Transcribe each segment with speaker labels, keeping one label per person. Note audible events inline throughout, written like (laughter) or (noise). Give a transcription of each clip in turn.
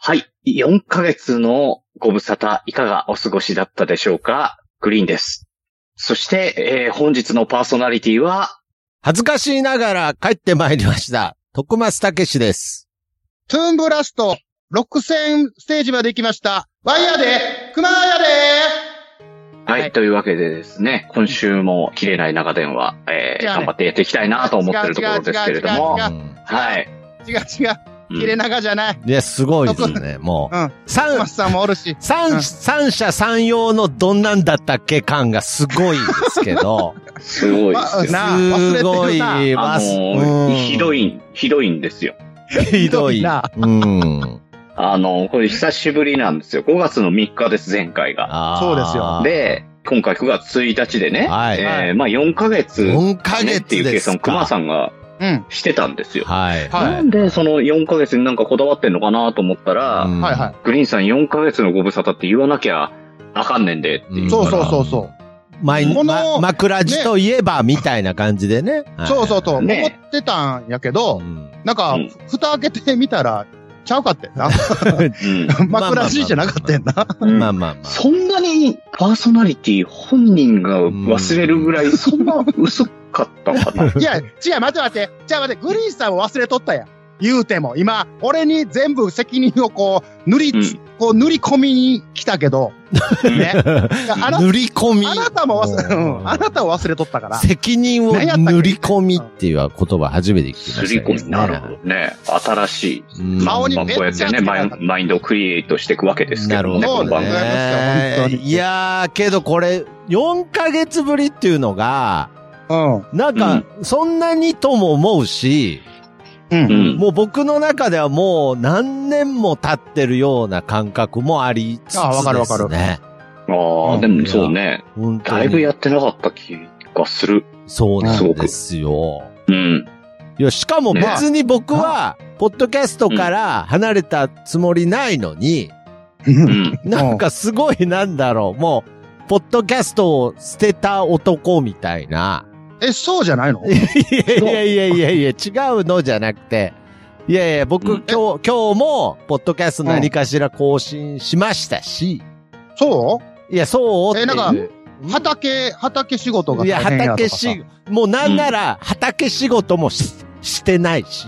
Speaker 1: はい。4ヶ月のご無沙汰、いかがお過ごしだったでしょうかグリーンです。そして、えー本日のパーソナリティは、
Speaker 2: 恥ずかしいながら帰ってまいりました。徳松たけしです。
Speaker 3: トゥーンブラスト、6000ステージまで行きました。ワイヤーで、クマやで
Speaker 1: はい、
Speaker 3: はい
Speaker 1: というわけでですね、今週も切れない長電話、えー
Speaker 3: じゃあ
Speaker 1: 頑
Speaker 3: ね
Speaker 1: 張ってやっていきたいなと思ってるところですけれども
Speaker 3: 違、う
Speaker 2: うん
Speaker 1: はい。
Speaker 3: 違う違う、
Speaker 1: うん
Speaker 3: 切れ長じゃない。
Speaker 2: いや、すごいですね、も
Speaker 3: うん
Speaker 2: う。三
Speaker 3: マス、さんもおるし。うん
Speaker 2: 三、三者三様のどんなんだったっけ感がすごいですけど。
Speaker 1: すごいですよ。
Speaker 3: ま (laughs) なあ
Speaker 2: すごい
Speaker 3: 忘れて
Speaker 1: あ
Speaker 2: ます。
Speaker 1: のーひど
Speaker 2: い。
Speaker 1: いん、ひどいんですよ。
Speaker 2: ひど
Speaker 3: ひどい
Speaker 2: い。
Speaker 3: な
Speaker 2: うん。
Speaker 1: あのーこれ久しぶりなんですよ。5月の3日です、前回が。
Speaker 2: あー
Speaker 3: そうですよ
Speaker 1: で、今回9月1日でね、
Speaker 2: はい
Speaker 1: えーまあ4ヶ月、
Speaker 2: 4ヶ
Speaker 1: ねってい
Speaker 2: 月
Speaker 1: う計
Speaker 2: です
Speaker 1: 算、熊
Speaker 2: か。
Speaker 1: さんが
Speaker 3: うん。
Speaker 1: してたんですよ。
Speaker 2: はい。
Speaker 3: はい
Speaker 1: なんでその4ヶ月になんかこだわってんのかなと思ったら、
Speaker 2: うん
Speaker 3: はいは
Speaker 1: グリーンさん4ヶ月のご無沙汰って言わなきゃあかんねんでっていう
Speaker 3: い。
Speaker 2: ん
Speaker 1: う。
Speaker 3: そうそうそうそう。
Speaker 2: 前に、
Speaker 3: この
Speaker 2: ま枕地といえば、みたいな感じでね。はい
Speaker 3: そうそうそう。思
Speaker 1: ね
Speaker 3: ってたんやけ
Speaker 2: う
Speaker 3: ど、
Speaker 2: ん
Speaker 3: なんか
Speaker 1: うん、
Speaker 3: 蓋開けてみたら、ちゃうかってんな。枕しいじゃなかったんな。
Speaker 1: うんうん
Speaker 2: (laughs) まあまあまあ。
Speaker 1: そんなにパーソナリティ本人が忘れるぐらい、そんな薄かったかな。
Speaker 3: いや、違う、待って待って。じゃあ待って、グリーンさんも忘れとったやん。言うても、今、俺に全部責任をこう、塗りつ、
Speaker 1: う
Speaker 3: こう、塗り込みに来たけど、
Speaker 1: (laughs)
Speaker 3: ね。いやあな
Speaker 2: 塗り込み。
Speaker 3: あなたも忘れ、
Speaker 2: う
Speaker 3: うんん、あなたを忘れとったから。
Speaker 2: 責任を
Speaker 3: 何やったっけ
Speaker 2: 塗り込みっていう言葉初めて聞き
Speaker 1: す
Speaker 2: ま
Speaker 1: り
Speaker 2: したけ
Speaker 1: 込
Speaker 2: ど
Speaker 1: み、
Speaker 2: ね。
Speaker 1: なるほどね。新しい。
Speaker 2: うん
Speaker 3: 顔に
Speaker 1: まあこうやってねマイン、マインドをクリエイトしていくわけですけ
Speaker 2: なる
Speaker 1: ど
Speaker 2: ほ
Speaker 1: ね、こ
Speaker 2: ど
Speaker 1: の
Speaker 3: そう
Speaker 1: 番
Speaker 3: です
Speaker 1: 組。
Speaker 3: ね本当
Speaker 2: ね。
Speaker 3: に
Speaker 2: いやー、けどこれ、4ヶ月ぶりっていうのが、
Speaker 3: うん。
Speaker 2: なんか、そんなにとも思うし、
Speaker 3: うん。
Speaker 1: うん。
Speaker 2: もう僕の中ではもう何年も経ってるような感覚もありつつですね。
Speaker 3: あわかるわかる
Speaker 1: ああ、でもそうね。
Speaker 2: 本当に
Speaker 1: だいぶやってなかった気がする。
Speaker 2: そうなんですよ。
Speaker 1: うん。
Speaker 2: いや、しかも別に僕は、ポッドキャストから離れたつもりないのに、
Speaker 1: うん。
Speaker 2: なんかすごいなんだろう、もう、ポッドキャストを捨てた男みたいな。
Speaker 3: え、そうじゃないの
Speaker 2: いやいやいやいや、違うのじゃなくて、いやいや、僕、
Speaker 1: うん
Speaker 2: 今日、今日も、ポッドキャスト何かしら更新しましたし、
Speaker 3: そ
Speaker 2: いや、そうっていう。
Speaker 3: えな
Speaker 2: う
Speaker 3: んかう畑、畑仕事が
Speaker 2: いや、
Speaker 3: 大変やとか
Speaker 2: 畑
Speaker 3: さ
Speaker 2: し、もうなんなら、畑仕事もししてないし、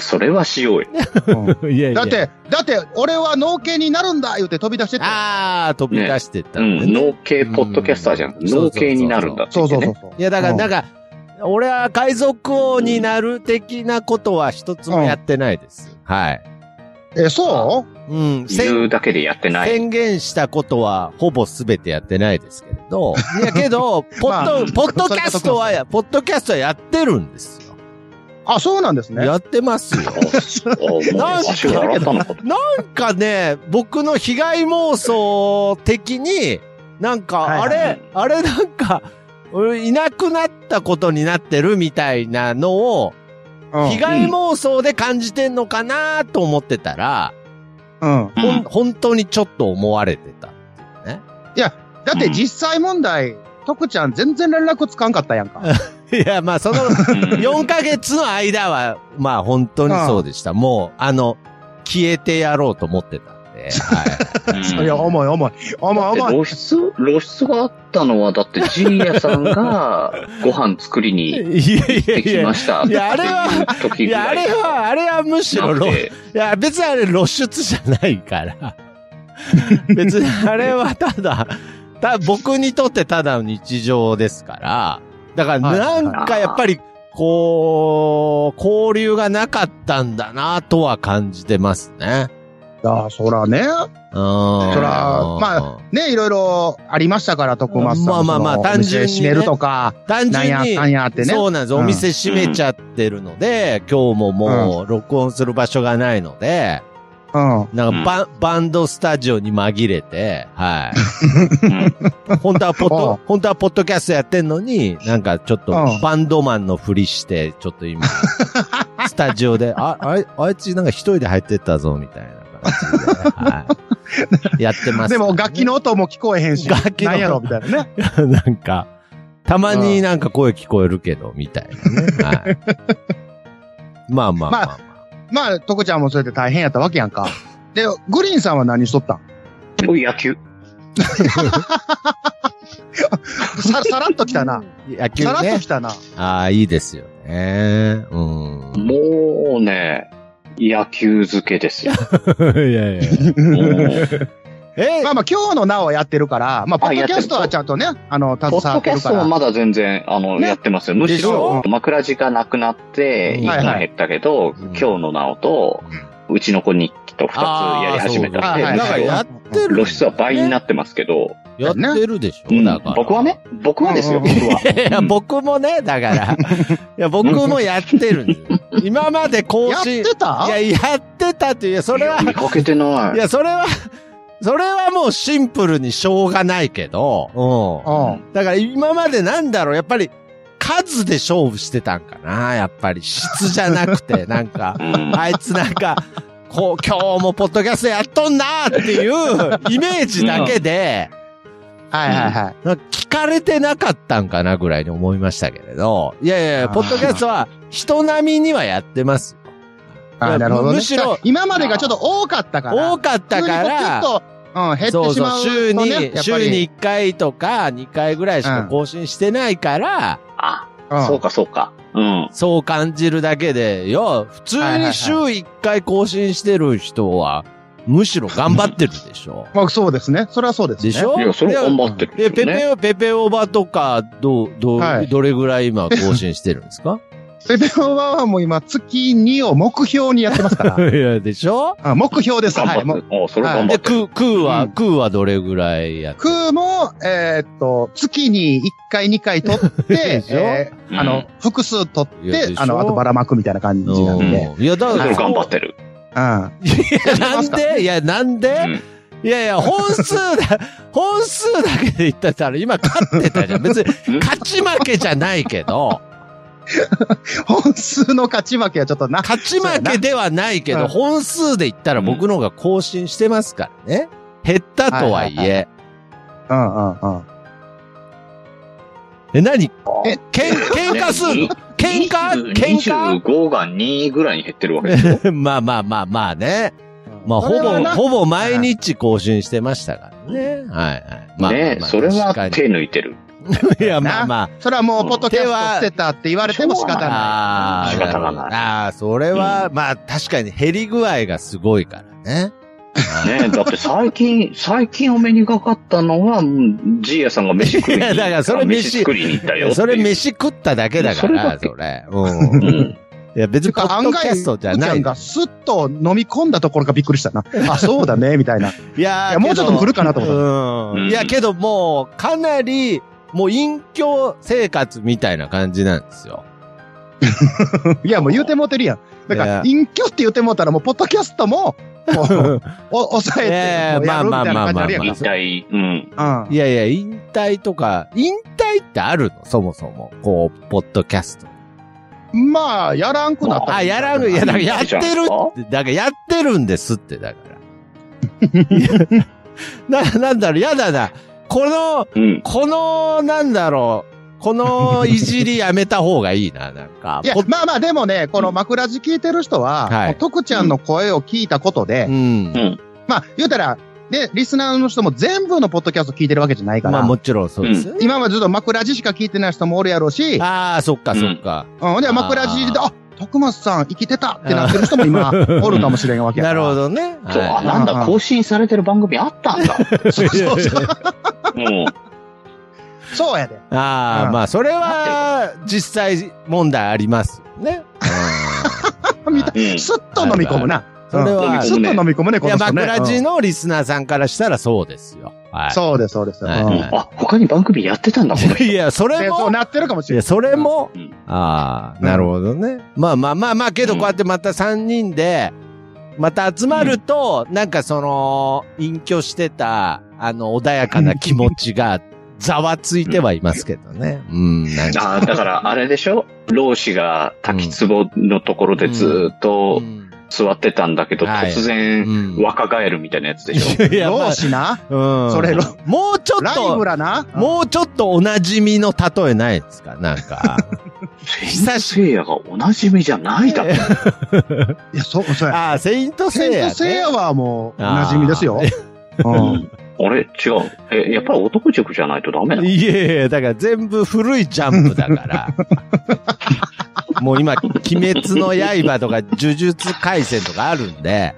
Speaker 1: それはしようよ。
Speaker 3: うん (laughs)
Speaker 2: うんいやい
Speaker 3: だ
Speaker 2: や
Speaker 3: って、だって、俺は農家になるんだ言うて飛び出してって。
Speaker 2: ああ、飛び出してった
Speaker 1: うん
Speaker 2: だ
Speaker 1: ん。
Speaker 2: ね。
Speaker 1: 農系ポッドキャスターじゃん。
Speaker 2: うん
Speaker 1: 農系になるんだって
Speaker 3: そ
Speaker 1: 言
Speaker 3: う
Speaker 1: って
Speaker 3: そうそ
Speaker 1: ね
Speaker 3: う。。そう
Speaker 2: いや、だから、なん
Speaker 3: か、
Speaker 2: か、俺は海賊王になる的なことは一つもやってないです。はい。
Speaker 3: え、そ
Speaker 2: うん。せん
Speaker 1: 言うだけでやってない。
Speaker 2: 宣言したことは、ほぼすべてやってないですけれど。いや、けど、ポッド、
Speaker 3: (laughs) まあ
Speaker 2: ポッドキャスト
Speaker 3: それ
Speaker 2: は、ポッドキャストはやってるんですよ。
Speaker 3: うあ、そうなんですね。
Speaker 2: やってますよ。
Speaker 1: あもう
Speaker 2: なんか
Speaker 1: 足が洗ったのか。
Speaker 2: なんかね、僕の被害妄想的に、なん
Speaker 3: はい
Speaker 2: か、あ
Speaker 3: はい
Speaker 2: れ、
Speaker 1: はい
Speaker 2: あれなんか、俺いなくなったことになってるみたいなのを、
Speaker 3: うん
Speaker 2: 被害妄想で感じてんのかなと思ってたら、
Speaker 3: うん。
Speaker 2: ほん
Speaker 1: うん
Speaker 2: 本当にちょっと思われてたっていうね。
Speaker 3: だって実際問題、徳ちゃん全然連絡つかんかったやんか。
Speaker 2: (laughs) いや、まあ (laughs) その4ヶ月の間は、まあ本当にそうでした。もう、あの、消えてやろうと思ってたんで。は
Speaker 3: そりゃ重い重い。重い重
Speaker 1: 露
Speaker 3: い。
Speaker 1: 出露出があったのは、だって、ジーヤさんがご飯作り
Speaker 2: (laughs) い。
Speaker 1: に
Speaker 2: いやいや
Speaker 1: 行
Speaker 2: い
Speaker 1: き
Speaker 2: や
Speaker 1: ま。した。
Speaker 2: いやいやいやいやあれは、
Speaker 1: 時
Speaker 2: い
Speaker 1: ぐ
Speaker 2: や、あ
Speaker 1: らい
Speaker 2: れは、あれはむし
Speaker 1: な
Speaker 2: ろ
Speaker 1: っ
Speaker 2: 露、い
Speaker 1: て。
Speaker 2: や、別にあれ露出じゃないから。 (laughs) 別にあれはただ、た僕にとってただの日常ですから。だから
Speaker 3: はい
Speaker 2: なんかやっぱり、こう、交流がなかったんだなとは感じてますね。
Speaker 3: ああ、そらね。
Speaker 2: うん。そ
Speaker 3: らまね、いろいろありましたから、徳松さん。
Speaker 2: まあまあまあ
Speaker 3: その
Speaker 2: 単純にね
Speaker 3: お店閉めるとか、
Speaker 2: あ、単
Speaker 3: なん
Speaker 2: 純
Speaker 3: や
Speaker 2: に
Speaker 3: か、んやってね。
Speaker 2: そうなんです。
Speaker 3: うん
Speaker 2: お店閉めちゃってるので、今日ももう録音する場所がないので、
Speaker 3: うん。
Speaker 2: なんかバ,、バンドスタジオに紛れて、は
Speaker 1: うん
Speaker 2: い。本当はポッ
Speaker 3: う
Speaker 2: ド
Speaker 3: ん、
Speaker 2: 本当はポッドキャストやってんのに、なんかちょっと
Speaker 3: うん
Speaker 2: バンドマンのふりして、ちょっと
Speaker 3: (laughs)
Speaker 2: 今、スタジオで、あ、あいあいつなんか一人で入ってったぞ、みたいな感じで、
Speaker 3: (laughs)
Speaker 2: はい。やってます、
Speaker 3: でも、楽器の音も聞こえへんし。
Speaker 2: 楽器の
Speaker 3: なんやろみたい
Speaker 2: (laughs)
Speaker 3: なね。
Speaker 2: なんか、たまになんか声聞こえるけど、みたいなね。はい。まあまあまあまあ。
Speaker 3: まあ、トコちゃんもそうやって大変やったわけやんか。で、グリーンさんは何しとったん
Speaker 1: おい野球。
Speaker 2: (laughs)
Speaker 3: さ、さらっと来たな。
Speaker 2: 野球
Speaker 3: さらっと
Speaker 2: ね
Speaker 3: 来。たな。
Speaker 2: ああ、いいですよね。うん。
Speaker 1: もうね、野球漬けですよ。
Speaker 2: (laughs) いやいや。
Speaker 3: (laughs)
Speaker 1: もう
Speaker 2: え
Speaker 3: まあまあ、今日のなおやってるから、まあ、ポッドキャストはちゃんとね、あの、携
Speaker 1: ポッ
Speaker 3: わ
Speaker 1: ド
Speaker 3: って
Speaker 1: キャ
Speaker 3: る
Speaker 1: ス
Speaker 3: か
Speaker 1: トも
Speaker 3: ら。
Speaker 1: まだ全然、あの、
Speaker 3: ね
Speaker 1: やってますよ。むしろ、枕地がなくなって、
Speaker 2: うん
Speaker 1: 一
Speaker 3: はいは
Speaker 1: 本
Speaker 3: い
Speaker 1: 減ったけど、
Speaker 2: うん
Speaker 1: 今日のなおと、うちの子日記と二つやり始めたんで、
Speaker 3: あーそう
Speaker 1: む
Speaker 2: だ
Speaker 3: だ
Speaker 1: し
Speaker 2: から
Speaker 1: ろ
Speaker 2: やってる。
Speaker 1: 露出は倍になってますけど、
Speaker 2: やってるでし
Speaker 1: う
Speaker 2: ょ、
Speaker 1: ん
Speaker 2: だから。
Speaker 1: 僕はね、僕はですよ、
Speaker 3: うん
Speaker 1: 僕は。
Speaker 2: いや、
Speaker 1: うん
Speaker 2: 僕もね、だ
Speaker 3: (laughs)
Speaker 2: から。いや、僕もやってるんですよ。今まで更
Speaker 3: やっ
Speaker 2: 新。
Speaker 3: てた
Speaker 2: いや、やってたっていう、それは、
Speaker 1: 見かけてないい。
Speaker 2: や、それは、それはもうシンプルにしょうがないけど、
Speaker 3: う
Speaker 1: うん
Speaker 3: ん。
Speaker 2: うん。だから今までなんだろう、やっぱり、数で勝負してたんかな、やっぱり。質じゃなく
Speaker 3: (laughs)
Speaker 2: て、なんか、
Speaker 1: うん
Speaker 2: あいつなんか、こう、今日もポッドキャストやっとんなっていうイメージだけで、
Speaker 3: はいはいはい。
Speaker 2: なんか聞かれてなかったんかなぐらいに思いましたけれど、いやいやいや、
Speaker 3: あー
Speaker 2: ポッドキャストは人並みにはやってます。い
Speaker 3: あ
Speaker 2: や
Speaker 3: ーなるほど、ね。
Speaker 2: むしろ
Speaker 3: 今までがちょっと多かったから。
Speaker 2: 多かったから、
Speaker 3: 急にポツッと、うん、減
Speaker 2: そ
Speaker 3: っ
Speaker 2: う
Speaker 3: てし
Speaker 2: そ
Speaker 3: ま
Speaker 2: う、
Speaker 3: うと、ね。
Speaker 2: 週に、
Speaker 3: やっぱり
Speaker 2: 週に、1回とか2回ぐらいしか更新してないから、
Speaker 1: あ、
Speaker 3: うん
Speaker 1: そうか、そうか。うん。
Speaker 2: そう感じるだけで、いや、普通
Speaker 3: はいはいは
Speaker 2: に
Speaker 3: い
Speaker 2: 週1回更新してる人は、むしろ頑張ってるでしょ。
Speaker 3: まあそうですね。それは (laughs) そうですね。
Speaker 2: でしょ
Speaker 1: いや、それは頑張ってるんで
Speaker 2: で、
Speaker 1: す
Speaker 2: ペ
Speaker 1: よね。
Speaker 2: ペ、ペペオバとか、どう、どう、
Speaker 3: はい
Speaker 2: どれぐらい今更新してるん
Speaker 3: (laughs)
Speaker 2: ですか
Speaker 3: ペペオバはもう今、月2を目標にやってますか
Speaker 2: (laughs)
Speaker 3: ら。
Speaker 2: いや、でしょ
Speaker 3: あ目標です。
Speaker 1: 頑
Speaker 3: はい。も
Speaker 1: 張
Speaker 3: う、
Speaker 1: ってる。おそれは頑張
Speaker 2: で、
Speaker 1: ってる。
Speaker 2: クー、クーは、
Speaker 3: うん
Speaker 2: クーはどれぐらいやっ
Speaker 3: 空も、えーっと、月に1回2回取っ
Speaker 2: (laughs) で
Speaker 3: て、
Speaker 2: しょ
Speaker 3: えーあ
Speaker 1: うん
Speaker 3: の、複数取
Speaker 2: い
Speaker 3: っ
Speaker 2: やで
Speaker 3: て
Speaker 2: し、ょ
Speaker 3: あの、あとばらまくみたいな感じなんで。うん。い
Speaker 2: いや、だ
Speaker 1: そ
Speaker 2: から、
Speaker 1: れは頑張ってる。
Speaker 2: いや、なんでいや、なんで、
Speaker 1: うん
Speaker 2: いやいや、本数だ、 (laughs) 本数だけで言ってたら今勝ってたじゃん。別に勝ち負けじゃないけど、
Speaker 3: 本数の勝ち負けはちょっとな。
Speaker 2: 勝ち負けではないけ
Speaker 3: そう
Speaker 2: ど、
Speaker 3: やな
Speaker 2: 本数で言ったら僕の方が更新してますからね。減ったとはい
Speaker 3: はい
Speaker 2: え。
Speaker 3: うんうんうん。
Speaker 2: え、何
Speaker 3: え
Speaker 2: けん喧嘩数
Speaker 1: (laughs) ね
Speaker 2: 喧嘩 (laughs) 喧
Speaker 1: ?25 が2ぐらいに減ってるわけですよ。
Speaker 2: 嘩まあまあまあまあね。まあ
Speaker 3: そ
Speaker 2: ほ
Speaker 3: れは
Speaker 2: ぼ、
Speaker 3: な
Speaker 2: ほぼ毎日更新してましたからね。はいはい。まあ
Speaker 1: ね
Speaker 2: まあ
Speaker 1: それは
Speaker 2: 確かに
Speaker 1: 手 (laughs) 抜いてる。
Speaker 2: いやまあまあ。
Speaker 3: それはもう、ポッドキャスト捨てたって言われても仕方な
Speaker 2: ああ、
Speaker 1: 仕方がない
Speaker 2: るほどああ、それは、まあ確かに減り具合がすごいからね。
Speaker 1: ねだって最
Speaker 2: (laughs)
Speaker 1: 近、最近お目にかかったのは、うんジーヤさんが飯食いに
Speaker 2: いやだからそれ
Speaker 1: あ
Speaker 2: 飯
Speaker 1: 食いに行ったよっていう。
Speaker 2: それ飯食っただけだか
Speaker 1: いや
Speaker 2: ら、
Speaker 1: そ
Speaker 2: それ。うん。
Speaker 1: う (laughs)
Speaker 2: い
Speaker 1: ん。
Speaker 2: や別
Speaker 3: い。
Speaker 2: にポッドキャストじゃ
Speaker 3: ち
Speaker 2: な
Speaker 3: ゃん
Speaker 2: い。
Speaker 3: がスッと飲み込んだところがびっくりしたな。あ、そうだね、みたいな。い
Speaker 2: いや
Speaker 3: や、もうちょっと来
Speaker 2: る
Speaker 3: るかなと思っ
Speaker 2: うん。いや、けどもう、かなり、もう隠居生活みたいな感じなんですよ。
Speaker 3: た。いや、もう言うてもうてるやん。だか
Speaker 2: いや
Speaker 3: ら、隠居って言うてもうたら、もう、ポッドキャストも、も
Speaker 2: (laughs)
Speaker 3: うお、抑
Speaker 2: ええ
Speaker 3: えて、もうやるみたいな感じになるやん
Speaker 2: まあ
Speaker 1: 一
Speaker 3: か。
Speaker 1: 体、うん。
Speaker 2: いやいや、引退とか、引退ってあるのそもそも。こう、ポッドキャスト。
Speaker 3: うん。まあ、やらんくなった。
Speaker 2: あ、やらん、いや、だからやってるって、だからやってるんですって、だから。 (laughs) いやな、なんだろう、やだな。この、
Speaker 1: うん。
Speaker 2: この、なんだろう、このいじりやめた方がいいな、なんか。
Speaker 3: いや
Speaker 2: ポッ、
Speaker 3: まあまあ、でもね、この枕地聞いてる人
Speaker 2: はい
Speaker 3: は、徳ちゃんの声を聞いたこと
Speaker 2: う
Speaker 3: で、
Speaker 2: ん。
Speaker 3: まあ、言うたら、で、リスナーの人も全部のポッドキャスト聞いてるわけじゃないか
Speaker 2: まあ
Speaker 3: ら、
Speaker 2: もちろんそうですよね。
Speaker 3: 今までずっと枕地しか聞いてない人もおるやろうし、
Speaker 2: ああ、そっかそっか。
Speaker 3: うん、ほんで、枕地で、
Speaker 2: あ
Speaker 3: あ、徳松さん生きてたってなってる人
Speaker 2: (laughs)
Speaker 3: も今、おるかもしれんわけや
Speaker 2: な
Speaker 3: か
Speaker 2: る
Speaker 3: ら。
Speaker 2: ほどね。
Speaker 1: そう、あ、
Speaker 2: は
Speaker 1: なんだ、更新されてる番組あった
Speaker 2: (laughs)
Speaker 1: んだ。
Speaker 3: ど。そうそうそう。
Speaker 1: うん。
Speaker 3: そうやで。
Speaker 2: い、あ
Speaker 3: う
Speaker 2: あ、
Speaker 3: ん
Speaker 2: まあそれは実際問題ありますよね。うん
Speaker 3: (laughs) 見た
Speaker 1: うん。
Speaker 3: すっと飲み込むな。
Speaker 2: それ
Speaker 1: 飲み
Speaker 2: は
Speaker 1: 込む
Speaker 3: すっと飲み込むね、
Speaker 2: い
Speaker 3: この
Speaker 2: や、
Speaker 3: 人ね。
Speaker 2: 枕地
Speaker 3: うん
Speaker 2: のリスナーさんからしたらそうですよ。はい。
Speaker 3: そうです、そうです。うん
Speaker 2: はい
Speaker 1: うんあ、他に番組やってたんだ、
Speaker 2: (laughs)
Speaker 1: この人。
Speaker 2: いや、それ
Speaker 3: でそ
Speaker 2: も
Speaker 3: う、なってるかもし
Speaker 2: い
Speaker 3: れ
Speaker 2: や、
Speaker 3: ない。
Speaker 2: それも
Speaker 1: うん、
Speaker 2: ああ、
Speaker 3: うん
Speaker 2: なるほどね。まあまあまあまあ、けど
Speaker 1: うん
Speaker 2: こうやってまた3人で、また集まると、なんかその、隠居してた、あの、穏やかな気持ち
Speaker 3: (laughs)
Speaker 2: が、ざわついてはいますけどね。うん、なんか。
Speaker 1: あだから、あれでしょ老子が滝壺のところでずーっ
Speaker 2: う
Speaker 1: と
Speaker 2: ん
Speaker 1: 座ってたんだけど、
Speaker 2: うんはい
Speaker 1: 突然、若返るみたいなやつでしょ。
Speaker 2: いや、ま
Speaker 3: 老
Speaker 2: あ
Speaker 3: 子な、
Speaker 2: うん
Speaker 3: それろ、
Speaker 2: もうちょっ
Speaker 3: ライ
Speaker 2: と
Speaker 3: ブ、らな、
Speaker 2: もうちょっとお馴染みの例えないですかなんか。
Speaker 1: セイントセイヤがお馴染みじゃないだろ。
Speaker 3: いや、そう、そうや。
Speaker 2: ああ、セイントセイ
Speaker 3: セ
Speaker 2: ヤ、
Speaker 3: ン
Speaker 2: ね。
Speaker 3: トセイヤはもう、お
Speaker 2: あー
Speaker 3: 馴染みですよ。うん。
Speaker 1: あれ違う。え、やっぱり男塾じゃないとダメなの
Speaker 2: いえいえ、だから全部古いジャンプだ
Speaker 3: (laughs)
Speaker 2: から。もう今、鬼滅の刃とか呪術廻戦とかあるんで、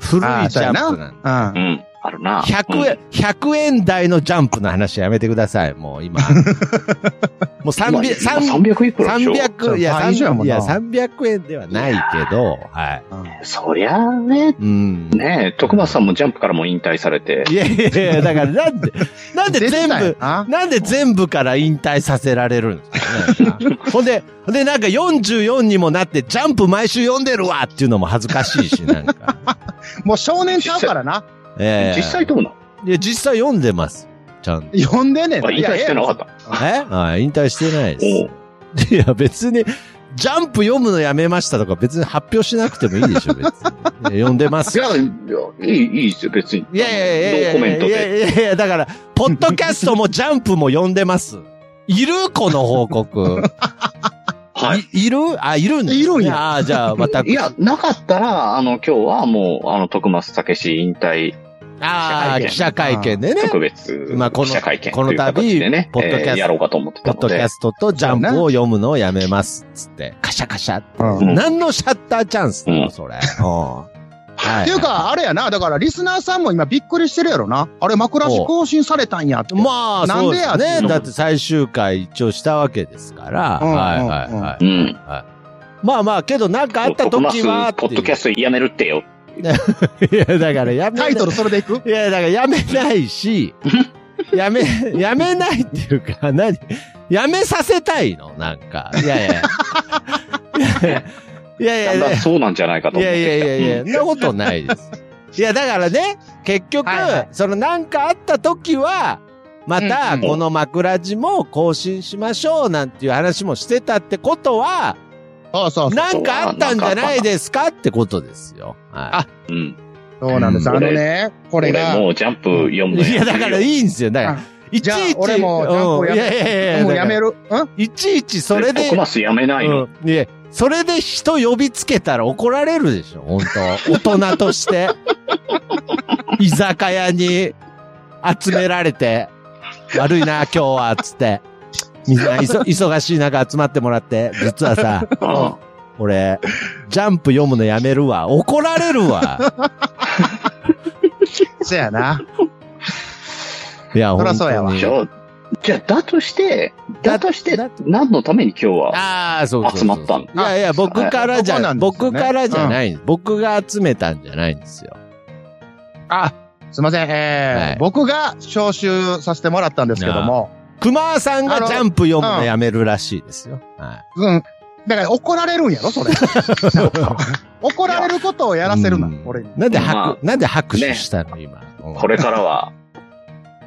Speaker 2: 古いジャンプなんで。
Speaker 3: うん
Speaker 1: う。ん。あるな。
Speaker 2: 100円、100円台のジャンプの話やめてください、もう
Speaker 3: (laughs)
Speaker 2: 今。もう
Speaker 1: うん。今
Speaker 2: 300、
Speaker 1: 今
Speaker 2: 300
Speaker 1: 300いくらでしょ
Speaker 2: 300、いや、
Speaker 3: 倍以上や
Speaker 2: 300
Speaker 3: もん
Speaker 2: い
Speaker 3: な
Speaker 2: や300円ではないけど、はい。
Speaker 1: そりゃあね、
Speaker 2: うん。
Speaker 1: ねえ、徳松さんもジャンプからも引退されて。
Speaker 2: いやいやいや、だからなんで、なんで全部、
Speaker 3: あ
Speaker 2: なんで全部から引退させられるんですか (laughs) ね。ほんで、ほんでなんか44にもなって、ジャンプ毎週読んでるわっていうのも恥ずかしいし、なんか。
Speaker 3: もう少年ちゃうからな。
Speaker 2: (laughs) ええ
Speaker 1: 実際どうなの
Speaker 2: いや、実際読んでます。ちゃんと。
Speaker 3: 呼んでんねん
Speaker 1: あ引退してなかった。
Speaker 2: えはい、引退してないです。
Speaker 1: おう
Speaker 2: いや、別に、ジャンプ読むのやめましたとか別に発表しなくてもいいでしょ、 (laughs) 別に。いや読んでます
Speaker 1: い。や、いやいい、いいですよ、別に。
Speaker 2: いやいやいやいや
Speaker 1: ノーコメント
Speaker 2: いや
Speaker 1: で。
Speaker 2: いやいや、だから、ポッドキャストもジャンプも読んでます。いるこの報 (laughs) 告。
Speaker 1: はい。
Speaker 2: いるあ、いるんですね
Speaker 3: いるんや
Speaker 2: あーじゃあ、私。
Speaker 1: いや、なかったら、あの、今日はもう、あの、徳松武史引退
Speaker 2: ああ、記
Speaker 1: 記
Speaker 2: 者
Speaker 1: 者
Speaker 2: 会
Speaker 3: 会
Speaker 2: 見
Speaker 3: 見
Speaker 2: でね。
Speaker 1: 特別
Speaker 2: まあこの
Speaker 1: 記者会見
Speaker 2: この
Speaker 1: という形でね、
Speaker 2: 度ポッドキャスト
Speaker 1: えーやろうかと思ってた
Speaker 2: ポッド
Speaker 1: の
Speaker 2: キ
Speaker 1: で
Speaker 2: ャ、ストとジャンプを読むのをやめます。つって。カシャカシャ。
Speaker 3: うん
Speaker 1: うん
Speaker 2: 何のシャッターチャンスな
Speaker 1: う
Speaker 2: の
Speaker 1: ん
Speaker 2: それ。は
Speaker 3: っていう、か、あれやな、だからリスナーさんも今びっくりしてるやろな。あれ、枕し更新されたんやって。
Speaker 2: まあ、
Speaker 3: な
Speaker 2: そ
Speaker 3: ん
Speaker 2: う
Speaker 3: で
Speaker 2: で
Speaker 3: や
Speaker 2: すね。
Speaker 1: うん
Speaker 2: だって最終回一応したわけですから。
Speaker 3: うん
Speaker 2: はいはいは
Speaker 1: う
Speaker 2: い。
Speaker 1: ん。
Speaker 2: まあまあ、けどなんかあった
Speaker 1: 徳
Speaker 2: 時は
Speaker 1: 松、
Speaker 2: って
Speaker 1: ポ
Speaker 2: いう。
Speaker 1: ッドキャストやめるってよ。
Speaker 2: いや、だからやめな
Speaker 3: タ
Speaker 2: い
Speaker 3: イ。トルそれでいく
Speaker 2: いや、だからやめない
Speaker 3: (laughs)
Speaker 2: し、やめ、やめないっていうか、 (laughs) 何やめさせたいのなんか。いやい
Speaker 3: (laughs)
Speaker 2: や。いやい
Speaker 1: だ
Speaker 2: やい
Speaker 1: ん
Speaker 2: や
Speaker 1: だんそうなんじゃないかと
Speaker 2: い
Speaker 1: 思っ
Speaker 2: や
Speaker 1: てき
Speaker 2: い
Speaker 1: た。
Speaker 2: やいやいや、
Speaker 3: (laughs)
Speaker 2: そんなことないです。いや、だからね、結局、
Speaker 3: はいはい
Speaker 2: そのなんかあった時は、ま
Speaker 3: う
Speaker 2: た、
Speaker 3: んうん
Speaker 2: この枕地も更新しましょうなんていう話もしてたってことは、
Speaker 3: そうそうそう。
Speaker 2: なんかあったんじゃないですかってことですよ。は
Speaker 1: うん。うん。
Speaker 3: そうなんです。あのね、これ
Speaker 1: 俺
Speaker 3: が。
Speaker 1: もうジャンプ読む
Speaker 2: い。
Speaker 1: の
Speaker 2: いや、だからい
Speaker 1: い。
Speaker 2: いんですよ。だから
Speaker 3: あ、
Speaker 2: いち
Speaker 3: じゃあ
Speaker 2: いち、
Speaker 3: 俺もジャンプを
Speaker 2: うん
Speaker 3: や
Speaker 2: い
Speaker 3: め
Speaker 2: やいやいや、
Speaker 3: もうやめ
Speaker 2: だか
Speaker 3: る。うん
Speaker 2: らいちいちそ
Speaker 1: それ
Speaker 2: れ
Speaker 3: (laughs)
Speaker 1: で。
Speaker 2: で
Speaker 1: 徳、松やめないの。
Speaker 2: うん、いや、それで人呼びつけたら怒られるでしょ、本当大人
Speaker 1: (laughs)
Speaker 2: として。居酒屋に集められて、悪いな、今日は、つって。みんな、いそ、忙しい中集まってもらって、実はさ、
Speaker 1: うん
Speaker 2: 俺、ジャンプ読むのやめるわ。怒られるわ。
Speaker 3: そうやな。
Speaker 2: いや、
Speaker 3: (laughs) そら
Speaker 2: 本
Speaker 3: そうや
Speaker 2: 当
Speaker 3: わ
Speaker 2: に
Speaker 1: じゃあ、じゃあ、だとして、だとして
Speaker 2: だ、
Speaker 1: 何のために今日は。
Speaker 2: ああ、そうそうそう
Speaker 1: 集まったの
Speaker 2: いやいや、僕からじ
Speaker 3: あそう
Speaker 2: ゃ、
Speaker 3: なんですね
Speaker 2: 僕からじゃない、僕が集めたんじゃないんですよ。
Speaker 3: あ、すいませ
Speaker 2: は
Speaker 3: ん。え
Speaker 2: い
Speaker 3: ー、僕が招集させてもらったんですけども。
Speaker 2: 熊さんがジャンプ読むのやめるらしいですよ。は
Speaker 3: うん。だから怒られるんやろ、
Speaker 2: (laughs)
Speaker 3: それ。怒られることを
Speaker 2: い。
Speaker 3: (laughs) やらせるな
Speaker 2: うん、
Speaker 3: 俺に。
Speaker 2: なんで
Speaker 1: ま
Speaker 2: 拍、なんで拍手
Speaker 1: ね
Speaker 2: したの、今。
Speaker 1: これからは、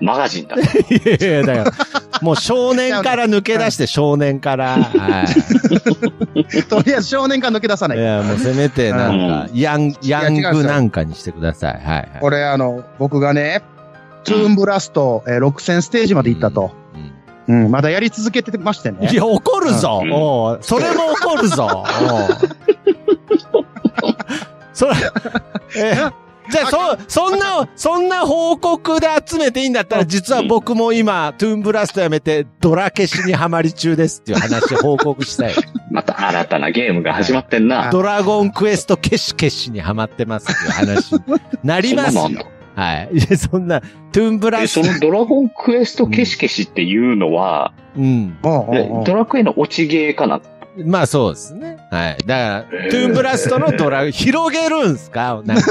Speaker 1: マガジンだ。
Speaker 2: (laughs) いやいや、だから、もう少年から抜け出して少年
Speaker 3: (laughs)
Speaker 2: から、はい。
Speaker 3: とりあえず少年感抜け出さないい。
Speaker 2: や、もうせめてなんか、ヤン、ヤングなんかにしてください。はいはい。
Speaker 3: これ、あの、僕がね、トゥーンブラスト、えー、6000ステージまで行ったと。
Speaker 2: うん。
Speaker 3: うん、まだやり続けてまして
Speaker 2: い
Speaker 3: ね。
Speaker 2: や、怒るぞ、
Speaker 1: うん
Speaker 2: おうそれも怒るぞおうそら、えーじゃあ、そ、そんな、そんな報告で集めていいんだったら、実は僕も今、トゥーンブラストやめて、ドラ消しにはまり中ですっていう話を報告したい。
Speaker 1: また新たなゲームが始まってんな。
Speaker 2: ドラゴンクエスト消し消しにはまってますっていう話になりますよ
Speaker 1: そ (laughs) んなのあんの。
Speaker 2: はい。いや、そんな、トゥーンブラ
Speaker 1: え、そ
Speaker 2: スト、
Speaker 1: のドラゴンクエスト消し消しっていうのは、
Speaker 2: うん。
Speaker 3: もう
Speaker 1: え
Speaker 3: んうん
Speaker 1: ドラクエの落ちゲーかな
Speaker 2: まあそうですね。はい。だから、
Speaker 1: えー
Speaker 2: トゥーンブラストのドラ、広げるんすかなん
Speaker 3: (laughs)
Speaker 2: か。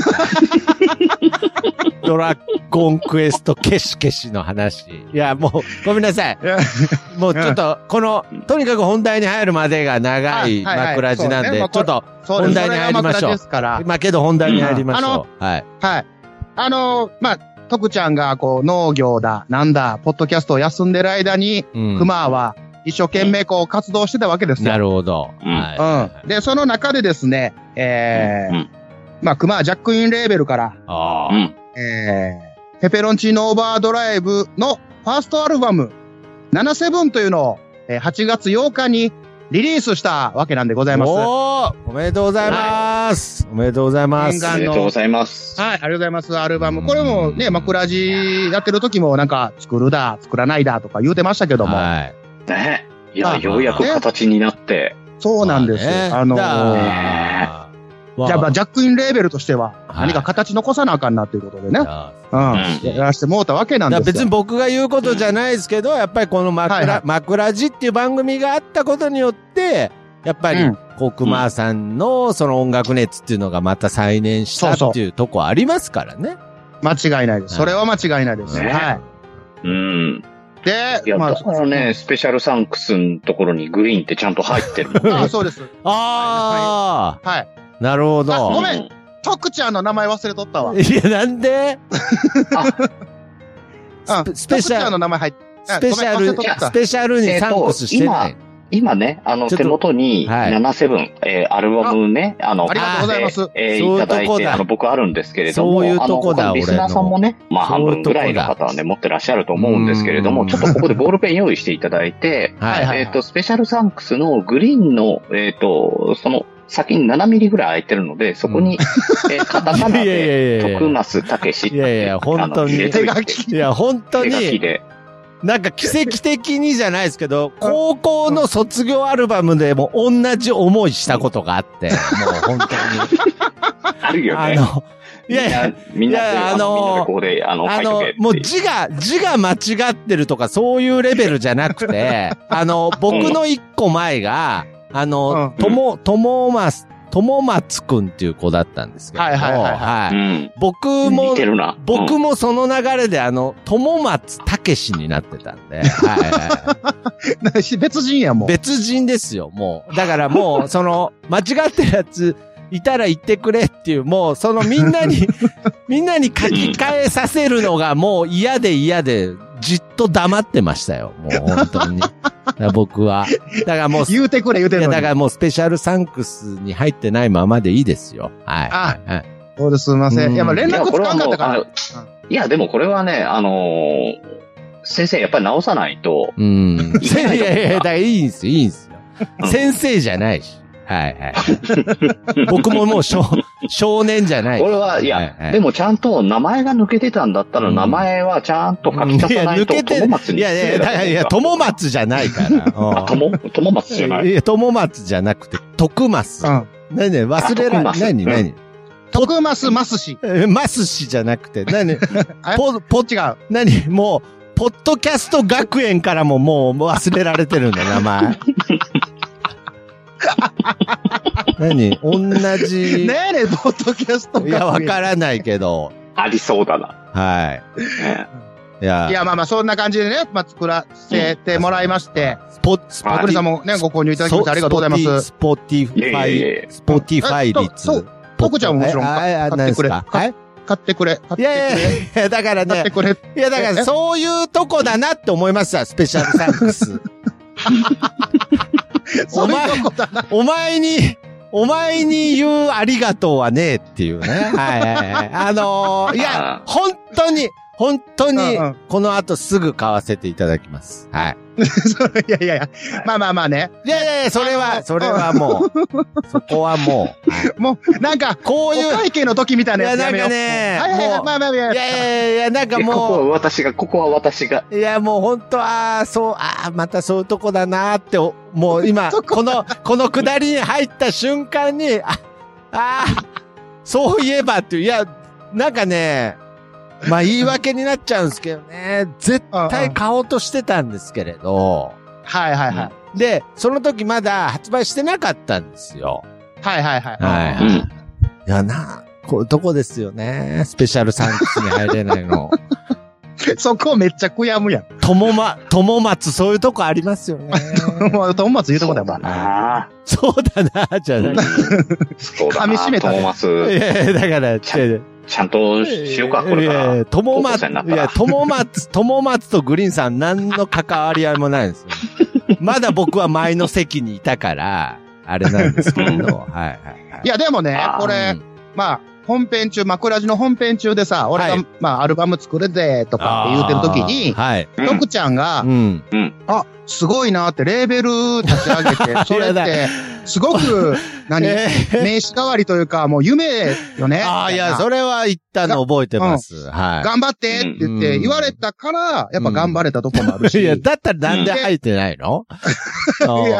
Speaker 2: ドラゴンクエスト消し消しの話。いや、もう、ごめんなさい。
Speaker 3: いや
Speaker 2: もうちょっと、この、とにかく本題に入るまでが長い
Speaker 3: はいはいはい
Speaker 2: 枕地なんで、
Speaker 3: そうねまあ
Speaker 2: ちょっと、
Speaker 3: そう
Speaker 2: 本
Speaker 3: です
Speaker 2: 題に入りましょう
Speaker 3: これが枕ですから。
Speaker 2: まあけど本題に入りましょう。はい。
Speaker 3: はい。あの、まあ、徳ちゃんが、こう、農業だ、なんだ、ポッドキャストを休んでる間に、
Speaker 2: うん。
Speaker 3: 熊は一生懸命こう活動してたわけですよ。
Speaker 2: なるほど。
Speaker 1: うん
Speaker 2: はい。
Speaker 3: うん。で、その中でですね、えー
Speaker 1: うん
Speaker 3: まあ、熊はジャックインレーベルから、
Speaker 2: あ
Speaker 1: う
Speaker 2: あ。
Speaker 1: ん。
Speaker 3: えー、ペペロンチーノオーバードライブのファーストアルバム、77というのを、えー8月8日にリリースしたわけなんでございます。はい、
Speaker 2: おーおめでとうございます、おめでとうございます。
Speaker 3: 念
Speaker 1: あ
Speaker 3: 願
Speaker 1: りがとうございます。
Speaker 3: ありがとうございます。アルバム。これもね、枕地やってる時もなんか、作るだ、作らないだとか言うてましたけども。
Speaker 2: はい。
Speaker 1: ね。い
Speaker 3: ま
Speaker 1: や、
Speaker 3: あ
Speaker 1: ようやく形になって。
Speaker 3: そうなんです。
Speaker 2: まね
Speaker 3: あのー
Speaker 2: だ
Speaker 1: ね
Speaker 2: まあ
Speaker 3: じゃあ、まあ、ジャックインレーベルとしては、
Speaker 2: はい
Speaker 3: 何か形残さなあかんなということでね。
Speaker 2: あ
Speaker 3: うん。やらせてもうたわけなん
Speaker 2: だ
Speaker 3: で
Speaker 2: か
Speaker 3: す
Speaker 2: ら別
Speaker 3: よ。
Speaker 2: に僕が言うことじゃないですけど、やっぱりこの枕、
Speaker 3: はいはい
Speaker 2: 枕地っていう番組があったことによって、やっぱり
Speaker 3: うん、
Speaker 2: こう、熊さんのその音楽熱っていうのがまた再燃し
Speaker 3: そうそ
Speaker 2: た
Speaker 3: う
Speaker 2: っていうとこありますからね。
Speaker 3: 間違いないです。
Speaker 2: は
Speaker 3: そ
Speaker 2: い
Speaker 3: れは間違いないです。
Speaker 1: ね
Speaker 3: は
Speaker 1: うん。
Speaker 3: い。で
Speaker 1: い、や、
Speaker 3: ま
Speaker 1: だからね、スペシャルサンクスのところにグリーンってちゃんと入って
Speaker 2: (laughs)
Speaker 1: るもんね。
Speaker 3: ああ、そうです。
Speaker 2: あ
Speaker 3: は
Speaker 2: あ、なるほ
Speaker 3: あご
Speaker 2: ど。
Speaker 3: めん徳ちゃんの名前忘れとったわ。
Speaker 2: いや、なんで
Speaker 3: うん
Speaker 2: スペスペシ
Speaker 3: 徳ちゃん
Speaker 2: ャ
Speaker 3: の
Speaker 2: ル、
Speaker 3: 名前入って、
Speaker 2: スペシャ
Speaker 3: ごめ
Speaker 2: ル
Speaker 3: ん忘れとった、
Speaker 2: スペシャルにサンクスしてない。
Speaker 1: 今ね、あの、
Speaker 2: ちょっ
Speaker 1: 手
Speaker 2: と
Speaker 1: 元に
Speaker 2: はい
Speaker 1: 77、えーアルバムね、あの、
Speaker 3: ありがとうございます
Speaker 1: 買ってえー
Speaker 2: そ
Speaker 1: い
Speaker 2: うい
Speaker 1: うた
Speaker 2: とこだ
Speaker 1: だいて、あの、僕あるんですけれども、
Speaker 2: そういうとこだ
Speaker 1: あの他のリスナーさんもね、まあ、
Speaker 2: そう
Speaker 1: 半
Speaker 2: いうとこだ
Speaker 1: 分ぐらいの方はね、持ってらっしゃると思うんですけれど
Speaker 2: う
Speaker 1: も、
Speaker 2: ん
Speaker 1: ちょっとここでボールペン用意していただいて、
Speaker 2: はいはい。
Speaker 1: えっと、スペシャルサンクスのグリーンの、えっと、その先に7ミリぐらい空いてるので、そこに、えーカタカナ
Speaker 2: いや
Speaker 1: で、
Speaker 2: いやいやいや
Speaker 1: 徳増たけしって
Speaker 2: いやいや本当に
Speaker 1: あの入れといて
Speaker 3: 手書き
Speaker 2: いや、本当
Speaker 1: 手書き
Speaker 2: に、
Speaker 1: で。
Speaker 2: なんか奇跡的にじゃないですけど、高校の卒業アルバムでも同じ思いしたことがあって、もう本当
Speaker 1: ある
Speaker 2: に。
Speaker 1: よ
Speaker 2: あ
Speaker 1: ね。
Speaker 2: の、いやいや、
Speaker 1: みんな、みん
Speaker 2: い
Speaker 1: なで、
Speaker 2: や
Speaker 1: あ
Speaker 2: あの
Speaker 1: の、みんなでここで、あの、書
Speaker 2: あ
Speaker 1: いと
Speaker 2: の
Speaker 1: けってい、う。
Speaker 2: もう字が、字が間違ってるとかそういうレベルじゃな
Speaker 1: (laughs)
Speaker 2: くて、あの、僕の一個前が、あの、
Speaker 1: うん
Speaker 2: とも、ともま、ともまつくんっていう子だったんですけども、
Speaker 3: はいはいはいは
Speaker 1: うん。
Speaker 2: 僕も
Speaker 1: 似、てるな。う
Speaker 2: 僕
Speaker 1: ん
Speaker 2: もその流れで、あの、友松たけしになってたんで、はいはいはい。
Speaker 3: 別人やもん。
Speaker 2: 別人ですよ、もう。だからもう、そ
Speaker 3: (laughs)
Speaker 2: の、間違ってるやつ、いたら言ってくれっていう、もう、そのみんな
Speaker 3: (laughs)
Speaker 2: に、みんなに書き換えさせるのがもう嫌で嫌で、じっと黙ってましたよ、もう本当に。だから僕は。だからもう、い
Speaker 3: 言うてくれ言うてる
Speaker 2: や、
Speaker 3: のに。
Speaker 2: だからもうスペシャルサンクスに入ってないままでいいですよ。はい。
Speaker 3: あ
Speaker 2: はい
Speaker 3: そうです、すみませ
Speaker 2: うん
Speaker 3: ん。いや、まあ連
Speaker 1: いや
Speaker 3: 絡つ
Speaker 1: これ
Speaker 3: か
Speaker 1: は
Speaker 3: んか
Speaker 1: も
Speaker 3: っ
Speaker 1: う
Speaker 3: たか
Speaker 1: あ
Speaker 3: ら
Speaker 1: の。いや、でもこれはね、あのー先生やっぱり直さないと、
Speaker 2: うん。いやいやいや、だからいいんですよ、いいんです
Speaker 1: う
Speaker 2: よ。
Speaker 1: ん
Speaker 2: 先生じゃないし。はいはい。僕ももう少、少年じゃないし。
Speaker 1: 俺は、い
Speaker 2: は
Speaker 1: や、
Speaker 2: は
Speaker 1: でもちゃんと名前が抜けてたんだったら、
Speaker 2: うん
Speaker 1: 名前はちゃんと書き足さないと、
Speaker 2: いや抜けて
Speaker 1: 友松に
Speaker 2: いやいやいや、だからいや、友松じゃない
Speaker 1: (laughs)
Speaker 2: から。
Speaker 1: あ、友、友松じゃない
Speaker 2: いや、友松じゃなくて、徳松。
Speaker 3: う
Speaker 2: 何何
Speaker 3: ん。
Speaker 2: 忘れら
Speaker 1: あ徳
Speaker 2: れ、
Speaker 1: 松
Speaker 2: 何何
Speaker 3: 徳ますますし。
Speaker 2: えますしじゃなくて、何
Speaker 3: (laughs) あれ
Speaker 2: ポ、ポ、
Speaker 3: 違う。
Speaker 2: 何もう、ポッドキャスト学園からももう忘れられてるんだ、名
Speaker 3: (laughs)
Speaker 2: 前。何同じ。
Speaker 3: ねえねえ、ポッドキャスト
Speaker 2: いや、わかららないけど。
Speaker 1: ありそうだな。
Speaker 2: は
Speaker 1: ね
Speaker 2: い。いや、
Speaker 3: いや、まあまあ、そんな感じでね、まあ、作らせてもらいまして、
Speaker 2: スポ、スポ
Speaker 1: あ
Speaker 3: アクリさんもね、ご購入いただきましてありがとうございます。
Speaker 2: スポティスポ
Speaker 1: い
Speaker 2: ティフ
Speaker 1: やいやい
Speaker 2: ァ
Speaker 1: や
Speaker 2: イ、スポティファイ
Speaker 3: え
Speaker 2: 率。
Speaker 3: そう徳ちゃんももちろん
Speaker 2: えああ
Speaker 3: 買ってくれ
Speaker 2: 何ですかはい
Speaker 3: 買ってくれ。買ってく
Speaker 2: いやい
Speaker 3: れ。
Speaker 2: やいや、だから
Speaker 3: 買
Speaker 2: ね
Speaker 3: って、くれ。
Speaker 2: いやだから
Speaker 3: え
Speaker 2: そういうとこだなって思いました、スペシャルサンクス。
Speaker 3: そういうとこだな。
Speaker 2: お前に、お前に言うありがとうはねえっていうね。はいはいはい。あのー、いや、本当に、本当に
Speaker 3: うんうん、
Speaker 2: この後すぐ買わせていただきます。はい。
Speaker 3: そう (laughs) いやいやいや。まあまあまあね。
Speaker 2: いやいやいや、それ
Speaker 3: あ
Speaker 2: は、
Speaker 3: の
Speaker 2: それはもう、そこはもう、はい
Speaker 3: もう、なんか、
Speaker 2: こ
Speaker 3: お
Speaker 2: ういう、
Speaker 3: 会計の時みたいなや
Speaker 2: い
Speaker 3: つ
Speaker 2: や
Speaker 3: やめよ
Speaker 2: な
Speaker 3: う。
Speaker 2: んかね
Speaker 3: はいはいは
Speaker 2: も
Speaker 3: い。
Speaker 2: う
Speaker 3: まあまあまあ
Speaker 2: いやいやいや、なんか
Speaker 1: えここは
Speaker 2: も
Speaker 1: 私が、ここは私が。
Speaker 2: う、いやもう本当は、そう、ああ、またそういうとこだなーって、おもう今、
Speaker 3: そ
Speaker 2: この、この下りに入った瞬間に、あ、あー、そういえばっていう、いや、なんかね、まあ言い訳になっちゃうんですけどね、絶対買おうとしてたんですけれど、
Speaker 3: はいはいはい。
Speaker 2: で、その時まだ発売してなかったんですよ。
Speaker 3: はいはいはい。
Speaker 2: はい
Speaker 1: うん。
Speaker 2: いやな、こういうとこですよね、スペシャルサンクスに入れないの。 (laughs)
Speaker 3: (laughs) そこめっちゃ悔やむや
Speaker 2: 友ま、友松、そういうとこありますよね。
Speaker 3: ん。 (laughs) もう、トンマツ言うとこだよ、まあ。
Speaker 1: ああ。
Speaker 2: そうだな、じゃない。
Speaker 1: そうだな。
Speaker 3: 噛み締めたね
Speaker 1: 友
Speaker 2: い
Speaker 1: 松、
Speaker 2: やいやだから、違う
Speaker 1: ちゃんとしようか、これか
Speaker 2: い
Speaker 1: ら
Speaker 2: や。
Speaker 1: 高
Speaker 2: 友
Speaker 1: 校
Speaker 2: 松、
Speaker 1: 生になった
Speaker 2: い
Speaker 1: ら
Speaker 2: や、友松、友松とグリーンさん何の関わり合いもないんです
Speaker 1: (laughs)
Speaker 2: よ。まだ僕は前の席にいたから、あれなんですけど、はいはいはい。
Speaker 3: いや、でもね
Speaker 1: あ、ー
Speaker 3: これ
Speaker 2: う、ん
Speaker 3: まあ、本編中、枕地の本編中でさ、俺が、
Speaker 2: はい
Speaker 3: まあ、アルバム作れて、とかって言ってる時に、
Speaker 2: はい。
Speaker 1: うん
Speaker 3: 徳ちゃんが、
Speaker 2: うん。
Speaker 3: あ、すごいなって、レーベル立ち上
Speaker 2: (laughs)
Speaker 3: げて、それっ
Speaker 2: やだ
Speaker 3: て、すごく、
Speaker 2: (laughs)
Speaker 3: 何、
Speaker 2: えー
Speaker 3: 名刺代わりというか、もう夢よね。
Speaker 2: ああ、い
Speaker 3: みた
Speaker 2: や、
Speaker 3: な
Speaker 2: それは言ったの覚えてます。は
Speaker 3: 頑張ってって言って、
Speaker 2: うん
Speaker 3: 言われたから、やっぱ頑張れたとこもある
Speaker 2: い。
Speaker 3: し。
Speaker 2: いや、だったらなんで入ってないの
Speaker 3: い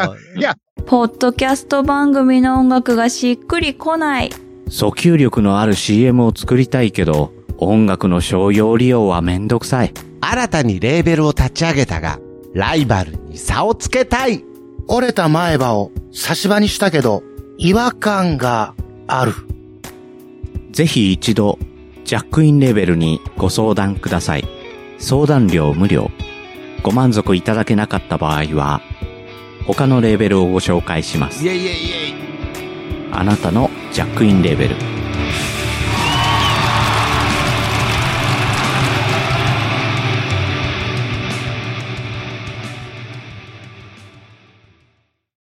Speaker 3: や
Speaker 2: (laughs) あ
Speaker 4: ポッドキャスト番組の音楽がしっくりこない。
Speaker 5: 訴求力のある CM を作りたいけど、音楽の商用利用はめんどくさい。
Speaker 2: 新たにレーベルを立ち上げたが、ライバルに差をつけたい。
Speaker 6: 折れた前歯を差し歯にしたけど、違和感がある。
Speaker 5: ぜひ一度、ジャックインレーベルにご相談ください。相談料無料。ご満足いただけなかった場合は、他のレーベルをご紹介します。
Speaker 2: えいえいえい。
Speaker 5: あなたのジャックインレーベル。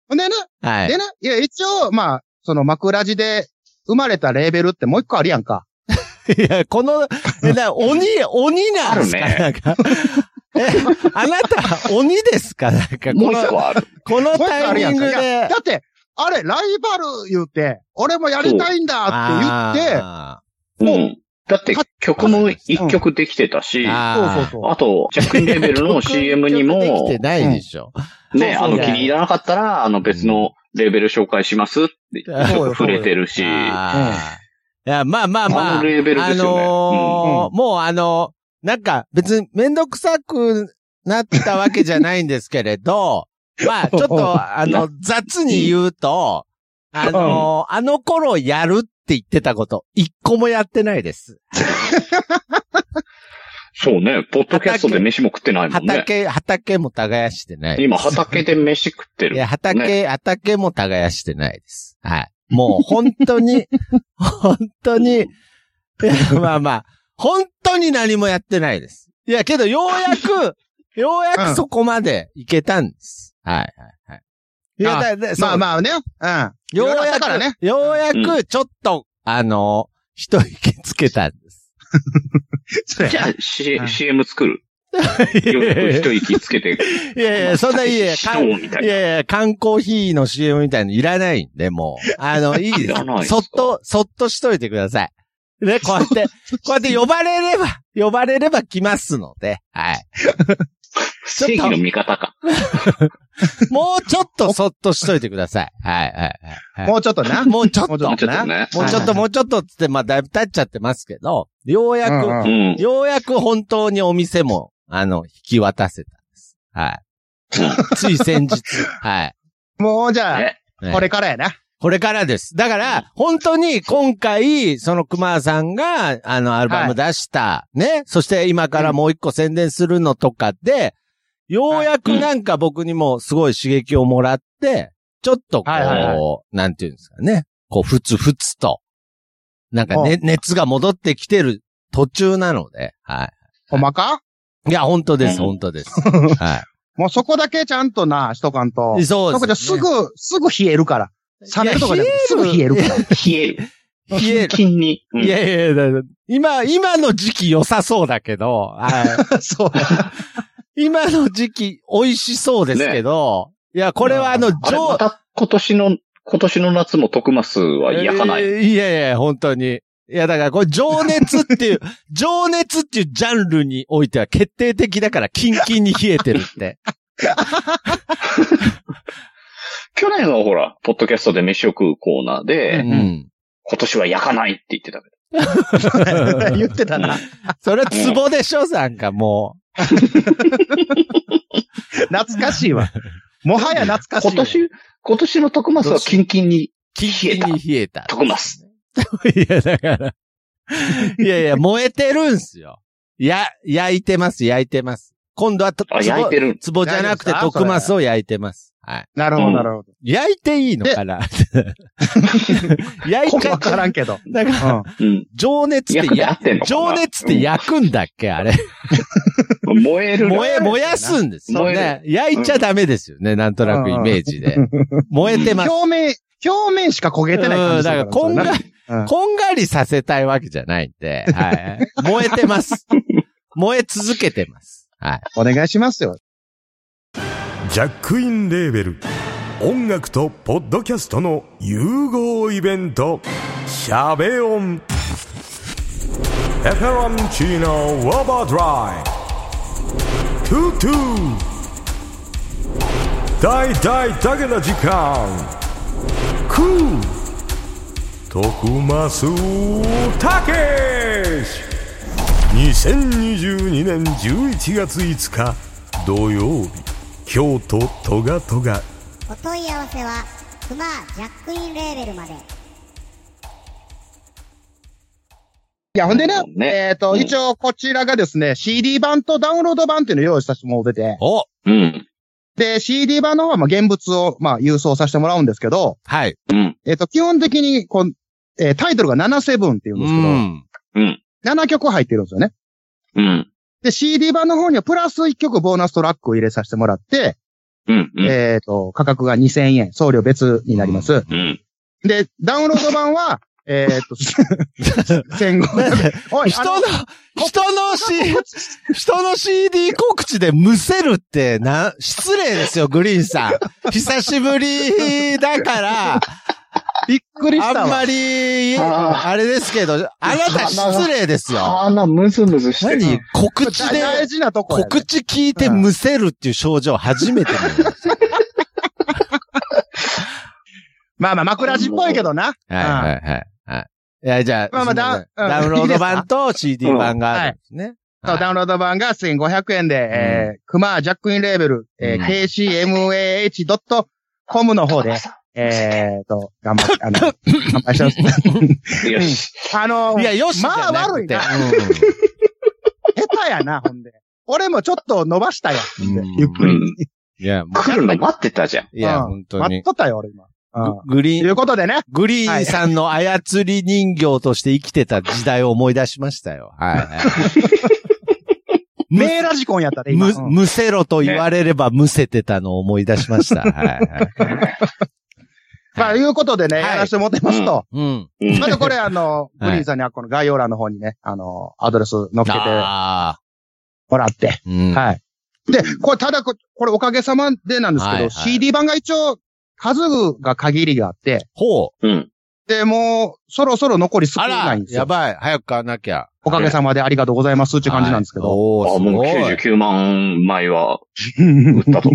Speaker 3: ほんでね、
Speaker 2: はい。
Speaker 3: でね、いや、一応、まあ、その枕地で生まれたレーベルってもう一個あるやんか。
Speaker 2: いや、こ
Speaker 3: (laughs)
Speaker 2: の、え、な、鬼、鬼なんですか、
Speaker 1: あるね
Speaker 2: なんか。 (laughs) え、あなた、鬼ですかなんか、
Speaker 1: も
Speaker 2: こ
Speaker 1: う一
Speaker 2: の、
Speaker 1: 個ある。
Speaker 2: この
Speaker 3: もう一個あ
Speaker 2: タ
Speaker 3: る
Speaker 2: イ
Speaker 3: や
Speaker 2: ミ
Speaker 3: ん
Speaker 2: ン
Speaker 3: か。
Speaker 2: グ
Speaker 3: いや
Speaker 2: で
Speaker 3: だ。って、あれ、ライバル言って、俺もやりたいんだって言って、
Speaker 2: あ
Speaker 1: うん。だって曲も一曲できてたし、
Speaker 2: ー
Speaker 1: あ
Speaker 2: あー
Speaker 3: そうそうそう。
Speaker 1: と、ジャックインレーベルの CM にも、
Speaker 2: 曲できてないでしょ。
Speaker 1: ね、
Speaker 3: そ
Speaker 1: あ
Speaker 3: うそう
Speaker 1: の気に入らなかったら、あの別のレーベル紹介しますって
Speaker 3: そうよ
Speaker 1: 触れてるし、
Speaker 2: あーいや、まあまあまあ。
Speaker 1: あのレーベルですよね
Speaker 2: あのーもうあのーなんか別にめんどくさくなったわけじゃないんですけれ
Speaker 1: (laughs)
Speaker 2: ど、まあちょっとあの、雑に言うと、あのーあの頃やるって言ってたこと、一個もやってないです。
Speaker 1: そうね、ポッドキャストで飯も食ってないもんね。
Speaker 2: 畑、畑も耕してない。
Speaker 1: 今畑で飯食って
Speaker 2: い
Speaker 1: る。 (laughs)
Speaker 2: や、畑、畑も耕してないです。はい。もう本当
Speaker 3: (laughs)
Speaker 2: に、本当に、 (laughs) いやまあまあ、本当に何もやってないです。いや、けどようや
Speaker 3: (laughs)
Speaker 2: く、ようやくそこまでいけたんです。はいはいはい。いや、
Speaker 3: あ
Speaker 2: だだそう
Speaker 3: まあまあね、
Speaker 2: (laughs)
Speaker 3: うん。
Speaker 2: よう
Speaker 3: いろいろあっ
Speaker 2: や
Speaker 3: たからね。
Speaker 2: く、ようや
Speaker 1: う
Speaker 2: く、ちょっと、あの、一息つけたんです。
Speaker 3: そう
Speaker 1: じゃ
Speaker 3: や
Speaker 1: あ、C
Speaker 3: うん
Speaker 1: CM 作る。
Speaker 2: い
Speaker 1: よ
Speaker 2: や
Speaker 1: く一息つけて。
Speaker 2: (laughs) いやいや、そんな、いや、
Speaker 1: し
Speaker 2: か
Speaker 1: よ
Speaker 2: ん
Speaker 1: う
Speaker 2: い
Speaker 1: みたいな。
Speaker 2: やいや、缶コーヒーの CM みたいのいらないんで、もう。あ
Speaker 1: (laughs)
Speaker 2: の、いい
Speaker 1: い
Speaker 2: で。
Speaker 1: らないですす
Speaker 2: そ
Speaker 1: か
Speaker 2: っと、そっとしといてください。ね、こう
Speaker 1: (laughs)
Speaker 2: やって、こうやって呼ばれれば、呼ばれれば来ますので、はい。ちょっ
Speaker 1: 正
Speaker 2: と
Speaker 1: 義の味方か。
Speaker 2: もうちょっとそっとしといてください。はい、はい、はいは
Speaker 3: もうち
Speaker 2: (laughs)
Speaker 3: ょっとな。
Speaker 2: い。もうちょっ
Speaker 3: もう
Speaker 2: と
Speaker 3: ちょ
Speaker 1: も
Speaker 3: っ
Speaker 1: うち
Speaker 3: と
Speaker 1: ょっ
Speaker 3: な。
Speaker 1: とね。
Speaker 2: もうちょっと、もうちょっとっつって、まあ、だいぶ経っちゃってますけど、ようやく、
Speaker 3: うんうん
Speaker 1: うん。
Speaker 2: ようやく本当にお店も、あの、引き渡せたんです。はい。つい先日、
Speaker 1: (laughs)
Speaker 2: はい。
Speaker 3: もうじゃあ、
Speaker 1: ね
Speaker 3: これからやな。
Speaker 2: これからです。だから、本当に今回、その熊さんが、あの、アルバム出した、ね、そして今からもう一個宣伝するのとかで、ようやくなんか僕にもすごい刺激をもらって、ちょっとこう、
Speaker 3: はいはいは
Speaker 2: なんていうんですかね、こう、ふつふつと、なんかね、熱が戻ってきてる途中なので、は
Speaker 3: ほんまか
Speaker 2: い。いや、本当です、
Speaker 1: うん
Speaker 2: 本当
Speaker 3: (laughs)
Speaker 2: です。は
Speaker 3: もうそこだけちゃんとな、しとかんと
Speaker 2: い。。そう
Speaker 3: そこじ
Speaker 2: で
Speaker 3: ゃ
Speaker 2: す、
Speaker 3: す
Speaker 2: ね。
Speaker 3: ぐ、すぐ冷えるから。冷めるとかじゃなくてすぐ冷えるから。
Speaker 1: 冷える。
Speaker 2: 冷える
Speaker 1: キンキンに。うん
Speaker 2: いやいやいやだ今、今の時期良さそうだけど、はい。
Speaker 3: (laughs) そう。
Speaker 2: 今の時期、美味しそうですけど、いや、これはあの、
Speaker 1: あれ、
Speaker 2: 上
Speaker 1: また今年の、今年の夏も徳マスは焼かない。
Speaker 2: えーいやいや、本当に。いや、だから、これ、情熱っ
Speaker 1: (laughs)
Speaker 2: ていう、情熱っていうジャンルにおいては決定的だから、キンキンに冷えてるって。
Speaker 1: 去年はほら、ポッドキャストで飯を食 (laughs) うコーナーで、
Speaker 2: うん。 (laughs)
Speaker 1: 今年は焼かないって言ってたけ
Speaker 3: 言ってたな。
Speaker 2: それ、ツボでしょ、なんかも
Speaker 3: 懐かしいわ。もはや懐かし
Speaker 1: ど。
Speaker 3: い。
Speaker 1: 今年、今年の徳マスはキンキンに、
Speaker 2: う、キンキンに冷えた。
Speaker 1: 徳マス。
Speaker 2: いや、だから。いやいや、燃えてるんすよ。や、焼いてます、焼いてます。今度はと、
Speaker 1: あ、
Speaker 2: ツ
Speaker 1: 焼い
Speaker 2: ボ、
Speaker 1: てる。
Speaker 2: ツボじゃなくて、
Speaker 3: 大丈夫ですか
Speaker 2: 徳マスを焼いてます。はい。
Speaker 3: なるほど、なるほど。
Speaker 2: 焼いていいのか (laughs) な焼い
Speaker 3: ここ
Speaker 2: ちゃ
Speaker 3: わ
Speaker 2: っ
Speaker 3: から
Speaker 2: た。
Speaker 3: んけど。
Speaker 2: だから、
Speaker 1: うん。
Speaker 2: 情熱って
Speaker 1: 焼くで合
Speaker 2: や
Speaker 1: ってんのかな
Speaker 2: 情熱って焼くんだっけあれ。
Speaker 1: 燃える。
Speaker 2: 燃え、燃やすんですよ
Speaker 1: 燃え
Speaker 2: ね。焼いちゃダメですよね。なんとなくイメージで。燃えてます。
Speaker 3: 表面、表面しか焦げてない感じする
Speaker 2: うんだから
Speaker 3: それなうん
Speaker 2: こんがりさせたいわけじゃないんで、はい。燃えて
Speaker 3: (laughs)
Speaker 2: ます。燃え続けてます。はい。
Speaker 3: お願いしますよ。
Speaker 7: ジャックインレーベル音楽とポッドキャストの融合イベント「シャベオン」「エフェロンチーノウォーバードライ」「トゥトゥ」「大大だけな時間」「クー」「徳マスたけし」2022年11月5日土曜日京都トガトガ
Speaker 8: お問い合わせはクマージャックインレーベルまで
Speaker 3: いや、ほんでな、
Speaker 1: ね
Speaker 3: えっ、と、
Speaker 1: うん
Speaker 3: 一応、こちらがですね、CD 版とダウンロード版っていうのを用意させてもらってて、
Speaker 2: お
Speaker 1: うん。
Speaker 3: で、CD 版の方は、まあ、現物を、まあ、郵送させてもらうんですけど、
Speaker 2: はい。
Speaker 1: うん。
Speaker 3: えっ、と、基本的に、こう、えータイトルが77っていうんで
Speaker 2: う
Speaker 3: すけど、
Speaker 2: ん。
Speaker 3: 7曲入ってるんですよね。
Speaker 1: うん。
Speaker 3: で、CD 版の方にはプラス1曲ボーナストラックを入れさせてもらって、
Speaker 1: うん。うん。
Speaker 3: えっ、と、価格が2000円、送料別になります。
Speaker 1: うん。
Speaker 3: で、ダウンロード版は、 (laughs) えっ、と、1500円。
Speaker 2: (laughs)
Speaker 3: おい、
Speaker 2: 人
Speaker 3: あ
Speaker 2: の、人のし、人の CD 告知でむせるって、な、失礼ですよ、グリーンさん。久しぶりだから、
Speaker 3: びっくりした
Speaker 2: あん
Speaker 3: わ。
Speaker 2: まり、
Speaker 1: あー
Speaker 2: あれですけど、あなた失礼ですよ。
Speaker 1: 鼻ムズムズして
Speaker 2: 何
Speaker 1: る。
Speaker 2: 告知で、
Speaker 3: 大事なとこやね
Speaker 2: 告知聞いてむせるっていう症状初めて見ました
Speaker 3: まあまあ、枕地っぽいけどな。
Speaker 2: はいはいはいはい。いや、じゃあ、
Speaker 3: まあまあ
Speaker 2: すいせん
Speaker 3: ダ
Speaker 2: ダ
Speaker 3: ウン
Speaker 2: ウンロード版と CD 版があるんですね。
Speaker 3: そうダウンロード版が1500円で、えー、クマージャックインレーベル、えー
Speaker 1: うん
Speaker 3: kcmah.com の方で、えーと、頑張って、あの、乾杯してます。
Speaker 2: (laughs)
Speaker 1: よし。
Speaker 3: あの、
Speaker 2: いや、よしじ
Speaker 3: ま
Speaker 2: ゃ
Speaker 3: あ
Speaker 2: な
Speaker 3: 悪
Speaker 2: く
Speaker 3: い
Speaker 2: て。
Speaker 3: な。下手やな、ほんで。俺もちょっと伸ばしたやん。
Speaker 2: うん
Speaker 3: ゆっく
Speaker 1: う
Speaker 3: り。
Speaker 1: ん。
Speaker 2: いや、も
Speaker 1: 来るの待ってたじゃん。
Speaker 2: う、いや、
Speaker 3: うん
Speaker 2: 本当
Speaker 3: 待っ
Speaker 2: に。
Speaker 3: とったよ、俺今。うん。
Speaker 2: グ
Speaker 3: と
Speaker 2: リ
Speaker 3: い
Speaker 2: ーン、
Speaker 3: うことでね。
Speaker 2: グリーンさんの操り人形として生きてた時代を思い出しましたよ。はいは
Speaker 3: (laughs) メーラジコンやったで、
Speaker 2: い。
Speaker 3: 今。
Speaker 2: む、
Speaker 3: うん
Speaker 2: むせろと言われればむせてたのを思い出しました。はいはい。
Speaker 3: まあ、いうことでね、
Speaker 2: はい
Speaker 3: やらせてもらってますと。 (laughs)
Speaker 2: うん。
Speaker 1: うん
Speaker 3: またこれ、あの、
Speaker 2: (laughs) はい
Speaker 3: グリーンさんにはこの概要欄の方にね、あの、アドレス載っけて
Speaker 2: ああ。
Speaker 3: もらって。
Speaker 2: うん。
Speaker 3: はい。で、これ、ただこ、これおかげさまでなんですけど、
Speaker 2: はいはい
Speaker 3: CD 版が一応、数が限りがあって、
Speaker 2: ほう。
Speaker 1: うん。
Speaker 3: で、もう、そろそろ残り少
Speaker 2: あ
Speaker 3: な
Speaker 2: ら
Speaker 3: いん、です
Speaker 2: や
Speaker 3: よ。
Speaker 2: ばい。早く買わなきゃ。
Speaker 3: おかげさまでありがとうございますって感じなんですけど。
Speaker 2: はいお
Speaker 1: あ、
Speaker 2: ー、す
Speaker 1: もう
Speaker 2: ごい。
Speaker 1: 99万枚は売
Speaker 3: い
Speaker 1: ったと。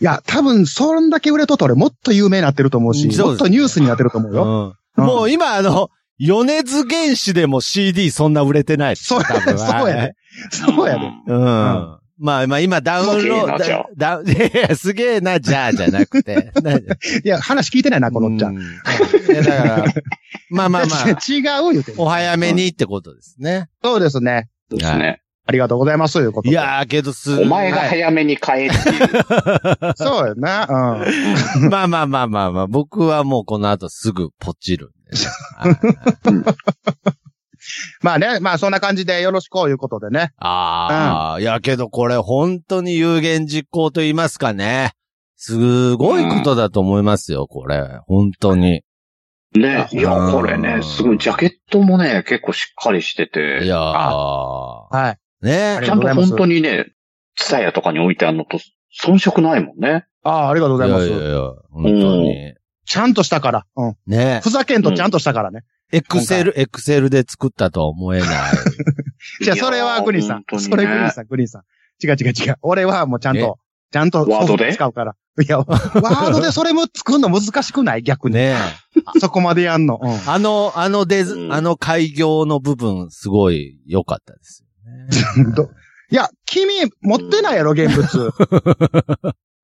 Speaker 3: や、多分、そんだけ売れとったら俺もっと有名になってると思うし、
Speaker 2: そうですね
Speaker 3: もっとニュースになってると思うよ。
Speaker 2: うんもう今あの、米津原子でも CD そんな売れてないです。
Speaker 3: (laughs) そう
Speaker 2: 多分
Speaker 3: そうやね。そうやで。
Speaker 2: うん。まあまあ今ダウンロード
Speaker 1: すげえな、
Speaker 2: (laughs) ダウン、いやいやすげえな、じゃあじゃなくて。
Speaker 3: いや、話聞いてないな、このおっちゃん。
Speaker 2: うん。いやだから、まあまあまあ、
Speaker 3: (laughs) 違う言うてる
Speaker 2: お早めにってことですね。
Speaker 3: そうですね。
Speaker 1: そうですね。
Speaker 3: ありがとうございます、ということ
Speaker 2: い
Speaker 3: で。、
Speaker 2: やーけどす
Speaker 1: お前が早めに買えっていう。
Speaker 3: そうよな。うん。
Speaker 2: まあまあまあまあまあ、僕はもうこの後すぐポチるん
Speaker 3: (laughs)
Speaker 2: でね。はい
Speaker 3: まあね、まあそんな感じでよろしくということでね。
Speaker 2: ああ、いやけどこれ本当に有言実行と言いますかね。すごいことだと思いますよ、これ。本当に。
Speaker 1: ね、いや
Speaker 2: う、ん
Speaker 1: これね、すごい、ジャケットもね、結構しっかりしてて、
Speaker 2: いや
Speaker 3: はい。
Speaker 2: ー。ね
Speaker 3: あり
Speaker 1: ち
Speaker 3: が
Speaker 1: ゃんと
Speaker 3: とうございます
Speaker 1: 本当にね、ツタヤとかに置いてあるのと遜色ないもんね。
Speaker 3: ああ、ありがとうございます。
Speaker 2: いやいやいや、本当に。
Speaker 3: ちゃんとしたから。うん。
Speaker 2: ね
Speaker 3: ふざけんとちゃんとしたからね。
Speaker 2: エクセル、エクセルで作ったとは思
Speaker 3: (laughs)
Speaker 2: えない。
Speaker 3: じゃあそれはグリーンさ
Speaker 1: いや本当
Speaker 3: ん。
Speaker 1: にね
Speaker 3: それグリーンさん、グリーンさん。違う違う違う。俺はもうちゃん
Speaker 2: え
Speaker 3: と、ちゃんと
Speaker 1: ワードで
Speaker 3: ソフト使うから。いや、ワードでそれも作るの難しくない逆に。
Speaker 2: ね
Speaker 3: あそこまでやんの。うん。
Speaker 2: あの、あのデズ
Speaker 1: う、ん
Speaker 2: あの開業の部分、すごい良かった
Speaker 3: (laughs)
Speaker 2: ですよね。
Speaker 3: どいや、君、持ってないやろ、現
Speaker 2: (laughs)
Speaker 3: 物。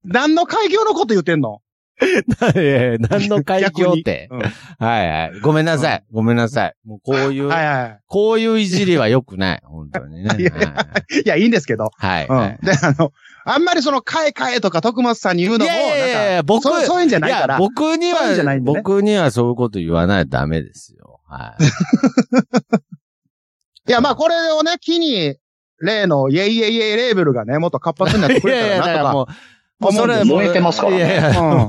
Speaker 3: 何の開業のこと言ってんの
Speaker 2: いやいや何の開業って。
Speaker 3: 逆に
Speaker 2: はいはい。ごめんなさい。ごめんなさい。もうこういう、
Speaker 3: はいは
Speaker 2: こういういじりは良くない。本当にね。はい
Speaker 3: いやいい。いや、いいんですけど。
Speaker 2: はい。
Speaker 3: う
Speaker 2: は
Speaker 3: ん
Speaker 2: い。
Speaker 3: で、あの、あんまりその、買え買えとか、徳松さんに言うのも、
Speaker 2: いやいやいや
Speaker 3: なんか
Speaker 2: 僕
Speaker 3: そうそういうんじゃないから。
Speaker 2: 僕に
Speaker 3: そういうんじゃない
Speaker 2: は、
Speaker 3: んでね
Speaker 2: 僕にはそういうこと言わないとダメですよ。
Speaker 3: (laughs)
Speaker 2: はい。
Speaker 3: いや、まあ、これをね、機に、例の、イェイイェイイェイレーベルがね、もっと活発になってくれたらなとか。
Speaker 2: もう、もうそれ
Speaker 3: 思うんです
Speaker 2: もう
Speaker 1: 燃えてますからね
Speaker 2: いやいや
Speaker 3: うん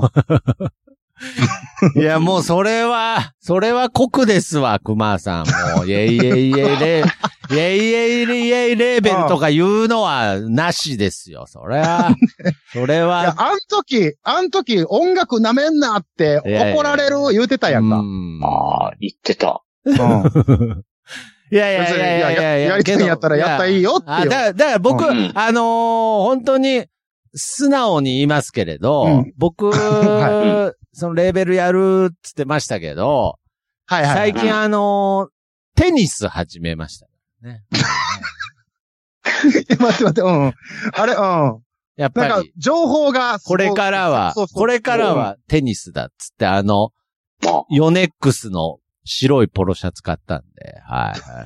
Speaker 2: いや、もうそれは、それは酷ですわ、熊さん。もう、イェイイェイイェイレ、イェイイェイイェイレーベルとか言うのはなしですよ。それは、それ
Speaker 3: いや
Speaker 2: は、、
Speaker 3: あん時、あん時音楽なめんなって
Speaker 2: いやいやいや
Speaker 3: 怒られる言うてたやんか。
Speaker 2: うん
Speaker 1: ああ、言ってた。
Speaker 3: うん
Speaker 2: いやいや
Speaker 3: 別に
Speaker 2: いやいやいやい
Speaker 3: やりたいんやったらやったらいいよって
Speaker 2: あ
Speaker 3: いう
Speaker 2: だから、だから僕、
Speaker 1: うん
Speaker 2: あのー本当に、素直に言いますけれど、
Speaker 3: うん
Speaker 2: 僕、
Speaker 3: は
Speaker 2: そのレーベルやるって言ってましたけど、
Speaker 3: はいはい。
Speaker 2: 最近あのーテニス始めましたからね。
Speaker 3: (laughs) 待って待って、うん。あれ、うん。
Speaker 2: やっぱ
Speaker 3: なんか
Speaker 2: り、、
Speaker 3: 情報が、
Speaker 2: これからは
Speaker 3: そう、そう
Speaker 2: これからはテニスだっつって、あの、
Speaker 1: あ
Speaker 2: ヨネックスの白いポロシャツ買ったんで、はいは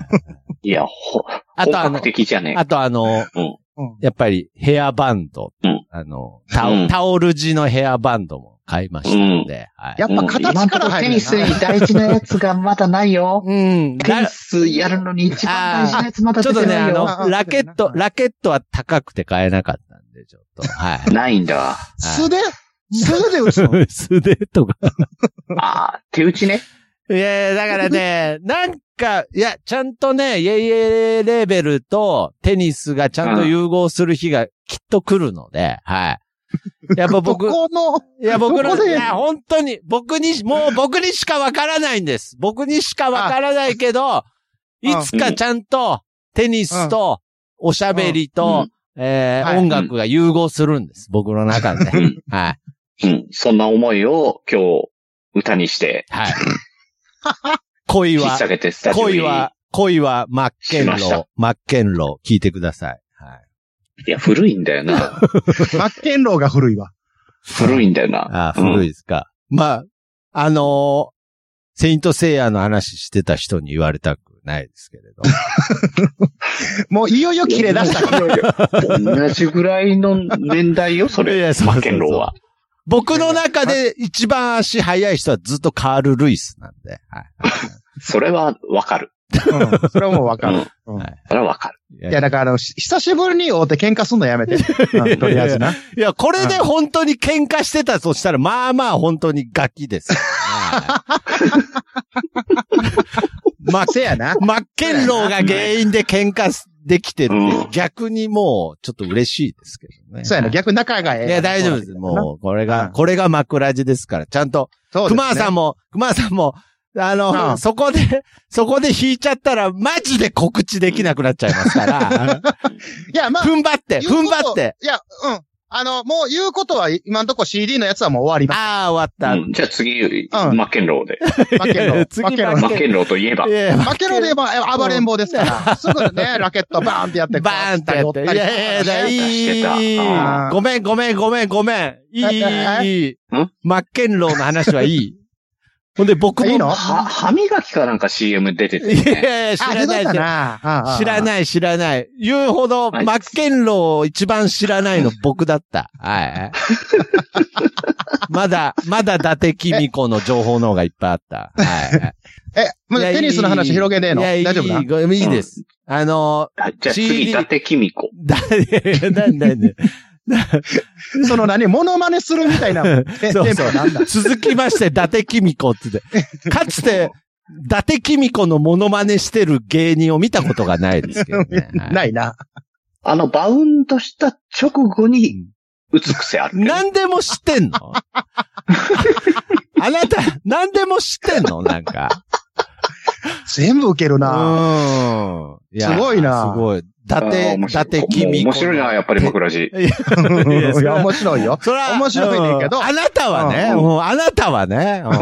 Speaker 2: い。
Speaker 1: いや、ほ、
Speaker 2: あ
Speaker 1: 本
Speaker 2: とあの
Speaker 1: 格、的じゃねえ
Speaker 2: あとあの、
Speaker 3: うん
Speaker 2: やっぱりヘアバンド、
Speaker 1: うん
Speaker 2: あのタオ、
Speaker 1: うん
Speaker 2: タオル地のヘアバンドも買いましたので、はい。
Speaker 3: やっぱ
Speaker 1: 今
Speaker 3: 形
Speaker 1: んと
Speaker 3: から
Speaker 1: こ
Speaker 3: 入
Speaker 1: テ
Speaker 3: る
Speaker 1: ニスに大事なやつがまだない
Speaker 2: (laughs)
Speaker 1: よ。
Speaker 2: うん、
Speaker 1: テニ
Speaker 2: だ
Speaker 1: スやるのに一番大事なやつまだ
Speaker 2: ち
Speaker 1: 出
Speaker 2: ょってとね、
Speaker 1: ない
Speaker 2: あ
Speaker 1: よ。
Speaker 2: の、ラケット、ラケットは高くて買えなかったんで、ちょっと、はい。
Speaker 1: ないん
Speaker 2: (laughs)
Speaker 1: だ。
Speaker 3: 素で、素で打つの。
Speaker 2: 素手とか。
Speaker 1: ああ、手打ちね。
Speaker 2: いやいや、だからね、
Speaker 3: (laughs)
Speaker 2: なんか、いや、ちゃんとね、イェイイェイレーベルとテニスがちゃんと融合する日がきっと来るので、はい。
Speaker 3: (laughs)
Speaker 2: (laughs) やっぱ僕、
Speaker 3: ここの、
Speaker 2: いや、僕
Speaker 3: どこ
Speaker 2: の、い
Speaker 3: で
Speaker 2: や、本当に、僕にし、もう僕にしかわからないんです。僕にしかわからないけど、いつかちゃんと、テニスと、おしゃべりと、え
Speaker 3: は
Speaker 2: ー、
Speaker 3: い
Speaker 2: 音楽が融合するんです。僕の中で
Speaker 1: う
Speaker 2: ね。
Speaker 1: ん。
Speaker 2: はい。
Speaker 1: うん。そんな思いを今日、歌にして、
Speaker 2: はい。恋
Speaker 1: 引っ
Speaker 2: は、
Speaker 1: 提げてスタジオに。
Speaker 2: 恋は、恋は、マッケンロ
Speaker 1: しまし
Speaker 2: ー
Speaker 1: た、
Speaker 2: マッケンロー、聞いてください。はい。
Speaker 1: いや、古いんだよ
Speaker 2: (laughs)
Speaker 1: な。
Speaker 3: マッケンローが古いわ。
Speaker 1: 古いんだよな。
Speaker 2: あー古
Speaker 1: い。
Speaker 2: いですか。まあ、あのーセイントセイヤの話してた人に言われたくないですけれど。
Speaker 1: (laughs)
Speaker 3: もういよいよ切れ出したから。
Speaker 1: た。 (laughs) 同じぐらいの年代よ、そ
Speaker 2: いや
Speaker 1: れ。
Speaker 2: いやそうそ
Speaker 1: マ
Speaker 2: うそう
Speaker 1: ッケンローは。
Speaker 2: 僕の中で一番足速い人はずっとカール・ルイスなんで。はい。
Speaker 1: それはわかる。
Speaker 3: うん。それはもうわ
Speaker 1: う
Speaker 3: かる。
Speaker 1: ん。それはわかる。
Speaker 2: いや
Speaker 3: いや、だからあの、し久しぶりに会うて喧嘩すんのや
Speaker 2: (laughs)
Speaker 3: めて。うんとりあえずな。
Speaker 2: いや、これで本当に喧嘩してたとしたら、まあまあ本当にガキですよね。
Speaker 1: (laughs)
Speaker 2: (laughs) まあ、
Speaker 3: せや (laughs) な。
Speaker 2: マッケンローが原因で喧嘩できてるって、逆にもうちょっと嬉しいですけどね。
Speaker 3: そうやな。逆に仲がええ。
Speaker 2: いや、大丈夫です。もう、これが、これが枕地ですから、ちゃんと
Speaker 3: そうですね。
Speaker 2: 熊さんも、熊さんも、あの、
Speaker 3: うん
Speaker 2: そこで、そこで引いちゃったら、マジで告知できなくなっちゃいます
Speaker 3: (laughs)
Speaker 2: から、
Speaker 3: いや、まあ、
Speaker 2: 踏ん張って、踏ん張って。。
Speaker 3: いや、うん。あの、もう言うことは、今んとこ CD のやつはもう終わりま
Speaker 2: ああ、終わっ
Speaker 1: うんじゃあ次、
Speaker 3: うん
Speaker 1: マッケンローで。
Speaker 2: (laughs)
Speaker 3: す。負け
Speaker 2: いやいや
Speaker 3: ろ。
Speaker 2: 次
Speaker 3: 負けろ
Speaker 2: 負
Speaker 1: マッケンローといえば
Speaker 2: た。い。やいや
Speaker 3: 負けろで言えば暴れん坊ですから。すぐね、ラケットバーンってやって、
Speaker 2: バーンってやって。いやいやいや、いいい
Speaker 1: して
Speaker 2: い
Speaker 3: たうん
Speaker 2: ごめん、ごめん、ごめん、ごめん。いい
Speaker 3: え、
Speaker 2: いい
Speaker 1: ん。
Speaker 2: マッケンローの話はいい。ほんで、僕も。
Speaker 3: いいの
Speaker 1: は、歯磨きかなんか CM 出て
Speaker 2: い
Speaker 1: て、ね。
Speaker 2: やいや、知
Speaker 3: あ、
Speaker 2: ら
Speaker 3: 出
Speaker 2: な
Speaker 3: て
Speaker 2: い
Speaker 3: た
Speaker 2: 知らない。
Speaker 3: な。
Speaker 2: 知ら
Speaker 3: い。
Speaker 2: ない、知らない。言うほど、
Speaker 1: はい
Speaker 2: マッケンローを一番知らないの僕だった。はい。 (laughs) まだ、まだ伊達公子の情報の方がいっぱいあった。はい。
Speaker 3: え、まだテニスの話広げねえの
Speaker 2: いやいい
Speaker 3: 大丈夫ない
Speaker 2: いいいです。あの、
Speaker 1: あじゃあ次、
Speaker 2: CD
Speaker 1: 伊達公子。
Speaker 2: だ、 (laughs) いやいやなんだ、なんだ。
Speaker 3: その何、モノマネするみたいな。
Speaker 2: (laughs)
Speaker 3: えテンポ
Speaker 2: そうそう
Speaker 3: なんだ。
Speaker 2: 続きまして、伊達公子って言って。
Speaker 3: (laughs)
Speaker 2: かつて、伊達公子のモノマネしてる芸人を見たことがないですけどね。はい
Speaker 3: (laughs) ないな。
Speaker 1: あの、バウンドした直後に、打つ癖あるけど。
Speaker 2: 何でも知ってんの (laughs) あなた、何でも知ってんのなんか。
Speaker 3: 全部受ける
Speaker 2: う
Speaker 3: な。
Speaker 2: ーん。や
Speaker 3: すごいな
Speaker 2: すごい。伊
Speaker 1: あー面白
Speaker 2: 達、伊
Speaker 1: い
Speaker 2: 達
Speaker 1: もう
Speaker 2: 君。
Speaker 1: 面白いな、やっぱり枕地。
Speaker 2: いやそ
Speaker 3: い
Speaker 2: れ
Speaker 3: や、
Speaker 2: は
Speaker 3: 面白いよ。
Speaker 2: そら、
Speaker 3: 面白いねんけど
Speaker 2: うあなたはね、
Speaker 1: うん
Speaker 2: もうあなたはね、
Speaker 3: (laughs)
Speaker 2: うん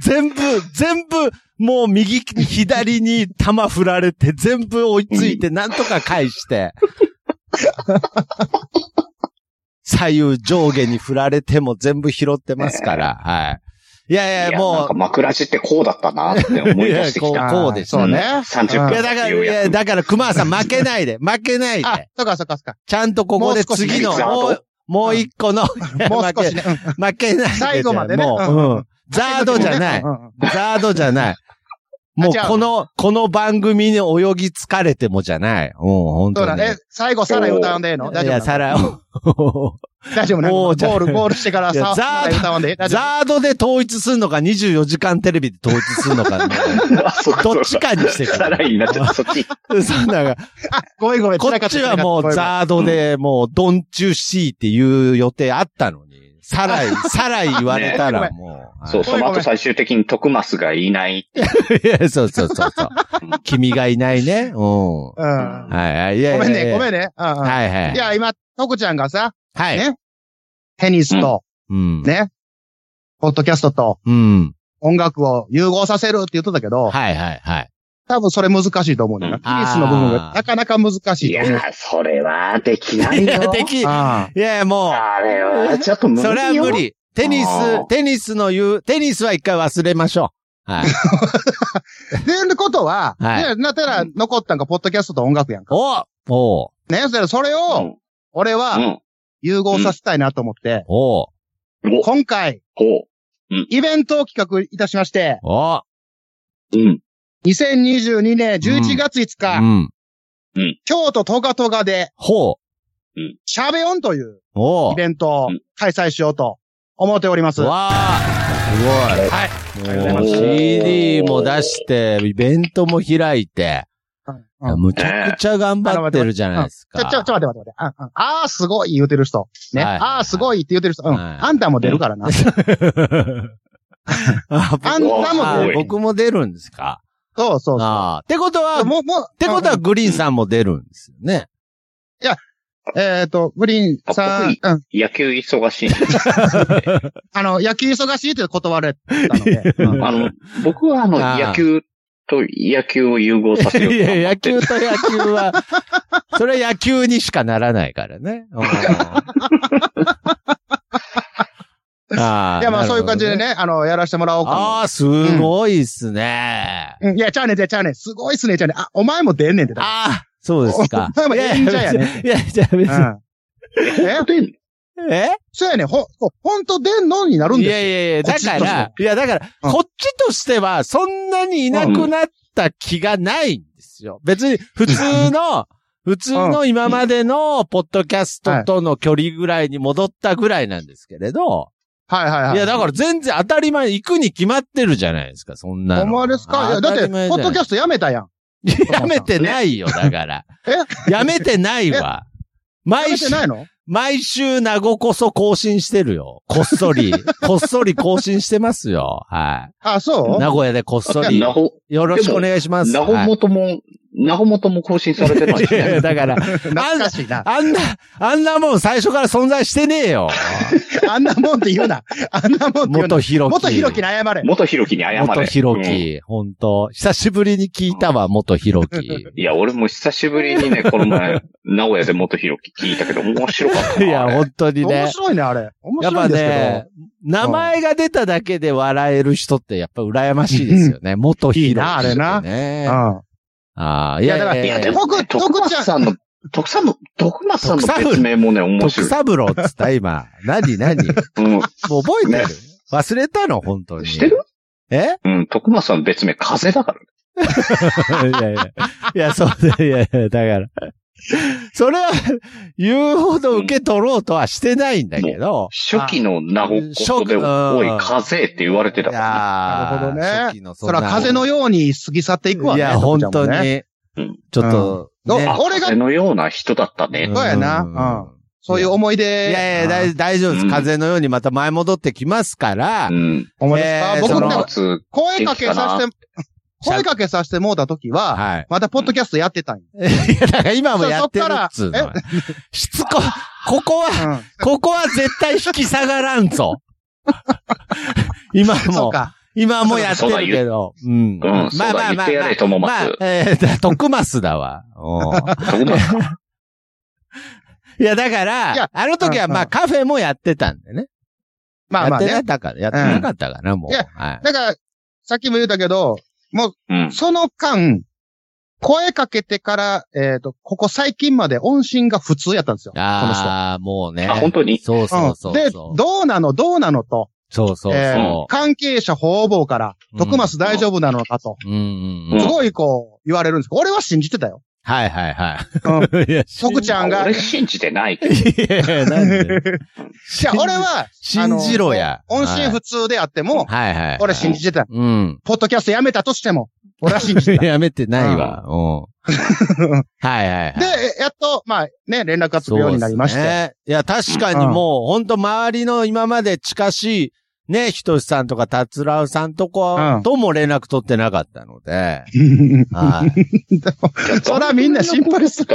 Speaker 2: 全部、全部、もう右に左に球振られて、全部追いついて、なんとか返して。 (laughs) 左右上下に振られても全部拾ってますから、はい。いやい
Speaker 1: い
Speaker 2: や、
Speaker 1: や、なん
Speaker 2: も
Speaker 1: か枕地ってこうだったなって思
Speaker 2: う、
Speaker 1: い出してき
Speaker 2: いや
Speaker 1: た。
Speaker 2: こうこうです
Speaker 3: そう
Speaker 2: ね。
Speaker 3: ね。
Speaker 1: 30
Speaker 2: い
Speaker 1: 分
Speaker 2: や、だから、
Speaker 1: ってい
Speaker 2: いう
Speaker 1: や
Speaker 2: や、
Speaker 1: つ。
Speaker 2: だから、熊さん負けないで、負けない
Speaker 3: あ
Speaker 2: で、、
Speaker 3: そっかそっかそっか。
Speaker 2: ちゃんとここで
Speaker 3: もう少し
Speaker 2: 次の、
Speaker 1: ザード
Speaker 2: もう、もう一個の、
Speaker 3: もう少
Speaker 2: (laughs)
Speaker 3: しね。うん
Speaker 2: 負けない。
Speaker 3: 最後までね
Speaker 2: もう、
Speaker 3: うん
Speaker 2: うんザードじゃない
Speaker 3: うん。うん
Speaker 2: ザードじゃない。もう
Speaker 3: あ違う
Speaker 2: この、この番組に泳ぎ疲れてもじゃない。もう本
Speaker 3: そ
Speaker 2: 当
Speaker 3: うだ
Speaker 2: に。
Speaker 3: ね。最後、サラ歌わんでええの大
Speaker 2: い
Speaker 3: 丈
Speaker 2: や、
Speaker 3: 夫な
Speaker 2: さら、 (laughs)
Speaker 3: の大丈夫なの
Speaker 2: も
Speaker 3: ゴ
Speaker 2: うじゃあ
Speaker 3: ール、ゴールしてから
Speaker 2: いや
Speaker 3: サ
Speaker 2: ザー
Speaker 3: ラ歌わんでええ大丈夫
Speaker 2: ザードで統一するのか、24時間テレビで統一するの
Speaker 3: (laughs)
Speaker 2: か、
Speaker 1: あ、 (laughs) そ
Speaker 2: どっちかにしてく
Speaker 1: さら
Speaker 2: れ。
Speaker 1: になっちゃった、そっち。
Speaker 2: そうなんか
Speaker 3: あ、ごめんごめん。
Speaker 2: こっちはもうザードで、もう、ドンチュシーっていう予定あったのに、さらい、さらい言われたらもう。
Speaker 1: そう、
Speaker 3: ご
Speaker 1: そ
Speaker 3: めん
Speaker 1: の
Speaker 3: ごめ
Speaker 1: 後
Speaker 3: ん
Speaker 1: 最終的に徳マスがいない。
Speaker 2: (laughs) いやそうそうそうそう。君がいないね。うん。は
Speaker 3: 辛かった。
Speaker 2: いはい。いや
Speaker 3: うん。
Speaker 2: い
Speaker 3: ご
Speaker 2: や
Speaker 3: めん
Speaker 2: い
Speaker 3: ね、
Speaker 2: や
Speaker 3: ごめんね。うんうん。
Speaker 2: はいはいい。
Speaker 3: や、今、徳ちゃんがさ、
Speaker 2: はい。
Speaker 3: ねテニスと、
Speaker 2: うん。
Speaker 3: ね、ポッドキャストと
Speaker 2: うん。
Speaker 3: 音楽を融合させるって言ってたけど、
Speaker 2: はいはいはい。
Speaker 3: 多分それ難しいと思うんだよな。
Speaker 1: うん
Speaker 3: テニスの部分
Speaker 2: あ
Speaker 3: が
Speaker 2: ー
Speaker 3: なかなか難し
Speaker 1: い
Speaker 3: いと思う。
Speaker 1: や、それはできない
Speaker 2: い
Speaker 1: よ
Speaker 2: や、。 (laughs) でき、い
Speaker 3: あ
Speaker 2: やいやも
Speaker 1: あれは、ちょっと無
Speaker 2: う、
Speaker 1: 理よ。
Speaker 2: それは無。理。テニ
Speaker 1: あー
Speaker 2: ス、テニスの言う、テニスは一回忘れましょう。はい。
Speaker 3: あで、いうことは、
Speaker 2: はい
Speaker 3: でなったら残ったんがポッドキャストと音楽やんか。
Speaker 2: おお
Speaker 3: ね、それそれ
Speaker 1: う
Speaker 3: を、
Speaker 1: ん。
Speaker 3: 俺
Speaker 1: う
Speaker 3: は
Speaker 1: ん
Speaker 3: 融合させたいなと思って、
Speaker 2: お
Speaker 1: お、
Speaker 3: 今回、
Speaker 1: こ
Speaker 3: イベントを企画いたしまして、
Speaker 2: お
Speaker 1: う。うん。
Speaker 3: 2022年11月5
Speaker 2: う
Speaker 3: 日、
Speaker 2: ん。
Speaker 3: 京都トガトガで、
Speaker 2: ほ
Speaker 3: シャベオンという
Speaker 2: う。お
Speaker 3: イ
Speaker 2: う。
Speaker 3: ベントを開催しようと思っております。
Speaker 2: わあ。す
Speaker 1: ありが
Speaker 2: ごい。はい。もう
Speaker 1: とうございます
Speaker 2: CD も出して、イベントも開いて、
Speaker 3: うん
Speaker 2: むちゃくちゃ頑張ってるじゃないです
Speaker 3: ちょ、ちょ、
Speaker 2: か
Speaker 3: ち。ょ、待って待って待って。うんうんあー、すごい言うてる人。ね。
Speaker 2: はい
Speaker 3: あー、すごいって言うてる人。うん。
Speaker 2: はい
Speaker 3: あんたも出るからな。
Speaker 2: (laughs) あ
Speaker 3: (laughs) あんた
Speaker 1: う
Speaker 3: も
Speaker 1: わ
Speaker 3: 出
Speaker 1: す
Speaker 2: あ
Speaker 1: ご
Speaker 3: る。
Speaker 1: い
Speaker 2: 僕も出るんですか
Speaker 3: そうそうそ
Speaker 2: ああ。ってことは、
Speaker 3: う。
Speaker 2: っ
Speaker 3: もう、もう。って
Speaker 2: ことはグリーンさんも出るんですよね。
Speaker 3: えっと、グリーンさん、うん。
Speaker 1: 野球忙
Speaker 2: (laughs)
Speaker 1: しい。
Speaker 3: あの、野球忙しいって断れたので。うん
Speaker 1: あの、僕はあの、
Speaker 2: あー
Speaker 1: 野球と野球を融合させ
Speaker 2: (laughs)
Speaker 1: よう
Speaker 2: い
Speaker 1: と思って。
Speaker 2: や、野球と野球は、 (laughs) それは野球にしかならないからね。
Speaker 3: (laughs)
Speaker 2: うん (laughs) ああ
Speaker 3: いや、まあそういう感じで。
Speaker 2: なる
Speaker 3: ね、あの、やらせてもらお
Speaker 2: ほど
Speaker 3: う
Speaker 2: あ
Speaker 3: か
Speaker 2: あ、すごいっすね。
Speaker 3: も。うんいや、ちゃうねんちゃうねんちゃうねん。すごいっすね、ちゃうねん。あ、お前も出んねんって。
Speaker 2: ああ、そうですか。
Speaker 3: お前も演者やね
Speaker 2: いや、じゃあ別に。
Speaker 3: うん。え
Speaker 1: で
Speaker 2: え
Speaker 3: そうやねん。ほ、ほほんと出んのになるん
Speaker 2: い
Speaker 3: です
Speaker 2: やいやいや、
Speaker 3: こっ
Speaker 2: だ
Speaker 3: ちと
Speaker 2: か
Speaker 3: しては
Speaker 2: ら、いやだから、
Speaker 3: うん
Speaker 2: こっちとしては、そんなにいなくなった気がないんですよ。別に、普通
Speaker 3: (laughs)
Speaker 2: の、普通の今までの、ポッドキャストとの距離ぐらいに戻ったぐらいなんですけれど、
Speaker 3: はいはいはい。
Speaker 2: いやだから全然当たり前、行くに決まってるじゃないですか、そんなの。
Speaker 3: ほんまですかいや、だって、ポッドキャ
Speaker 2: ス
Speaker 3: ストやめたやん。
Speaker 2: ト。やめてない
Speaker 3: (laughs)
Speaker 2: よ、だから。やめてないわ。
Speaker 3: やめ
Speaker 2: 毎
Speaker 3: て
Speaker 2: 週、
Speaker 3: ないの
Speaker 2: 毎週、名護こそ更新してるよ。こっそ
Speaker 3: (laughs)
Speaker 2: り。こっそり更新してますよ。はい。
Speaker 3: あ、そう
Speaker 2: 名古屋でこっそ
Speaker 1: いや、
Speaker 2: り
Speaker 1: な。ほ、
Speaker 2: よろしくお願いします。
Speaker 1: なほもとも、なほもとも更新されてない
Speaker 2: はいい (laughs) やいや
Speaker 1: し。
Speaker 2: だから、
Speaker 3: 懐かしいな。
Speaker 2: あんな、あんなもん最初から存在してねえ
Speaker 3: (laughs)
Speaker 2: よ。
Speaker 3: あんなもんって言うな。あんなもんって言うな
Speaker 2: 元。ひろき。
Speaker 3: 元ひろきに謝
Speaker 1: (laughs)
Speaker 3: れ。
Speaker 1: 元ひろきに謝れ。
Speaker 2: 元ひろ
Speaker 1: うん
Speaker 2: き。本当久しぶりに聞いたわ、元ひろき。
Speaker 1: いや、俺も久しぶりにね、この前、名古屋で元ひろき聞いたけど、面白かった
Speaker 2: (laughs) い
Speaker 1: な。
Speaker 2: や、本当に
Speaker 3: 面
Speaker 2: ね。
Speaker 3: 白いね、あれ。面
Speaker 2: やっ
Speaker 3: 白い
Speaker 2: ぱ
Speaker 3: んですけど。
Speaker 2: ね、名前が出ただけで笑える人ってやっぱ羨ましいですよね。元ひろき。
Speaker 3: いいなあれな
Speaker 2: ね
Speaker 3: うん。
Speaker 2: ああ、い
Speaker 3: いやだ
Speaker 2: や
Speaker 3: か
Speaker 2: いや
Speaker 3: ら
Speaker 1: いや、
Speaker 2: い
Speaker 1: で
Speaker 2: や、
Speaker 1: も、
Speaker 3: 僕
Speaker 1: ね、徳松さんの、徳さんの、徳松さんの別名もね、面
Speaker 2: 徳
Speaker 1: 白い。
Speaker 2: 三郎っつった今。何
Speaker 3: (laughs)
Speaker 2: 何も
Speaker 1: う
Speaker 2: う覚えてる
Speaker 1: ね
Speaker 2: 忘れたの本当
Speaker 1: ん。
Speaker 2: に。
Speaker 1: してる
Speaker 2: え
Speaker 1: うん、徳松さんの別名、風だから。
Speaker 2: いやいや。いや、そうだ、いやいや、だから。それは、言うほど受け取ろうとはしてないんだけど。
Speaker 1: 初期の名古屋で、
Speaker 2: 初期うん
Speaker 1: おい、風って言われてた
Speaker 2: い
Speaker 1: からね。
Speaker 2: やー
Speaker 3: なるほどね
Speaker 2: 初期の
Speaker 3: そら風の
Speaker 2: よ
Speaker 3: ように過ぎ去っていくわ
Speaker 2: い
Speaker 3: ね。
Speaker 2: や、
Speaker 3: 徳
Speaker 2: 本
Speaker 3: ちゃん
Speaker 2: 当
Speaker 3: もね。
Speaker 2: に
Speaker 1: うん。
Speaker 2: ちょっと、
Speaker 3: うん
Speaker 2: ね
Speaker 3: どう俺が
Speaker 1: 風のような人だったね。
Speaker 3: そうやなうん。そういう思い
Speaker 2: い
Speaker 3: 出。
Speaker 2: やいや、大大丈夫です。
Speaker 1: うん
Speaker 2: 風のようにまた前戻ってきますから
Speaker 1: う。ん。
Speaker 3: 思い出
Speaker 2: えー
Speaker 3: 僕
Speaker 2: そ
Speaker 3: で
Speaker 2: の
Speaker 3: も
Speaker 1: 松、
Speaker 3: 声かけさせて、 (laughs) 声かけさせてもうたときは、
Speaker 2: はい。
Speaker 3: またポッドキャストやってたんよ。
Speaker 2: いや、だから今もやってるっつう
Speaker 3: そ
Speaker 2: の
Speaker 3: っ。
Speaker 2: しつこ、ここは、
Speaker 3: うん。
Speaker 2: ここは絶対引き下がらんぞ。今
Speaker 3: そう
Speaker 2: も、
Speaker 3: か。
Speaker 2: 今もやってるけど。うん。
Speaker 1: うん、そうだ、言ってやれ、とも
Speaker 2: ま
Speaker 1: ま
Speaker 2: あ
Speaker 1: つ、。
Speaker 2: えー、徳マスだわ。うん
Speaker 1: 徳松
Speaker 2: いや、だか
Speaker 3: いや
Speaker 2: ら、あの時は、
Speaker 3: うん
Speaker 2: まあ、カフェもやってたんでね。
Speaker 3: まあまあ
Speaker 2: や
Speaker 3: ね
Speaker 2: って。なかったから、やってなかったから、もう。
Speaker 3: いや
Speaker 2: はい。
Speaker 3: だから、さっきも言ったけど、
Speaker 1: うん。
Speaker 3: その間、声かけてから、えっ、と、ここ最近まで音信が普通やったんですよ。この人。
Speaker 2: ああ、もうね。
Speaker 1: あ、本当に
Speaker 2: そうそうそうそう。
Speaker 3: で、どうなのどうなのと、
Speaker 2: そうそう
Speaker 3: え
Speaker 2: そ
Speaker 3: ー関係者方々から、
Speaker 2: うん
Speaker 3: 徳松大丈夫なのかと、
Speaker 2: う。うんうんう。
Speaker 1: うんん
Speaker 3: すごいこう、言われるんですけど、俺は信じてたよ。
Speaker 2: はいはいは (laughs)
Speaker 3: う
Speaker 2: い。いや、
Speaker 3: 徳ちゃんが。
Speaker 1: 俺
Speaker 3: い
Speaker 1: 信じてないけど。
Speaker 2: いや、なんで
Speaker 3: や、俺は、あ
Speaker 2: 信
Speaker 3: の
Speaker 2: じろや。
Speaker 3: 音信
Speaker 2: は
Speaker 3: 不通であっても、
Speaker 2: いはいはい。
Speaker 3: 俺信じてた。
Speaker 2: うん。
Speaker 3: ポッドキャストやめたとしても、俺は信じてた。
Speaker 2: やめてないわ。うん。はいはいはい。
Speaker 3: で、えやっと、まあね、連絡がつくようになりまし
Speaker 2: そう
Speaker 3: て。
Speaker 2: ですねいや、確かにもう、ほんと周りの今まで近しい、ね、ひとしさんとか、たつらうさんとか、
Speaker 3: うん
Speaker 2: とも連絡取ってなかったので、はい。
Speaker 3: そらみんな心
Speaker 2: (laughs)
Speaker 3: 配する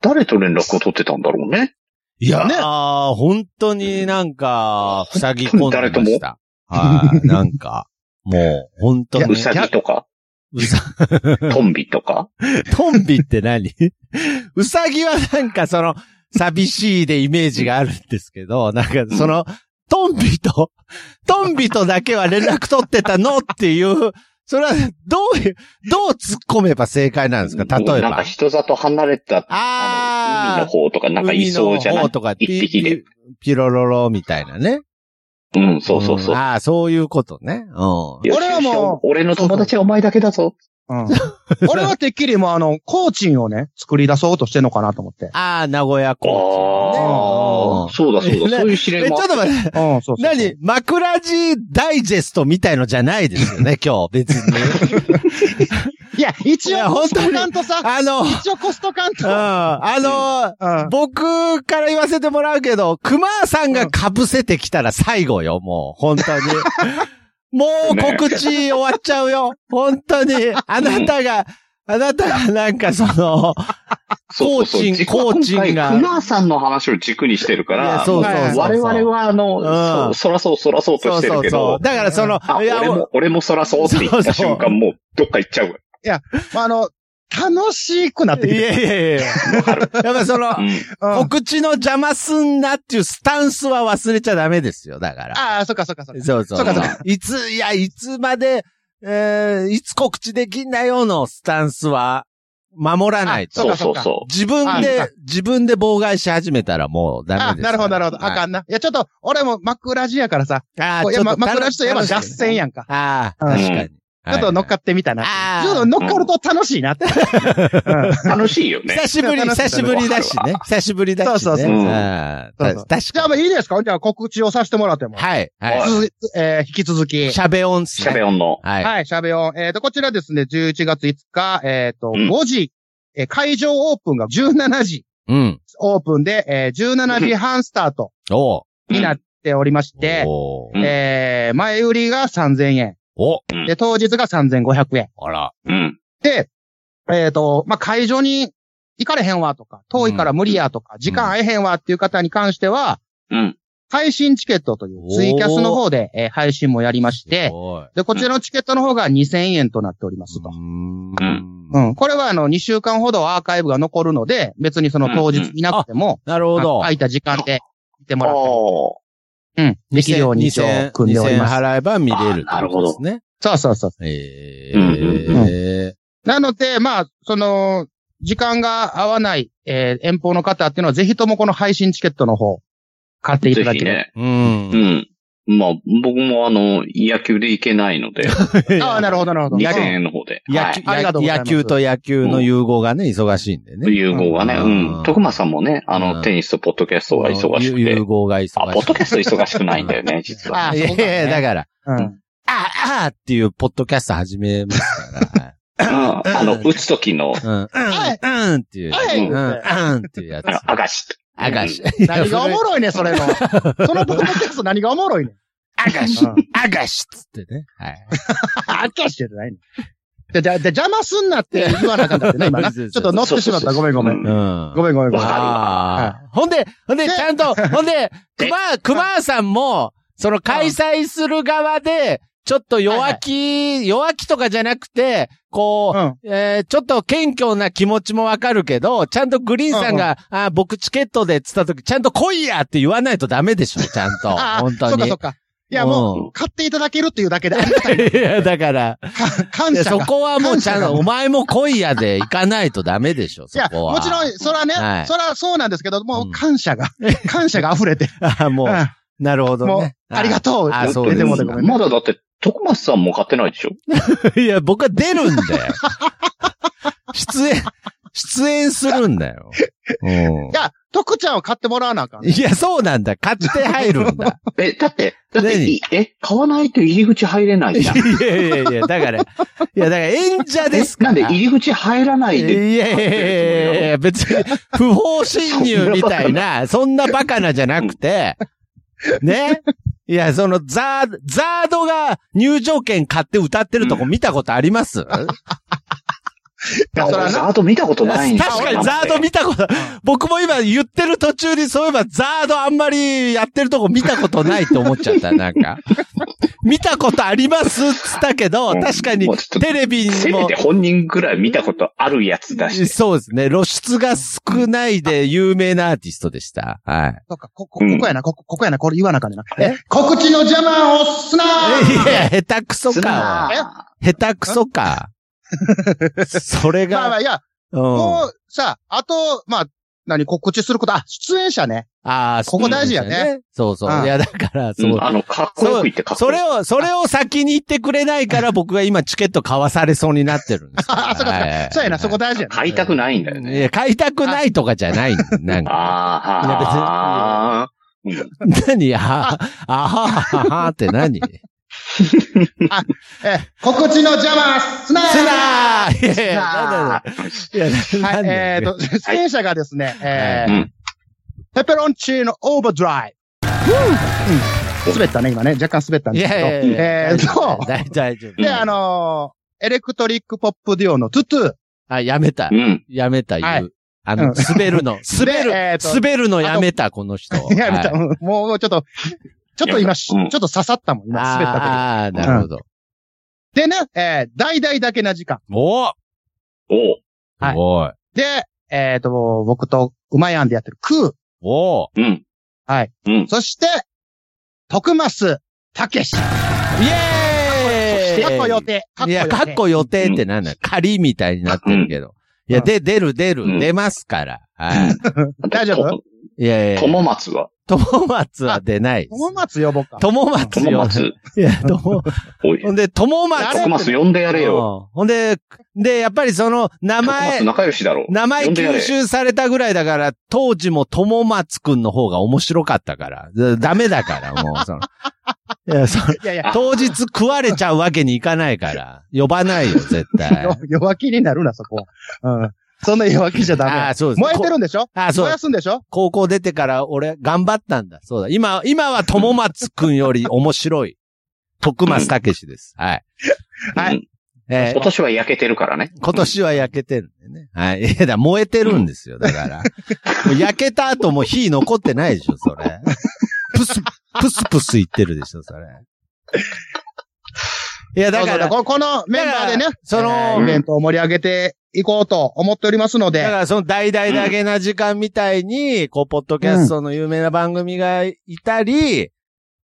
Speaker 1: 誰と連絡を取ってたんだっていう。誰と連絡を取って
Speaker 2: ん
Speaker 1: たんだろうね。
Speaker 2: いや
Speaker 3: ね
Speaker 2: ー、本当になんか、ふさぎ込んでました。はい。なんか、もう、本当
Speaker 3: いや
Speaker 2: に。
Speaker 1: うさぎとか、(laughs)
Speaker 2: うさ
Speaker 1: トンビとか。
Speaker 2: トンビって何 (laughs) うさぎはなんかその、寂しいでイメージがあるんです
Speaker 1: (laughs)
Speaker 2: けど、なんかその、トンビと、トンビとだけは連絡取ってたのっていう、それはどういう、どう突っ込めば正解なんですか例え
Speaker 1: なんか
Speaker 2: ば。
Speaker 1: 人里離れた、あの海の
Speaker 2: あ
Speaker 1: 方とか、
Speaker 2: ー、
Speaker 1: なんかいそうじゃな
Speaker 2: 海の方
Speaker 1: い
Speaker 2: とか、
Speaker 1: 一匹で
Speaker 2: ピピロロロみたいなね。
Speaker 1: うん、そうそうそう。
Speaker 2: んああ、そういうことね。うん。
Speaker 1: よし
Speaker 3: 俺はも
Speaker 1: よ
Speaker 3: う
Speaker 1: しよし俺の友達はお前だけだぞ。
Speaker 3: うん (laughs) 俺はてっきりもうあの、コーチンをね、作り出そうとしてんのかなと思って。
Speaker 2: ああ、名古屋
Speaker 1: あ
Speaker 2: 港
Speaker 1: あ、。そうだそう
Speaker 2: ね
Speaker 1: だ、そういう指
Speaker 2: (laughs) え、ち
Speaker 1: 令
Speaker 2: ょ
Speaker 1: もあ
Speaker 2: っ
Speaker 1: った
Speaker 2: と待って。
Speaker 3: うん、 (laughs) そうそうそう
Speaker 2: 何枕地ダイジェストみたいのじゃないです
Speaker 1: (laughs)
Speaker 2: よね、今日、別に。
Speaker 3: いや、一
Speaker 2: いや
Speaker 3: 応、コ
Speaker 2: 本
Speaker 3: ス
Speaker 2: 当に
Speaker 3: トカントさ、
Speaker 1: (laughs)
Speaker 2: あの、うん、
Speaker 3: 一応コストカント。
Speaker 2: あ
Speaker 3: うん
Speaker 2: の、僕から言わせてもらうけど、熊さんが被せてきたら最後よ、もう、本当
Speaker 1: (laughs)
Speaker 2: に。もう告知終わっちゃうよ。本当に。あなたが、あなたがなんかその、
Speaker 1: そうそうそう
Speaker 2: コーチンコーチンが
Speaker 1: 今回熊さんの話を軸にしてるか
Speaker 2: いや
Speaker 1: ら、
Speaker 2: そう
Speaker 3: そうそう
Speaker 1: 我々はあの、
Speaker 2: うん
Speaker 1: そそらそうそらそうと
Speaker 2: そう
Speaker 1: して
Speaker 2: そ
Speaker 1: る
Speaker 2: う
Speaker 1: け
Speaker 2: そ
Speaker 1: ど
Speaker 2: う。、だからその、
Speaker 1: あ、俺も、俺もそらそうって言った瞬
Speaker 2: そうそう
Speaker 1: 間、もうどっか行っちゃうわ。
Speaker 3: まあ、あの、楽しくなって
Speaker 2: い
Speaker 3: きて。
Speaker 2: やいやい
Speaker 1: (laughs)
Speaker 2: やいや。やっぱその
Speaker 1: う、ん。
Speaker 3: うん
Speaker 2: 告知の邪魔すんなっていうスタンスは忘れちゃダメですよ、だから。
Speaker 3: ああ、そっかそっかそっか。
Speaker 2: そうそう。
Speaker 3: そうかそう
Speaker 2: いつ、いや、いつまで、えー、いつ告知できんだよのスタンスは、守らない
Speaker 3: あそ
Speaker 1: そう
Speaker 2: と。
Speaker 3: か
Speaker 1: うそうそ
Speaker 2: 自分
Speaker 3: あ
Speaker 2: で、自分で妨害し始めたらもうダメです。
Speaker 3: あ、なるほど、なるほど。あか
Speaker 2: ん。
Speaker 3: んな。いや、ちょっと、俺も枕地やからさ。
Speaker 2: あー
Speaker 3: こうい
Speaker 2: ち
Speaker 3: や、
Speaker 2: ょっと
Speaker 3: ま
Speaker 2: 楽。
Speaker 3: 枕地といえば脱
Speaker 2: や。
Speaker 3: 線やんか。
Speaker 2: ああ、
Speaker 3: うん
Speaker 2: 確かに。
Speaker 3: ちょっと乗っか
Speaker 2: っ
Speaker 3: ってみたな。
Speaker 2: あー
Speaker 3: ちょっと乗っかると楽しいなって。うん
Speaker 1: う。楽しいよね。
Speaker 2: 久しぶり、
Speaker 3: 楽しい
Speaker 2: 久しぶりだしね。久しぶりだしね。
Speaker 3: そうそうそう
Speaker 2: あー
Speaker 3: そう
Speaker 2: た
Speaker 3: そ
Speaker 2: 確
Speaker 3: うじゃ
Speaker 2: か
Speaker 3: あ、もういいですかじゃあ、告知をさせてもらっても。
Speaker 2: に。はい、は
Speaker 3: 続えー引き続き
Speaker 2: い。。しゃべ音っす
Speaker 1: シャベ
Speaker 2: ね。
Speaker 1: オンの。
Speaker 2: はい。
Speaker 3: はい、喋を。えっ、と、こちらですね、11月5日、えっ、と、
Speaker 1: うん
Speaker 3: 5時、えー会場オープンが17時
Speaker 2: うん。
Speaker 3: オープンで、えー17時半スタート
Speaker 2: おう
Speaker 3: になっておりまして、
Speaker 2: お
Speaker 1: う
Speaker 2: ー
Speaker 1: ん
Speaker 3: えー前売りが3000円。
Speaker 2: お
Speaker 3: で、当日が3500円。
Speaker 2: あら。
Speaker 1: うん。
Speaker 3: で、えっ、と、まあ、会場に行かれへんわとか、遠いから無理やとか、時間会えへんわっていう方に関しては、
Speaker 1: うん。
Speaker 3: 配信チケットというツイキャスの方で、えー配信もやりまして
Speaker 2: す、ごい
Speaker 3: で、こちらのチケットの方が2000円となっておりますと
Speaker 2: う。ん
Speaker 3: う。ん。これはあの、2週間ほどアーカイブが残るので、別にその当日いなくても、
Speaker 2: なるほど。
Speaker 3: 空いた時間で見ても
Speaker 1: あ
Speaker 3: ら
Speaker 1: あ
Speaker 3: っ
Speaker 1: ー。
Speaker 3: ても、うん。できるように一応組んでおり
Speaker 2: 2000
Speaker 3: ます。
Speaker 2: 払えば見れるってことですね。
Speaker 1: あなるほど
Speaker 3: そうそうそう。
Speaker 2: え
Speaker 1: うん
Speaker 3: うん
Speaker 2: ー。
Speaker 3: なので、まあ、その、時間が合わない、えー遠方の方っていうのは、ぜひともこの配信チケットの方、買っていた
Speaker 1: ぜ
Speaker 3: だけ
Speaker 1: ひ
Speaker 3: れば。
Speaker 1: ね。
Speaker 2: うん
Speaker 1: う。ん。まあ、僕もあの、野球で行けない
Speaker 2: (laughs)
Speaker 1: ので、
Speaker 3: ああ、なるほど、なるほど。
Speaker 1: 2000
Speaker 3: うん
Speaker 1: 円の方で。は
Speaker 2: 野
Speaker 1: い
Speaker 2: 球
Speaker 3: ありがとうござい
Speaker 2: 野
Speaker 3: ます
Speaker 2: 球と野球の融合がね、忙しいんでね。
Speaker 1: 融合がね、
Speaker 2: うん
Speaker 1: うん。徳間さんもね、あ
Speaker 2: うん
Speaker 1: の、テニスとポッドキャストが忙しく
Speaker 2: 融
Speaker 1: て。
Speaker 2: 合が忙しい。
Speaker 1: あ、ポッドキャスト忙しくないんだよね、実は。
Speaker 3: あ
Speaker 2: いや
Speaker 3: そうだね
Speaker 2: いやだから、
Speaker 3: うん。
Speaker 2: ああーっていうポッドキャスト始めますから。
Speaker 1: うん。あの、打つ時の、
Speaker 2: うん、うん、うんっていう。
Speaker 3: はい
Speaker 2: うん、うんっていうやつ
Speaker 1: あ。の、アガシ。
Speaker 2: あがし。
Speaker 3: 何がおもろいね、それ (laughs) の。そのポッドキャスト何がおもろいね。
Speaker 2: あがし
Speaker 3: うん。
Speaker 2: あがしっつってね。はい。
Speaker 3: あっかしてないね。じゃ、じゃ、じゃ邪魔すんなって言わなあかったね、
Speaker 2: (laughs)
Speaker 3: 今な。ちょっと乗ってしまった。ごめんごめん。
Speaker 1: う
Speaker 2: うん。
Speaker 3: ごめんごめんごめん。
Speaker 2: あ
Speaker 3: は
Speaker 2: あ。ほんで、ほんで、
Speaker 3: で
Speaker 2: ちゃんと、ほん
Speaker 3: (laughs)
Speaker 2: で、熊、熊さんも、その開催する側で、ちょっと弱気、弱気とかじゃなくて、こう、
Speaker 3: うん。
Speaker 2: えーちょっと謙虚な気持ちもわかるけど、ちゃんとグリーンさんが、あー僕チケットでっつった時、ちゃんと来いやって言わないとダメでしょ、ちゃんと。
Speaker 3: (laughs) ああ、
Speaker 2: 本当
Speaker 3: そっ
Speaker 2: に。
Speaker 3: かそっか。いや、も
Speaker 2: うん
Speaker 3: う、買っていただけるっていうだけで、あ
Speaker 2: (laughs)
Speaker 3: りがたい
Speaker 2: いや、だから、
Speaker 3: か
Speaker 2: い
Speaker 3: 感
Speaker 2: や
Speaker 3: 謝
Speaker 2: そ
Speaker 3: が。
Speaker 2: こはもうちゃん
Speaker 3: 感謝
Speaker 2: と、
Speaker 3: が
Speaker 2: お前も来いやで行かないとダメでしょ、
Speaker 3: い
Speaker 2: そ
Speaker 3: や、
Speaker 2: こは。
Speaker 3: もちろん、そらね、
Speaker 2: はい
Speaker 3: そらそうなんですけど、も
Speaker 2: (laughs) うん
Speaker 3: う感謝が、感謝が溢れて。
Speaker 2: (laughs) あーもう
Speaker 3: う、ん
Speaker 2: なるほど
Speaker 3: もう
Speaker 2: ね。、
Speaker 3: ありがとう。
Speaker 2: あそうで
Speaker 3: 出
Speaker 2: す
Speaker 3: て
Speaker 2: ね
Speaker 3: もうてごめんね
Speaker 1: まだだって、徳松さんも買ってないでしょ
Speaker 2: いや、僕は出るんだよ。 (laughs) 出演、出演するんだよ。うん
Speaker 3: いや、徳ちゃんを買ってもらわなあかん。
Speaker 2: いや、そうなんだ。買って入るんだ。
Speaker 1: え、だって、だって
Speaker 2: 何
Speaker 1: い、え、買わないと入り口入れ (laughs) ない
Speaker 2: い
Speaker 1: じゃ
Speaker 2: や
Speaker 1: ん。
Speaker 2: いやいやいや、だから、いや、だから演者 (laughs) ですか
Speaker 1: なんで
Speaker 2: ら。
Speaker 1: 入り口入らない
Speaker 2: いや
Speaker 1: で、
Speaker 2: いやいやいやいや、別に、不法侵入みたいな、そんなバカなじゃなくて、ね。いや、そのザー、ザードが入場券買って歌ってるとこ見たことあります、
Speaker 1: あ
Speaker 3: そ
Speaker 1: 俺
Speaker 3: らな
Speaker 1: ザード見たことないんだ
Speaker 2: 確かにザード見たこと、僕も今言ってる途中にそういえばザードあんまりやってるとこ見たことないと思っちゃ
Speaker 1: (laughs)
Speaker 2: った、なんか。見たことありますっつったけど、
Speaker 1: うん
Speaker 2: 確かに
Speaker 1: もうちょっと
Speaker 2: テレビ
Speaker 1: せ
Speaker 2: に
Speaker 1: め
Speaker 2: も
Speaker 1: て、本人ぐらい見たことあるやつだし。
Speaker 2: そうですね、露出が少ないで有名なアーティストでした。はい。
Speaker 3: そうか、こ、こ、ここやな、ここ、ここやな、これ言わなあかんねんな。え告知の邪魔をすなー
Speaker 2: いや、下手くそ
Speaker 1: す
Speaker 2: か。
Speaker 1: な
Speaker 2: 下手く
Speaker 1: (laughs)
Speaker 2: そか。それ
Speaker 3: まあま
Speaker 2: が、
Speaker 3: あ、いや、
Speaker 2: うん。
Speaker 3: もう、さ、あと、まあ、何、告知すること、あ、出演者ね。
Speaker 2: ああ、
Speaker 3: ここ大事やね
Speaker 2: そうですよ。そうそう。
Speaker 3: うん
Speaker 2: いや、だから、
Speaker 1: う。
Speaker 2: そうん
Speaker 1: あの、かっこよく言ってかっこ
Speaker 2: そ
Speaker 1: よ
Speaker 2: れ
Speaker 1: く。
Speaker 2: を、それを先に言ってくれない
Speaker 3: (laughs)
Speaker 2: から僕が今チケット買わされそうになってるんですよ。
Speaker 3: あ、そうか、そう
Speaker 2: は
Speaker 3: か
Speaker 2: い。
Speaker 3: そうやな、そこ大事やな。
Speaker 1: 買いたくないんだよね。
Speaker 2: いや、買いたくないとかじゃない。なんか。
Speaker 1: あーはーはー。
Speaker 2: 何 (laughs) あは、あははははって
Speaker 3: (laughs)
Speaker 2: 何す
Speaker 3: え、告知の邪魔をすなー
Speaker 2: なーいやいや、
Speaker 1: あ
Speaker 2: なんだいや、な
Speaker 3: は
Speaker 2: なん
Speaker 3: い、
Speaker 2: だ
Speaker 3: えっと、出演者がですね、え
Speaker 1: う
Speaker 3: ー
Speaker 1: ん
Speaker 3: ペペロンチーノオーバードライ。うん滑ったね、今ね。若干滑ったん
Speaker 2: い
Speaker 3: ですけど。
Speaker 2: やいやいや。
Speaker 3: えーと、
Speaker 2: 大大丈夫。
Speaker 3: で、あのーエレクトリックポップデュオのトゥトゥ。
Speaker 2: あ、やめた
Speaker 1: う。ん。
Speaker 2: やめた、
Speaker 3: は
Speaker 2: 言。
Speaker 3: いう
Speaker 2: あ
Speaker 3: う
Speaker 2: の、
Speaker 3: ん
Speaker 2: 滑
Speaker 3: (laughs)
Speaker 2: るの。滑る、
Speaker 3: えーと
Speaker 2: 滑るのやめた、この人。
Speaker 3: (laughs) やめた、
Speaker 2: はい
Speaker 3: うんもうちょっと、ちょっと今、しち
Speaker 1: う
Speaker 3: ょ
Speaker 1: ん
Speaker 3: っと刺さったもん、今、滑った時。
Speaker 2: ああ、なるほど。
Speaker 3: でね、えー、大々だけな時間。
Speaker 2: おー
Speaker 1: おう
Speaker 3: はい
Speaker 2: すごい。
Speaker 3: で、えっ、と、僕と、うまやんでやってるク
Speaker 2: おお
Speaker 1: うん。
Speaker 3: はい。
Speaker 1: うん
Speaker 3: ー。。そして、徳増たけし。
Speaker 2: イエーイ
Speaker 3: 過去予定。過
Speaker 2: い
Speaker 3: 去予
Speaker 2: や、
Speaker 3: 定。
Speaker 2: かっこ予定ってなんだよ。仮みたいになってるけど。いや、で、出る出
Speaker 1: う
Speaker 2: る、
Speaker 1: ん
Speaker 2: 出ますから。は
Speaker 3: 大丈夫
Speaker 2: い。いやいや、
Speaker 1: (laughs) 友松は
Speaker 2: 友松は出ない。
Speaker 3: 友松呼ぼうか。
Speaker 2: 友松
Speaker 1: 友
Speaker 2: よ。
Speaker 1: 松。
Speaker 2: いや、友、
Speaker 1: おい
Speaker 2: ほ。んで、友松。
Speaker 1: 徳松呼んでやれよ。
Speaker 2: うんほんで、で、やっぱりその、名
Speaker 1: 徳松
Speaker 2: 前、
Speaker 1: 仲良しだろ。
Speaker 2: 名前
Speaker 1: 呼んでや
Speaker 2: 吸
Speaker 1: れ
Speaker 2: 収されたぐらいだから、当時も友松くんの方が面白かったから。だダメだから、もう、その。いや、その、
Speaker 3: いやいや、
Speaker 2: 当日食われちゃうわけにいかないから。呼ばないよ、絶対。
Speaker 3: よ弱気になるな、そこは。うん。そんな弱気じゃ
Speaker 2: あ
Speaker 3: ダ
Speaker 2: あ、そうで
Speaker 3: メ。
Speaker 2: す。
Speaker 3: 燃えてるんでしょ
Speaker 2: あ、そうだ
Speaker 3: 燃や。すんでしょ
Speaker 2: 高校出てから俺頑張ったんだ。そうだ。今、今は友松くんより面白い。徳松たけしです。はい。
Speaker 3: はい
Speaker 1: うん
Speaker 2: え
Speaker 1: 今
Speaker 2: ー
Speaker 1: 年は焼けてるからね。
Speaker 2: 今年は焼けてるんでね。はい。いや、だから燃えてるんですよ。だから。もう焼けた後もう火残ってないでしょ、それ。プス、プスプス言ってるでしょ、それ。いや、だか
Speaker 3: そうそ
Speaker 2: ら
Speaker 3: う、ここのメンバーでね
Speaker 2: だから、その
Speaker 3: えーイベントを盛り上げていこうと思っておりますの
Speaker 2: だか
Speaker 3: で、
Speaker 2: らその大々だけな時間みたいに、こう、ポッドキャストの有名な番組がいたり、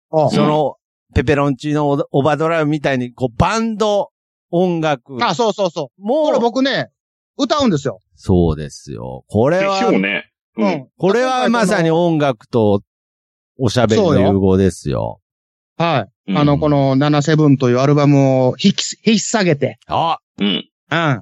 Speaker 3: お
Speaker 2: その、ペペロンチーノオバドライブみたいに、こう、バンド、音楽、
Speaker 3: あ、そうそうそう。こ
Speaker 2: も
Speaker 3: れ
Speaker 2: う、
Speaker 3: 僕ね、歌うんですよ。
Speaker 2: そうですよ。これ
Speaker 1: でしょう
Speaker 2: は、
Speaker 1: ね。うん。。
Speaker 2: これはまさに。音楽とおしゃべりの融合ですよ。
Speaker 3: は
Speaker 1: う
Speaker 3: い。
Speaker 1: ん
Speaker 3: あの、この77というアルバムを引き、引っ下げて、
Speaker 2: あ
Speaker 1: うん。
Speaker 3: うん。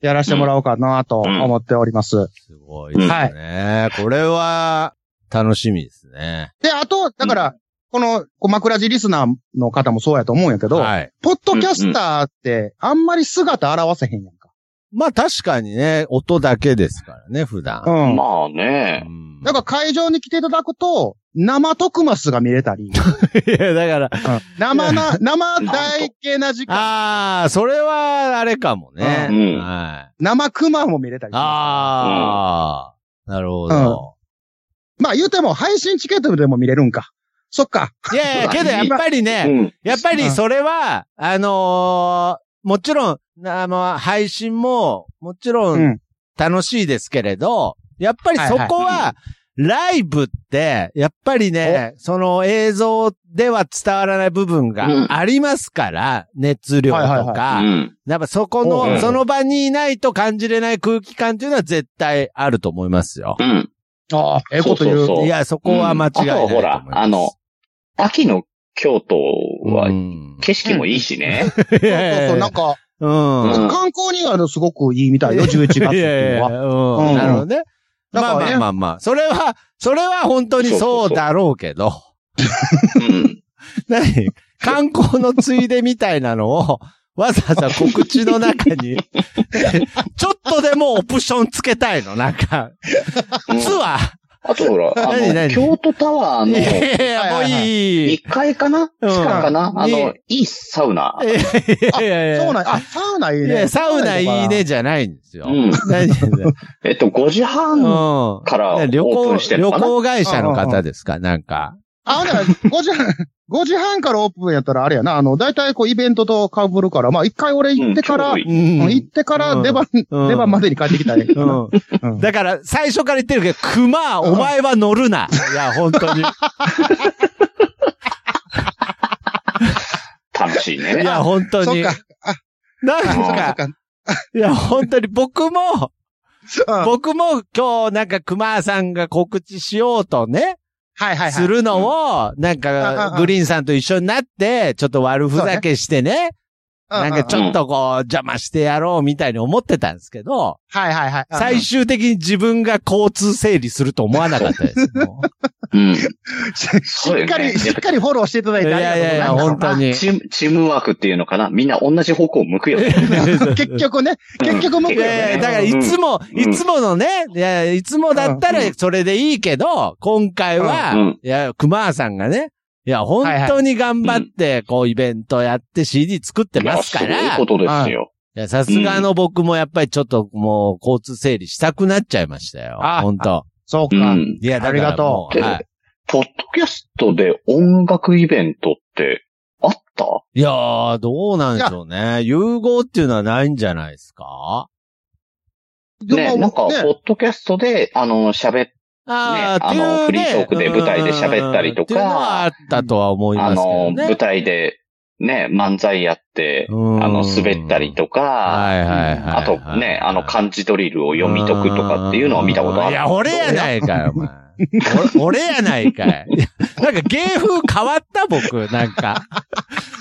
Speaker 3: やらしてもらおうかなと思っております。
Speaker 2: すごいですね。これは、楽しみですね。
Speaker 3: で、あと、だから、この、こう枕地リスナーの方もそうやと思うんやけど、
Speaker 2: はい。
Speaker 3: ポッドキャスターって、あんまり姿現せへんやんか。
Speaker 2: まあ確かにね、音だけですからね、普段。
Speaker 3: うん。
Speaker 1: まあね。
Speaker 2: うん
Speaker 3: だから会場に来ていただくと、生徳マスが見れ
Speaker 2: (laughs)
Speaker 3: たり、
Speaker 2: (laughs) いや、だから、
Speaker 3: 生な、生大系な時間、
Speaker 2: ああ、それは、あれかもね。
Speaker 1: うん
Speaker 2: はい。
Speaker 3: 生熊も見れたりしま
Speaker 2: ああ、なるほど。
Speaker 3: す。まあ言うても配信チケットでも見れるんか。そっか。
Speaker 2: いやいや、けどやっぱり
Speaker 1: う
Speaker 2: ね、
Speaker 1: ん。
Speaker 2: やっぱりそれは、あのーもちろん、あの、配信も、もちろ
Speaker 3: うんん。
Speaker 2: 楽しいですけれど、やっぱりそこ
Speaker 1: はいは
Speaker 2: は、ライブって、やっぱりね、その映像では伝わらない部分
Speaker 1: うん
Speaker 2: がありますから、熱量と
Speaker 3: はいはい
Speaker 1: うん。う
Speaker 2: か、
Speaker 1: ん
Speaker 2: やっぱそこ
Speaker 1: おう
Speaker 2: の、その場にいないと感じれない空気感っていうのは絶対あると思いますよ。
Speaker 1: うん。
Speaker 3: ああ、ええこと言。
Speaker 1: そうう
Speaker 2: いや、そこは間違いないと思います。
Speaker 1: あとはほら、あの、秋の京都
Speaker 5: う
Speaker 1: は
Speaker 5: ん
Speaker 1: 景色もいいしね。
Speaker 2: い
Speaker 3: そうそうそう、なんか、
Speaker 2: うん。
Speaker 1: うん
Speaker 3: 観光にはあのすごくいいみたいよ、11月っ
Speaker 2: い
Speaker 3: て
Speaker 2: やい
Speaker 3: いう
Speaker 2: や
Speaker 3: の
Speaker 2: い
Speaker 3: は。
Speaker 2: やうん
Speaker 3: うん
Speaker 2: なるほどね。
Speaker 3: だ
Speaker 2: まあ
Speaker 3: から
Speaker 2: ま
Speaker 3: ね
Speaker 2: あまあまあ。それは、それは本当にそうだろうけど。
Speaker 1: うん。
Speaker 2: 何観光のついでみたいなのを、わざわざ告知の中に、ちょっとでもオプションつけたいの、なんか。
Speaker 1: うん
Speaker 2: ツアー。
Speaker 1: あとほら、あ
Speaker 2: 何
Speaker 1: の、
Speaker 2: 何
Speaker 1: 京都タワー
Speaker 2: い
Speaker 1: の
Speaker 2: やいや、もういい。い
Speaker 1: 1階かな地下かな
Speaker 2: うん
Speaker 1: あの
Speaker 2: に、
Speaker 1: いいサウナ。
Speaker 2: やいやいや
Speaker 3: そうなん、あ、サウナいい
Speaker 2: い
Speaker 3: ね。
Speaker 2: や、サウナいいねじゃないんですよ。
Speaker 1: うん。
Speaker 2: 何
Speaker 3: (laughs)
Speaker 1: えっと、5時半
Speaker 2: うん。
Speaker 1: からオ
Speaker 2: 旅
Speaker 1: ープ
Speaker 2: 行
Speaker 1: ンして、るの
Speaker 2: 旅
Speaker 1: かな
Speaker 2: 行会社の方ですかなんか。
Speaker 3: あ、ほん (laughs) なら、5時半、5時半からオープンやったらあれやな、あの、だいたいこうイベントと被るから、まあ一回俺行ってから、
Speaker 1: う
Speaker 3: うん
Speaker 1: ち
Speaker 3: ん
Speaker 1: ょうどいい
Speaker 2: ん
Speaker 3: 行ってから出番、
Speaker 2: うん
Speaker 3: 出番までに帰ってきたい。
Speaker 2: う。
Speaker 3: うんん
Speaker 2: だから、最初から言ってるけど、熊、お前は乗る
Speaker 3: (laughs)
Speaker 2: な。いや、本当に。
Speaker 1: 楽しい
Speaker 2: い
Speaker 1: ね。
Speaker 2: や、本当
Speaker 3: そ
Speaker 2: に
Speaker 3: っ。か、
Speaker 2: なん
Speaker 1: そっ
Speaker 2: か、
Speaker 3: そっ
Speaker 2: いや、本当に僕も、
Speaker 3: か。うん
Speaker 2: 僕も今日なんか熊さんが告知しようとね、
Speaker 3: はいはいはい。
Speaker 2: するのを、なん
Speaker 3: うんうん
Speaker 2: か
Speaker 3: う、ん
Speaker 2: グリーンさんと一緒になって、ちょっと悪ふざけしてね、
Speaker 3: うう
Speaker 2: なんかちょっとこう、邪魔してやろうみたいに思ってたんですけど、
Speaker 3: はいはいはい。うん
Speaker 2: 最終的に自分が交通整理すると思わなかったです。もう
Speaker 1: うん。
Speaker 3: しっか
Speaker 1: そうよね
Speaker 3: り、しっかりフォローしていただい
Speaker 2: い
Speaker 3: てあり
Speaker 2: や
Speaker 3: がと
Speaker 2: いう
Speaker 3: ご
Speaker 2: や
Speaker 3: ざ
Speaker 2: い
Speaker 3: い
Speaker 2: や、
Speaker 3: ます。
Speaker 2: 本当に。
Speaker 1: チーム、チームワークっていうのかなみんな同じ方向を向くよね。
Speaker 3: (laughs) 結局ね、結局向く
Speaker 2: い
Speaker 3: よ
Speaker 2: やいや
Speaker 3: ね。
Speaker 2: だからいつも、
Speaker 1: うん
Speaker 2: いつものね、いや、いつもだったらそれでいいけど、今回は、
Speaker 1: うん
Speaker 2: いや、熊さんがね、いや、本当に頑張って、こう、イベントやって CD 作ってますか
Speaker 1: いや
Speaker 2: ら、
Speaker 1: すご
Speaker 2: い
Speaker 1: いことですよ。
Speaker 2: や、さすがの僕もやっぱりちょっともう、交通整理したくなっちゃいましたよ。
Speaker 3: あ
Speaker 2: 本当
Speaker 3: そう
Speaker 1: う
Speaker 3: か。
Speaker 1: ん。
Speaker 2: いや、だから
Speaker 3: ありがと
Speaker 2: もうはい。
Speaker 1: ポッドキャストで音楽イベントってあった
Speaker 2: いやー、どうなんでしょうね。融合っていうのはないんじゃないですか
Speaker 1: ね、なんか、ポ
Speaker 3: ね
Speaker 1: ッドキャストで、あの、喋っ
Speaker 2: あー
Speaker 1: ねあの
Speaker 2: っていうね
Speaker 1: フリートークで舞台で喋ったりとか
Speaker 2: っていうのはあったとは思い
Speaker 1: あ
Speaker 2: ますけど
Speaker 1: の、
Speaker 2: ね。
Speaker 1: 舞台で、ね、漫才やって、
Speaker 2: うん
Speaker 1: あの、滑ったりと
Speaker 2: はいはいはいはい
Speaker 1: か、あとね、あの、漢字ドリルを読み解くとかっていうのを見たことある。
Speaker 2: いや、俺やないかい、お
Speaker 1: (laughs)
Speaker 2: 前。俺俺やないかい。いやなんか芸風変わった、僕。なんか。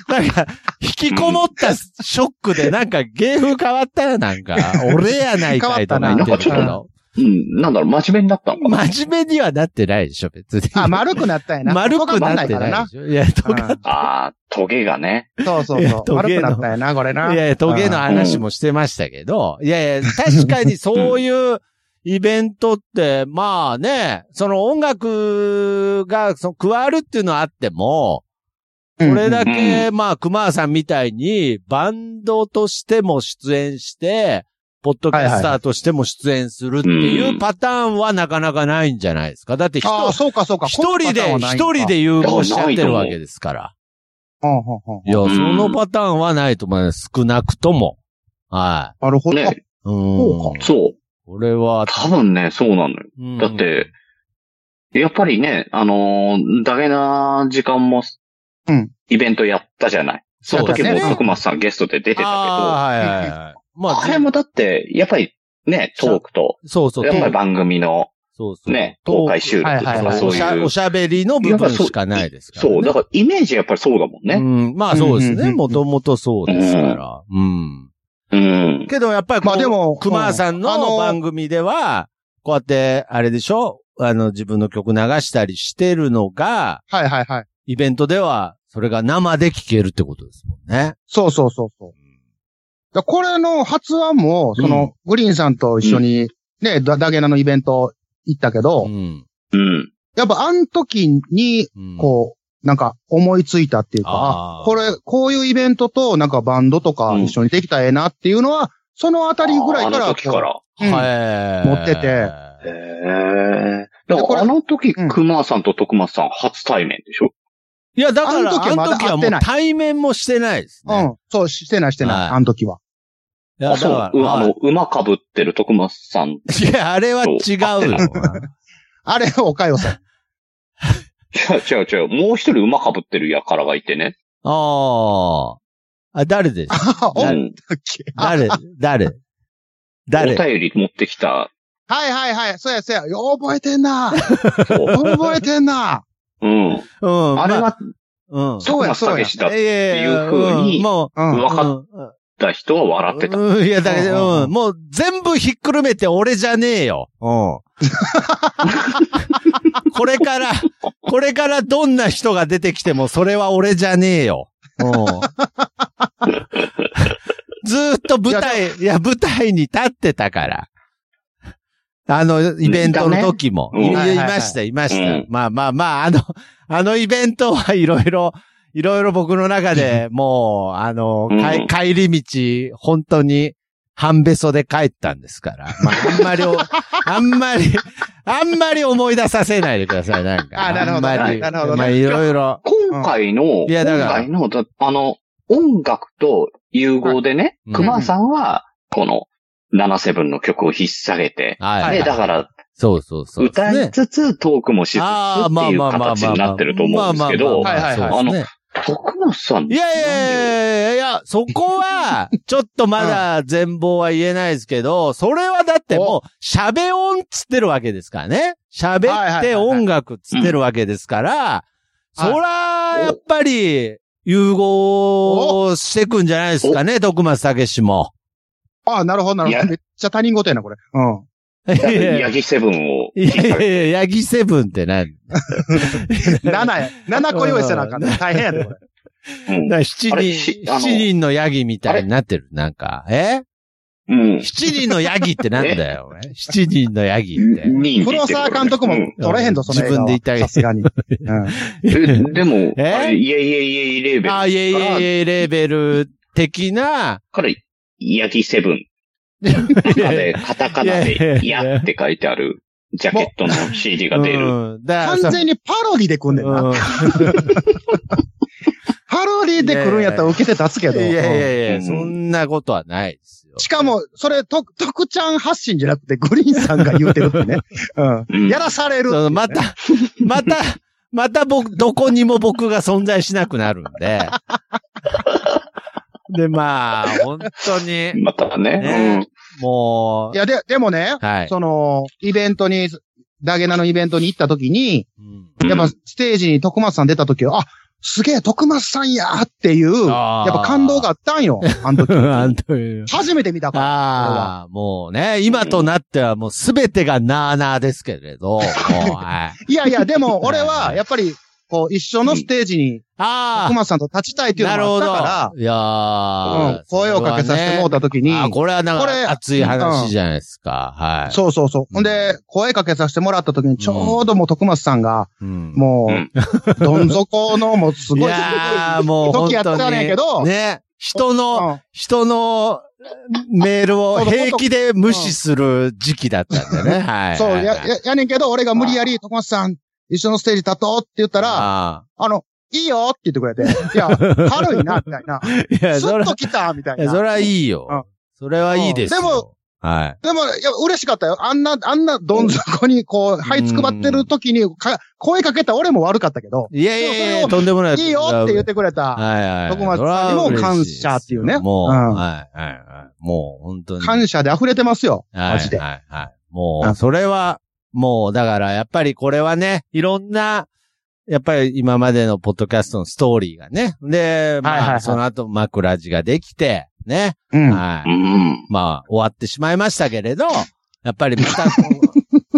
Speaker 2: なんか、引きこもったショックで、なんか芸風変わったよ、な
Speaker 1: (laughs)
Speaker 2: んか。俺やないかいとか言ってるけ
Speaker 1: 変わった
Speaker 2: ど。
Speaker 1: うん、なんだろう、真面目にな
Speaker 3: (laughs)
Speaker 1: ったのかな
Speaker 2: 真面目にはなってないでしょ、別に。
Speaker 3: あ、丸くなったんや
Speaker 2: (laughs)
Speaker 3: な。
Speaker 2: 丸くなって
Speaker 3: 尖んから
Speaker 2: ないでしょ。いや、とか、
Speaker 3: な。
Speaker 1: ああ、トゲがね。
Speaker 3: うんそうそう
Speaker 2: いや
Speaker 3: そう。
Speaker 2: ト
Speaker 3: 丸
Speaker 2: ゲの
Speaker 3: くなったんやな、これ (laughs) な。
Speaker 2: いやいや、トゲの話もしてましたけど、いやいや、確かにそういうイベントって、まあね、その音楽がその加わるっていうのはあっても、
Speaker 3: う
Speaker 2: こ
Speaker 3: ん
Speaker 2: れだけ、
Speaker 1: う
Speaker 2: まあ、熊さんみたいに、バンドとしても出演して、ポッドキャスターとしても出演するって
Speaker 1: はい
Speaker 2: い
Speaker 1: はいう
Speaker 2: パターンはなかなかないんじゃないですか。だって人、
Speaker 3: ああ、そうかそうか。
Speaker 2: 一人で、
Speaker 3: このパターンはないんか
Speaker 2: 一人。で融合しちゃってるわけですから。
Speaker 3: うんうんうん
Speaker 2: いや、
Speaker 1: ん
Speaker 2: そのパターンはないと思います。少なくとも。は
Speaker 3: なるほど。
Speaker 1: ね、
Speaker 2: い。う
Speaker 3: そ
Speaker 2: ん。
Speaker 1: そう。
Speaker 2: これは、
Speaker 1: 多分ね、そうなのよ。
Speaker 2: うん
Speaker 1: だって、やっぱりね、あのーダゲな時間も、
Speaker 3: うん
Speaker 1: イベントやったじゃない。その時
Speaker 3: そう
Speaker 1: も
Speaker 3: だね
Speaker 1: 徳松さんゲストで出てたけど、あ
Speaker 2: あーはいはいはい。まあ、
Speaker 1: れもだって、やっぱりね、トークと、
Speaker 2: そうそう。
Speaker 1: やっぱり番組の
Speaker 2: そうそう。
Speaker 1: ね、公開収録と
Speaker 3: はい
Speaker 1: か
Speaker 3: はい
Speaker 1: そう
Speaker 2: おしゃ
Speaker 1: いう
Speaker 2: お。しゃべりの部分しかないですから、ね。
Speaker 1: そう、だからイメージやっぱりそうだもんね。
Speaker 2: うん、まあそうです
Speaker 3: うんうん
Speaker 2: ね。
Speaker 3: うん
Speaker 2: もともとそうですから。うん。
Speaker 1: うん。
Speaker 2: けどやっぱりこう、
Speaker 3: まあでも、
Speaker 2: 熊さん
Speaker 3: あ
Speaker 2: の番組では、こうやって、あれでしょあの、自分の曲流したりしてるのが、
Speaker 3: はいはいはい。
Speaker 2: イベントでは、それが生で聴けるってことですもんね。
Speaker 3: そうそうそうそう。だこれの発案も、その、グリーンさんと一緒に、ね、ダダゲナのイベント行ったけど、
Speaker 2: ん。
Speaker 1: うん。
Speaker 3: やっぱあの時に、
Speaker 2: うん
Speaker 3: こう、なんか思いついたっていうか、
Speaker 2: あー
Speaker 3: あこれ、こういうイベントと、なんかバンドとか
Speaker 1: うん
Speaker 3: 一緒にできたらええなっていうのは、そのあたりぐらいか
Speaker 1: あの
Speaker 3: ら
Speaker 1: 時から。
Speaker 3: うん
Speaker 2: はい。
Speaker 3: 持ってて。
Speaker 1: へえ。だ
Speaker 3: で
Speaker 1: か
Speaker 3: これ
Speaker 1: らあの時、
Speaker 3: うん
Speaker 1: 熊さんと徳松さん初対面でしょ
Speaker 2: いや、だから、あ
Speaker 3: あの時はまだ
Speaker 2: の時はも
Speaker 3: 会って
Speaker 2: う
Speaker 3: ない
Speaker 2: 対面もしてないです
Speaker 3: う
Speaker 2: ね。
Speaker 3: ん。そう、してないして
Speaker 2: は
Speaker 3: ないい、あの時は。
Speaker 2: いや
Speaker 1: あ、
Speaker 2: だか
Speaker 1: そう。
Speaker 2: ら
Speaker 1: うんあの、馬被ってる徳松さん。
Speaker 2: いや、あれは違うよ。
Speaker 3: あれ、おか
Speaker 2: (laughs)
Speaker 3: よさん。
Speaker 1: 違う違う違う。もう一人馬被ってるやからがいてね。
Speaker 2: ああ。あ、誰です
Speaker 3: (laughs)
Speaker 2: か
Speaker 3: あお
Speaker 1: う
Speaker 3: っ
Speaker 1: ん。
Speaker 3: け
Speaker 2: 誰誰
Speaker 1: お
Speaker 2: 誰
Speaker 1: 便り持ってきた。
Speaker 3: はいはいはい。そうやそうや。よう覚えてんな。
Speaker 1: そう
Speaker 3: 覚えてんな。
Speaker 1: うん。
Speaker 2: うん。
Speaker 1: あれ
Speaker 2: ま
Speaker 1: は、
Speaker 2: うん。
Speaker 1: そうや、そうや。だっ
Speaker 2: いやい
Speaker 1: いう
Speaker 2: や
Speaker 1: 風に
Speaker 2: んも
Speaker 3: う。
Speaker 1: うん
Speaker 2: う、
Speaker 1: 分かっ
Speaker 2: うん
Speaker 1: た人は笑ってた。
Speaker 2: うん、いや、だけ
Speaker 3: うん
Speaker 2: ど、うん、もう全部ひっくるめて俺じゃねえよ。うん。これから、これからどんな人が出てきてもそれは俺じゃねえよ。うん。ずーっと舞台、いや、舞台に立ってたから。あの、イベントの時も。
Speaker 1: ね
Speaker 2: い
Speaker 1: い
Speaker 2: い
Speaker 1: た
Speaker 3: ねうん
Speaker 2: ました、いまし
Speaker 1: う
Speaker 2: た
Speaker 1: ん。
Speaker 2: まあまあまあ、あの、あのイベントはいろいろ、いろいろ僕の中でもう、あの、か
Speaker 1: うん
Speaker 2: い帰り道、本当に、半べそで帰ったんですから。まあ、あんまり
Speaker 1: (laughs)
Speaker 2: お、あんまり、あんまり思い出させないでください、なんか。
Speaker 3: あなるほど
Speaker 2: あんまり
Speaker 3: なるほどね
Speaker 2: まあ、いろいろ。
Speaker 1: 今回の、
Speaker 2: いやだ
Speaker 1: 今
Speaker 2: から
Speaker 1: 回の、だあの、音楽と融合でね
Speaker 2: う、ん
Speaker 1: 熊さんは、この、77の曲を引っ提げて、
Speaker 2: は
Speaker 1: ね、だから、
Speaker 2: そうそうそう。
Speaker 1: 歌いつつトークもしつつっていう形になってると思うんですけど
Speaker 2: ま、あま
Speaker 1: はい
Speaker 2: あまあまあ
Speaker 1: はいはい
Speaker 2: そうですね
Speaker 1: 徳野さん、
Speaker 2: いやいやいやいやいや、そこは、ちょっとまだ全貌は言えないですけど、それはだってもう、喋音っつってるわけですからね。喋って音楽っつってるわけですから、
Speaker 3: うん
Speaker 2: そら、やっぱり、融合してくんじゃないですかね、徳松武史も。
Speaker 3: ああ、なるほど、なる
Speaker 1: い
Speaker 3: ほ
Speaker 1: や
Speaker 3: ど。めっちゃ他人事やな、これ。うん。
Speaker 2: い
Speaker 1: だか
Speaker 2: やい
Speaker 1: ら
Speaker 2: や
Speaker 1: ヤギセブンを引っ
Speaker 2: い
Speaker 1: 提げて、
Speaker 2: やいや、ヤギセブンって何
Speaker 3: 7や。7個用意してなあかん
Speaker 2: (laughs)
Speaker 3: ね。大変やで、これ。
Speaker 1: うん
Speaker 2: だから七
Speaker 1: あれ
Speaker 2: 人
Speaker 1: し、あの
Speaker 2: 七人のヤギみたいになってる、なんか。え
Speaker 1: うん。
Speaker 2: 七人のヤギってなんだよ、お前七人のヤギって。
Speaker 1: 人
Speaker 3: 黒沢監督も取れへんと、その映画
Speaker 2: 自分
Speaker 3: は
Speaker 2: で言ったらいい
Speaker 3: さすがに。うん。
Speaker 2: (laughs)
Speaker 1: えでも、
Speaker 2: え
Speaker 1: あれいえいえいえいレーベル
Speaker 2: あ、いえいえいえ、レーベル的な、
Speaker 1: から、ヤギセブンまで、カタカナ
Speaker 2: いやいや
Speaker 1: で、
Speaker 2: いや
Speaker 1: ヤって書いてあるジャケットの CD が出る。
Speaker 2: うん、だ
Speaker 3: 完全にパロディで来んねんな。パロディで来るんやったら受けて出すけ
Speaker 2: うん
Speaker 3: ど。
Speaker 2: いやい
Speaker 3: うん
Speaker 2: やいや、
Speaker 1: うん
Speaker 2: そんなことはないですよ。
Speaker 3: しかも、それ、と、徳ちゃん発信じゃなくて、グリーンさんが言うてるってね。う。
Speaker 1: うんん
Speaker 3: やらされるって
Speaker 2: そ
Speaker 3: いうね。
Speaker 2: のまた、 (laughs) また、また僕、どこにも僕が存在しなくなるんで。 (laughs) で、まあ、本当に、
Speaker 1: またね
Speaker 2: ね。も
Speaker 3: いや、で、でもね、
Speaker 2: う、はい。
Speaker 3: その、イベントに、ダゲナのイベントに行った時に、
Speaker 2: うん
Speaker 1: うん
Speaker 3: やっぱステージに徳松さん出た時は、あ、すげえ徳松さんやーっていう、や
Speaker 2: あ
Speaker 3: っ
Speaker 2: ー
Speaker 3: ぱ感動があったんよ、あの
Speaker 2: (laughs)
Speaker 3: 時。
Speaker 2: あんという
Speaker 3: 初めて見たから。
Speaker 2: (laughs) ああ、もうね、今となってはもうすべてがなーなーですけれど、もう、はい。
Speaker 3: いやいや、でも俺は、やっぱり、こう、一緒のステージに、
Speaker 2: あ
Speaker 3: 徳
Speaker 2: あ、
Speaker 3: 松さんと立ちたいっていう
Speaker 2: な
Speaker 3: の
Speaker 2: るほ
Speaker 3: もあったか
Speaker 2: ど。いや
Speaker 3: ら、うん
Speaker 2: ー、
Speaker 3: 声をかけさせてもら
Speaker 2: う
Speaker 3: った時に、
Speaker 2: あーこれはなん
Speaker 3: これ
Speaker 2: か熱い話じゃないですか。はい。
Speaker 3: そうそうそう。
Speaker 2: ん
Speaker 3: ほんで、声かけさせてもらった時に、ちょうどもう徳松さんが、
Speaker 2: うん
Speaker 3: も
Speaker 1: うん
Speaker 3: う、 (laughs) どん底の、もう
Speaker 2: い
Speaker 3: すごい、
Speaker 2: やー、もう本当に。
Speaker 3: 時やったんやけど
Speaker 2: ね。人の、
Speaker 3: うん
Speaker 2: 人のメールを平気で無視する時期だったんだね。はい。
Speaker 3: そう、
Speaker 2: はい
Speaker 3: や、や、やねんけど、俺が無理やり、徳松さん、一緒のステージ立とうって言ったら、
Speaker 2: あ
Speaker 3: あの、いいよって言ってくれて、い
Speaker 2: (laughs)
Speaker 3: や、軽いな、みたいな。
Speaker 2: ーいや、
Speaker 3: ス
Speaker 2: それ
Speaker 3: ッ
Speaker 2: は
Speaker 3: と、来た、みたい
Speaker 2: いや
Speaker 3: な。
Speaker 2: それはいい
Speaker 3: い。うん
Speaker 2: よ。それはいいですよ。
Speaker 3: うんでも、
Speaker 2: はい。
Speaker 3: でも、いや、嬉しかったよ。あんな、あんなどん底に、こう、這いつくばってる時に、か、声かけた俺も悪かったけど、
Speaker 2: いやいやい
Speaker 3: でもそれを
Speaker 2: や、とんでもない。
Speaker 3: いいよって言ってくれた。
Speaker 2: はいはいはい。
Speaker 3: 徳松さんにも
Speaker 2: それは嬉し
Speaker 3: 感謝っていうね
Speaker 2: もう、
Speaker 3: うん
Speaker 2: はいはいはい。もう、本当に。
Speaker 3: 感謝で溢れてますよ。
Speaker 2: はい
Speaker 3: マジで。
Speaker 2: はいはい。
Speaker 3: う
Speaker 2: も
Speaker 3: ん
Speaker 2: う、それは、もう、だから、やっぱりこれはね、いろんな、やっぱり今までのポッドキャストのストーリーがね。で、
Speaker 3: はいはい
Speaker 2: ま
Speaker 3: は
Speaker 2: あ、
Speaker 3: い
Speaker 2: その後、枕地ができて、ね。
Speaker 3: うん。
Speaker 2: は
Speaker 1: う
Speaker 2: い。
Speaker 1: ん。
Speaker 2: まあ、終わってしまいましたけれど、やっぱりまた、
Speaker 3: (laughs)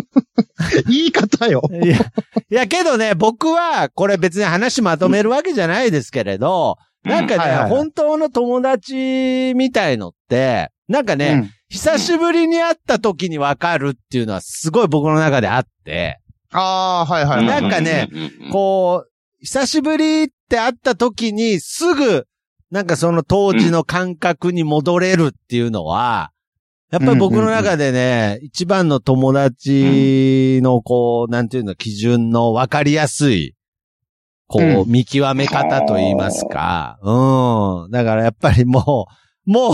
Speaker 3: 言い方よ。
Speaker 2: いや、いやけどね、僕は、これ別に話まとめるわけじゃないですけれど、なんか
Speaker 3: うんはいはいは
Speaker 2: ね、
Speaker 3: い
Speaker 2: 本当の友達みたいのって、なんか
Speaker 3: う
Speaker 2: ね、
Speaker 3: ん
Speaker 2: 久しぶりに会った時にわかるっていうのはすごい僕の中であって、
Speaker 3: ああ、はいはいはい。
Speaker 2: なんかね
Speaker 1: うん、
Speaker 2: こう、久しぶりって会った時にすぐ、なんかその当時の感覚に戻れるっていうのは、やっぱり僕の中でね、一番の友達のこう、なんていうの、基準の分かりやすい、こう、見極め方と言いますか。うん。だからやっぱりもう、もう、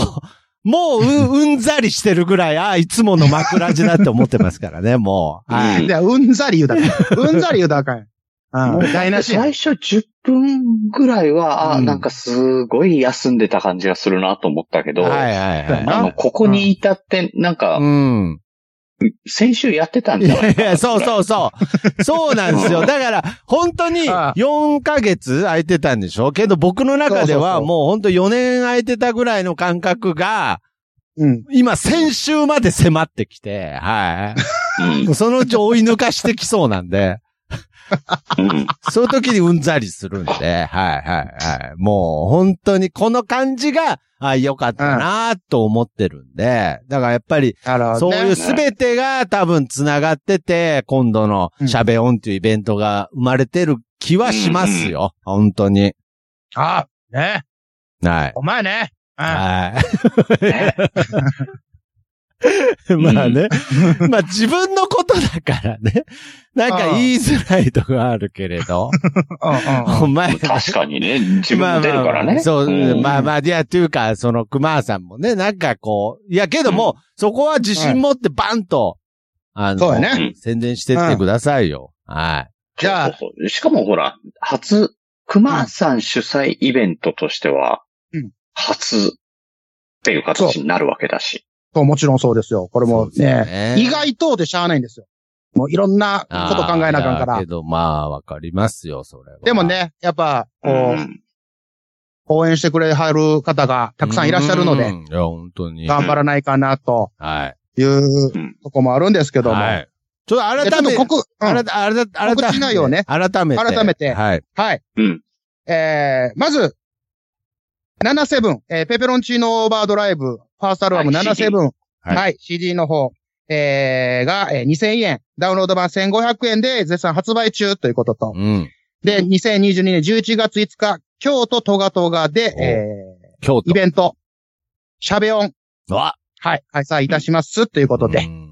Speaker 1: (laughs)
Speaker 2: もうう、うんざりしてるぐらい、ああ、いつもの枕地だって思ってますからね、もう。はい。
Speaker 3: いや、うんざり言うだかん。うんざり言うだかん。
Speaker 1: も
Speaker 3: う。
Speaker 1: うん
Speaker 3: 台無しや。
Speaker 1: 最初10分ぐらいは、あ
Speaker 3: うん
Speaker 1: なんかすごい休んでた感じがするなと思ったけど、
Speaker 2: はいはいはい。
Speaker 1: あの、ここに至って、なんか
Speaker 2: う、ん。
Speaker 1: 先週やってたん
Speaker 2: い
Speaker 1: じゃな
Speaker 2: や
Speaker 1: い
Speaker 2: いや、 (laughs) そうそうそう。そうなんですよ。だから、本当に
Speaker 3: ああ
Speaker 2: 4ヶ月空いてたんでしょけど僕の中で
Speaker 3: そうそう
Speaker 2: は
Speaker 3: そう
Speaker 2: もう本当4年空いてたぐらいの感覚が、
Speaker 3: うん。
Speaker 2: 今先週まで迫ってきて、は
Speaker 1: うん
Speaker 2: い。そのうち追い抜かしてきそうなんで、
Speaker 1: うん。
Speaker 2: そういう時にうんざりするんで、はいはいはい。もう本当にこの感じが、あ、良かったなと思ってるんで、だからやっぱり
Speaker 3: なるほ
Speaker 2: そ
Speaker 3: ど
Speaker 2: う
Speaker 3: ね。
Speaker 2: いうすべてが多分繋がってて、今度のシャベオンっていうイベントが生まれてる気はしますよ。本当に。
Speaker 3: ああ、ね。
Speaker 2: はい。
Speaker 3: お前ね。うん。
Speaker 2: はい。 (laughs) まあね。まあ自分のことだからね。なんか言いづらいとこあるけれど。
Speaker 3: うんうん
Speaker 2: (laughs) お前
Speaker 1: 確かにね、自分も出るから
Speaker 2: まあまあま
Speaker 1: ね。
Speaker 2: あそう、
Speaker 1: ん
Speaker 2: まあまあ、いや、というか、その、熊さんもね、なんかこう、いや、けども、そこは自信持ってバンと、あ
Speaker 3: そう
Speaker 2: の、
Speaker 3: やね
Speaker 2: 宣伝してってくださいよ。はい。
Speaker 3: じゃあ
Speaker 1: そうそうしかもほら、初、熊さん主催イベントとしては
Speaker 3: うん、
Speaker 1: 初っていう形になるわけだし。
Speaker 3: そう、もちろんそうですよ。これも
Speaker 2: そうで
Speaker 3: ね
Speaker 2: す、ね
Speaker 3: 意外とでしゃあないんですよ。もういろんなこと考えな
Speaker 2: あーいや
Speaker 3: あかんから
Speaker 2: け。ど、まあ、わかりますよ、それは
Speaker 3: でも、ね、やっぱ、
Speaker 1: う
Speaker 3: こう、
Speaker 1: ん
Speaker 3: 応援してくれはる方がたくさんいらっしゃるの
Speaker 2: う
Speaker 3: で、
Speaker 2: んいや、本当に。
Speaker 3: 頑張らないかなと
Speaker 2: はい。
Speaker 3: いう
Speaker 1: うん
Speaker 3: とこもあるんですけども。
Speaker 2: は
Speaker 3: はい。
Speaker 2: い。ちょっと改
Speaker 3: ちょっ
Speaker 2: め
Speaker 3: と
Speaker 2: て、
Speaker 3: 告、うん
Speaker 2: 改め、改
Speaker 3: 告知内容ね
Speaker 2: 改めて。
Speaker 3: 改めて
Speaker 2: はい。
Speaker 3: はい。
Speaker 1: うん。
Speaker 3: えー、まず、77、えー、ペペロンチーノオーバードライブ、ファーストアルバム
Speaker 1: はい
Speaker 3: 77、はい、
Speaker 2: はい
Speaker 3: はい、CD の方、えー、が、えー、2000円、ダウンロード版1500円で絶賛発売中ということと、
Speaker 2: うん。
Speaker 3: で、2022年11月5日、京都トガトガで、
Speaker 2: お
Speaker 3: え
Speaker 2: 京
Speaker 3: ー、イ
Speaker 2: 都。
Speaker 3: ベント、シャベオン、
Speaker 2: わ
Speaker 3: はい、開催いたしますということで、
Speaker 2: うん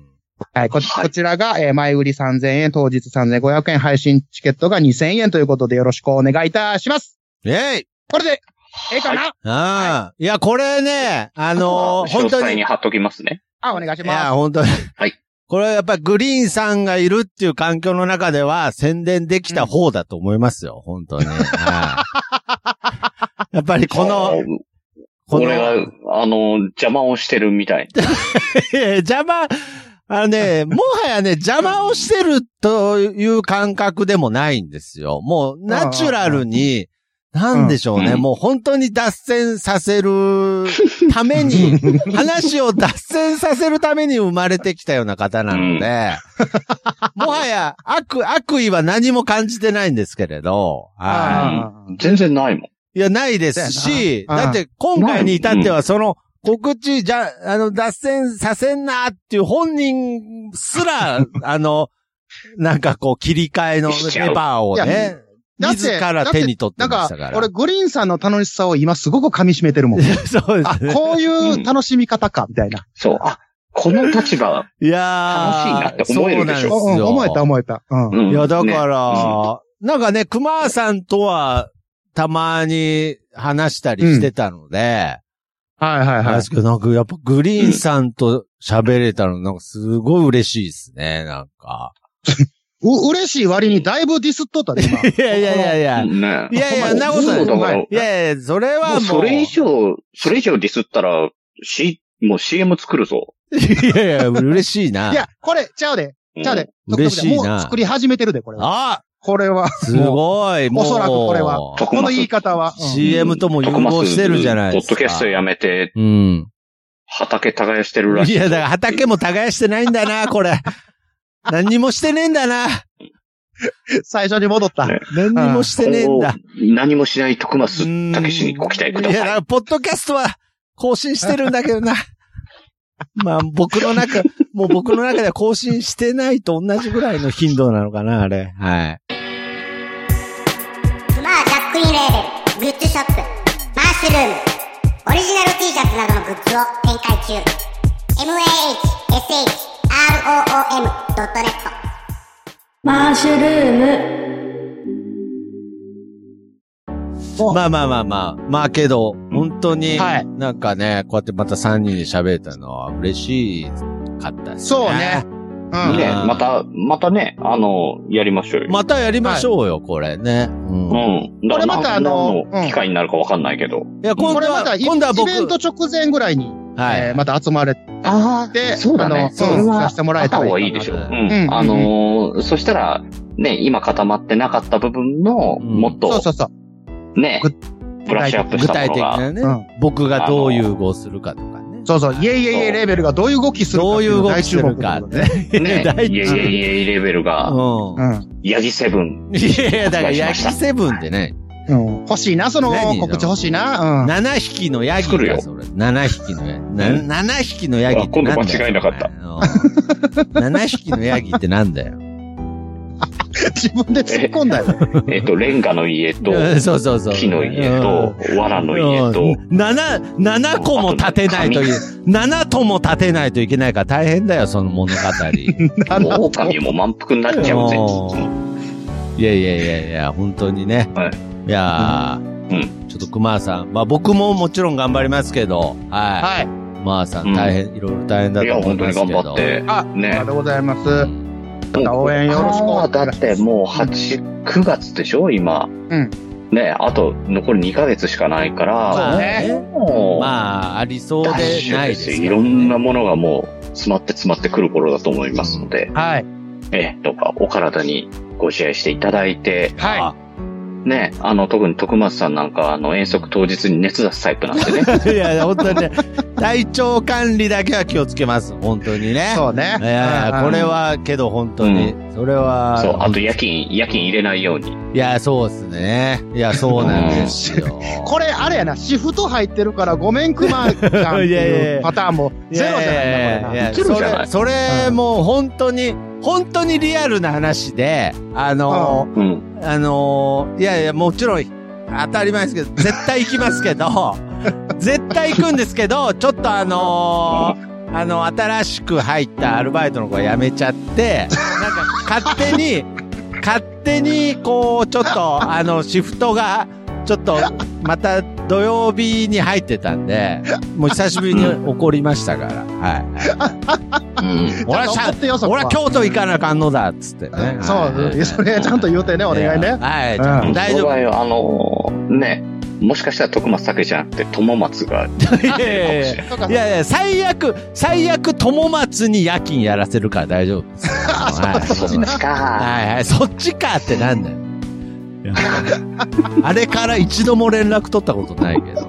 Speaker 3: はい、こ、
Speaker 1: はい
Speaker 3: こちらが、えー、前売り3000円、当日3500円、配信チケットが2000円ということでよろしくお願いいたします。
Speaker 2: えい
Speaker 3: これで、ええかな、
Speaker 2: ああ。いや、これね、あのー、
Speaker 1: 詳
Speaker 2: 本当
Speaker 1: 細
Speaker 2: に。
Speaker 1: に
Speaker 2: い
Speaker 1: 貼っときますね。
Speaker 3: あ、お願いし
Speaker 2: や、
Speaker 3: ます。
Speaker 2: 本当に。
Speaker 1: はい。
Speaker 2: これはやっぱグリーンさんがいるっていう環境の中では宣伝できた方だと思いますよ、本当に。
Speaker 3: (laughs)
Speaker 2: はいやっぱりこの、この、
Speaker 1: 俺が、あの、邪魔をしてるみたい。
Speaker 2: いや (laughs) 邪魔、あの (laughs) ね、もはやね、邪魔をしてるという感覚でもないんですよ。もう、ナチュラルに、なんでしょうね、
Speaker 1: うん
Speaker 2: もう本当に脱線させるため (laughs) に、話を脱線させるために生まれてきたような方なので、もはや悪、悪意は何も感じてないんですけれど、はい
Speaker 3: あー
Speaker 1: 全然ないもん。
Speaker 2: いや、ないですし、
Speaker 3: そうやな
Speaker 2: だって今回に至ってはその告知じゃ、あの、脱線させんなっていう本人すら、あの、なんかこう切り替えの
Speaker 1: しちゃう
Speaker 2: レバーを
Speaker 3: いや
Speaker 2: ね、
Speaker 3: だって
Speaker 2: 自ら手に取って
Speaker 3: なん
Speaker 2: ま
Speaker 3: か
Speaker 2: したか、ら。
Speaker 3: 俺、グリーンさんの楽しさを今すごく噛み締めて
Speaker 2: (laughs)
Speaker 3: るもん。
Speaker 2: そうで
Speaker 3: あ、
Speaker 2: すね。
Speaker 3: こういう楽しみ方か、みたいな。
Speaker 1: そう。あ、この立場、
Speaker 2: いや
Speaker 1: 楽し
Speaker 2: ー
Speaker 1: いなって思えるでしょ
Speaker 2: そう
Speaker 3: う
Speaker 2: なん
Speaker 3: ん、
Speaker 2: すよ
Speaker 3: 思えた思えた。うん。
Speaker 1: うん
Speaker 2: いや、だか
Speaker 1: ね
Speaker 2: ら、なんかね、熊さんとは、たまに話したりしてたので、
Speaker 3: はいはいはい
Speaker 2: 確。かになんかやっぱグリーンさんと喋れたのなんかすごい嬉しいですね、なんか。
Speaker 3: う、嬉しい割にだいぶディスっとったで、今。
Speaker 2: いやいやいやいや。い
Speaker 1: ね
Speaker 2: やいや、
Speaker 1: ほんま
Speaker 2: なことない
Speaker 1: そうだから
Speaker 2: いやいや、それ
Speaker 1: も
Speaker 2: はも
Speaker 1: う
Speaker 2: う。
Speaker 1: それ以上、それ以上ディスったら、し、もう CM 作るぞ。
Speaker 2: いやいや、嬉しいな。
Speaker 3: いや、これ、ちゃうで。
Speaker 1: うん
Speaker 3: ちゃうで。
Speaker 2: 嬉しいな
Speaker 3: もう作り始めてるで、これは。
Speaker 2: あ
Speaker 3: これは。
Speaker 2: すごい、もう。
Speaker 3: おそらくこれは
Speaker 1: トコ
Speaker 3: こ
Speaker 1: マ
Speaker 3: の
Speaker 1: ス
Speaker 3: 言い方は。うん
Speaker 2: CM とも融合してるじゃないですか。
Speaker 1: ポッドキャストやめて、
Speaker 2: うん。
Speaker 1: 畑耕してるらしい。
Speaker 2: いや、だから畑も耕してないんだな、こ (laughs) れ。何にもしてねえんだな。
Speaker 3: 最初に戻った。
Speaker 1: ね
Speaker 2: 何にもしてねえんだ。
Speaker 1: 今後何もしない徳
Speaker 2: うー
Speaker 1: 松
Speaker 2: ん
Speaker 1: たけしにご期待くだ
Speaker 2: いや、だか
Speaker 1: さい。
Speaker 2: らポッドキャストは更新してるんだけどな。 (laughs) まあ、僕の中、もう僕の中では更新してないと同じぐらいの頻度なのかな、あれ。はい。
Speaker 8: クマジャックインレーベルグッズショップマッシュルームオリジナル T シャツなどのグッズを展開中 mahshroom.net
Speaker 4: マッシュルーム。
Speaker 2: まあまあまあまあ。まあけど、本当に、
Speaker 3: はい
Speaker 2: なんかね、こうやってまた3人で喋れたのは嬉しかったですね。
Speaker 3: そうね。うん。
Speaker 1: ね、また、またね、あの、やりましょうよ。
Speaker 2: またやりましょうよ、これね。うん。い
Speaker 1: うん。
Speaker 3: これまたあの
Speaker 1: 何の機会になるかわかんないけど。
Speaker 2: や、今
Speaker 3: こ
Speaker 2: 度
Speaker 3: れま
Speaker 2: は
Speaker 3: た、イ、
Speaker 2: 今度は
Speaker 3: イ
Speaker 2: 僕、
Speaker 3: ベント直前ぐらいに。
Speaker 2: はい。
Speaker 3: えーまた集まれて、
Speaker 1: あ
Speaker 3: で
Speaker 1: そうだ
Speaker 3: あ
Speaker 1: ね
Speaker 3: の。
Speaker 1: それ
Speaker 3: うんさ
Speaker 1: は、
Speaker 3: せてもら
Speaker 1: あ
Speaker 3: え
Speaker 1: った
Speaker 3: たら
Speaker 1: 方
Speaker 3: いい
Speaker 1: が
Speaker 3: かな
Speaker 1: いいでしょう。う
Speaker 3: うんうん
Speaker 1: ん。あのー、そしたら、ね、今固まってなかった部分の、
Speaker 2: うん
Speaker 1: もっ
Speaker 3: そう
Speaker 1: と、
Speaker 3: そうそう。
Speaker 1: ね
Speaker 3: ぐ、
Speaker 1: ブラッシュアップ
Speaker 2: 具
Speaker 1: した
Speaker 2: 体
Speaker 1: もの
Speaker 2: 的
Speaker 1: が、
Speaker 2: なね、
Speaker 3: うん
Speaker 2: 僕がどう融合するかとかね。
Speaker 3: そうそう。イエイイエイイエイレベルがどういう動きするか
Speaker 2: ど
Speaker 3: っ
Speaker 2: う
Speaker 3: て
Speaker 2: い
Speaker 3: いう
Speaker 2: う
Speaker 3: の
Speaker 2: 動
Speaker 3: が
Speaker 2: き
Speaker 3: 大
Speaker 2: す
Speaker 3: 注目
Speaker 2: るかって。
Speaker 1: ね、
Speaker 2: (laughs) (laughs) 大事
Speaker 1: いやいやいやレベルが、
Speaker 2: う
Speaker 1: ヤギセブン。
Speaker 2: ん。いやいや、だからヤギセブンでね、
Speaker 3: うん。うん。欲しいな、その
Speaker 2: 何
Speaker 3: 告知欲しいな。うん。
Speaker 2: 7匹のヤギ
Speaker 1: 作るよ
Speaker 2: がそれ。7匹のヤギ。な7匹のヤギってなんだよ。
Speaker 1: あ今度間違いなかった
Speaker 2: お前。うん7匹のヤギってな
Speaker 1: (laughs)
Speaker 2: んだよ。
Speaker 3: 自分で突っ込んだよ。
Speaker 1: えっと、レンガの家と、
Speaker 2: うん (laughs) そうそうそう。
Speaker 1: 木の家と、藁の
Speaker 2: うん
Speaker 1: 家と、
Speaker 2: 七、七個も立てないという、七とも立てないといけないから大変だよ、その
Speaker 1: (laughs)
Speaker 2: 物語。
Speaker 3: なん
Speaker 1: もう狼も満腹になっちゃうぜ。
Speaker 2: いやいやいやいや、本当にね。、
Speaker 1: はい
Speaker 2: やー、ちょっと熊さん、まあ僕ももちろん頑張りますけど、は
Speaker 3: はい。
Speaker 2: い。熊さん大変、いろいろ大変だ
Speaker 1: い
Speaker 2: と
Speaker 1: や、
Speaker 2: 思い
Speaker 1: 本当
Speaker 2: ま
Speaker 1: に
Speaker 2: すけど。
Speaker 1: 頑張って。
Speaker 3: あ、あり
Speaker 1: ね
Speaker 3: が。とうございます。
Speaker 1: もう
Speaker 3: 応援よろしく
Speaker 1: あーだってもう8、9月でしょ、今。
Speaker 3: うん
Speaker 1: ね、あと残り2ヶ月しかないか
Speaker 2: ま
Speaker 1: ら、
Speaker 2: あ
Speaker 3: そう
Speaker 2: ね
Speaker 3: ね。
Speaker 1: もう、
Speaker 2: まあ、ありそうで
Speaker 1: ダッシュ
Speaker 2: ない
Speaker 1: で
Speaker 2: ですす、
Speaker 1: よ
Speaker 2: ね。
Speaker 1: いろんなものがもう詰まって詰まってくる頃だと思いますので、
Speaker 3: はい。
Speaker 1: ええ、どうかお体にご自愛していただいて、
Speaker 3: は
Speaker 1: ね、あの、特に徳松さんなんか、あの、遠足当日に熱出すタイプなんで (laughs) ね。
Speaker 2: (laughs) いや、本当にね、体調管理だけは気をつけます。本当に
Speaker 3: い。
Speaker 2: ね。
Speaker 3: そうね。
Speaker 2: いやいや、
Speaker 3: うん
Speaker 2: これ。は、けど本当に、それは、
Speaker 1: そう、あと夜勤、夜勤入れないように。
Speaker 2: いや、そうですね。いや、そうなんですよ。
Speaker 3: これ、あれやな、シフト入ってるから、ごめん、クマちゃんって
Speaker 2: いやいやい
Speaker 3: い
Speaker 2: や
Speaker 3: うパターンも、ゼロじゃないな、これな。
Speaker 2: や
Speaker 1: ゼロじゃない
Speaker 2: それ、それもう本当に、本当にリアルな話で、あの
Speaker 1: うん。
Speaker 2: ー、あのー、いやいや、もちろん、当たり前ですけど、絶対行きますけ
Speaker 3: (laughs)
Speaker 2: ど、絶対行くんですけど、ちょっとあのー、あの、新しく入ったアルバイトの子が辞めちゃって、なんか勝手に、勝手に、こう、ちょっと、あの、シフトが、ちょっと、また土曜日に入ってたんで、もう久しぶりに怒りましたから、はい。
Speaker 1: うん。
Speaker 2: 俺は
Speaker 3: ち
Speaker 2: し
Speaker 3: ゃ
Speaker 2: ゃ
Speaker 3: んと怒ってよ、そこは
Speaker 2: 俺は京都行かなあかんのだ、っつってね。
Speaker 3: そう
Speaker 2: はい
Speaker 3: うん、それちゃんと言うてね、お願いね。
Speaker 2: はい、
Speaker 3: うん
Speaker 2: ちゃん
Speaker 1: う
Speaker 2: と
Speaker 1: ん
Speaker 2: 大
Speaker 1: そ
Speaker 2: 丈
Speaker 1: の
Speaker 2: 夫。
Speaker 1: 場
Speaker 2: い
Speaker 1: 合はあのーね、もしかしたら徳松だけじゃなくて、友松が
Speaker 2: やいやいや
Speaker 3: そうか
Speaker 2: いやいや、最悪、最悪、友松に夜勤やらせるから大丈夫
Speaker 3: (laughs)
Speaker 2: です。
Speaker 1: そっ
Speaker 2: はい
Speaker 1: ちか。
Speaker 2: はいはい、そっちかってなんだよ。 (laughs) あれから一度も連絡取ったことないけ
Speaker 3: (laughs)
Speaker 2: ど。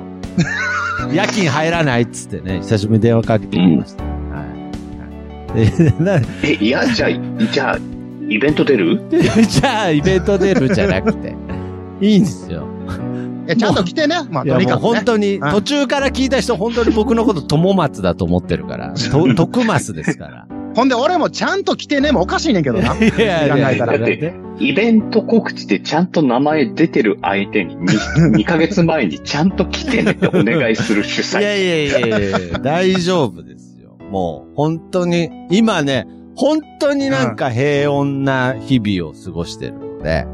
Speaker 2: 夜勤入らないっつってね、久しぶりに電話かけてきました。はい。でな (laughs)
Speaker 1: え、いや、じゃあ、じゃあ、イベント出る
Speaker 2: じゃあ、イベント出るじゃなくて。いいんですよ。
Speaker 3: えちゃんと来てね、まあ、
Speaker 2: いや
Speaker 3: とに
Speaker 2: もう
Speaker 3: かく、ね
Speaker 2: 本。当に、
Speaker 3: うん
Speaker 2: 途中から聞いた人、本当に僕のこと友松だと思ってるから、と徳松ですから。
Speaker 3: ほんで、俺もちゃんと来てね、もおかしいねんけどな。
Speaker 2: いや
Speaker 3: いやいや
Speaker 1: だってイベント告知でちゃんと名前出てる相手 (laughs) に 2, ヶ月前にちゃんと来てねってお願いする主
Speaker 2: い
Speaker 1: 催。
Speaker 2: やいやいやいやいや、大丈夫ですよ。もう、本当に、今ね、本当になんか平穏な日々を過ごしてるので、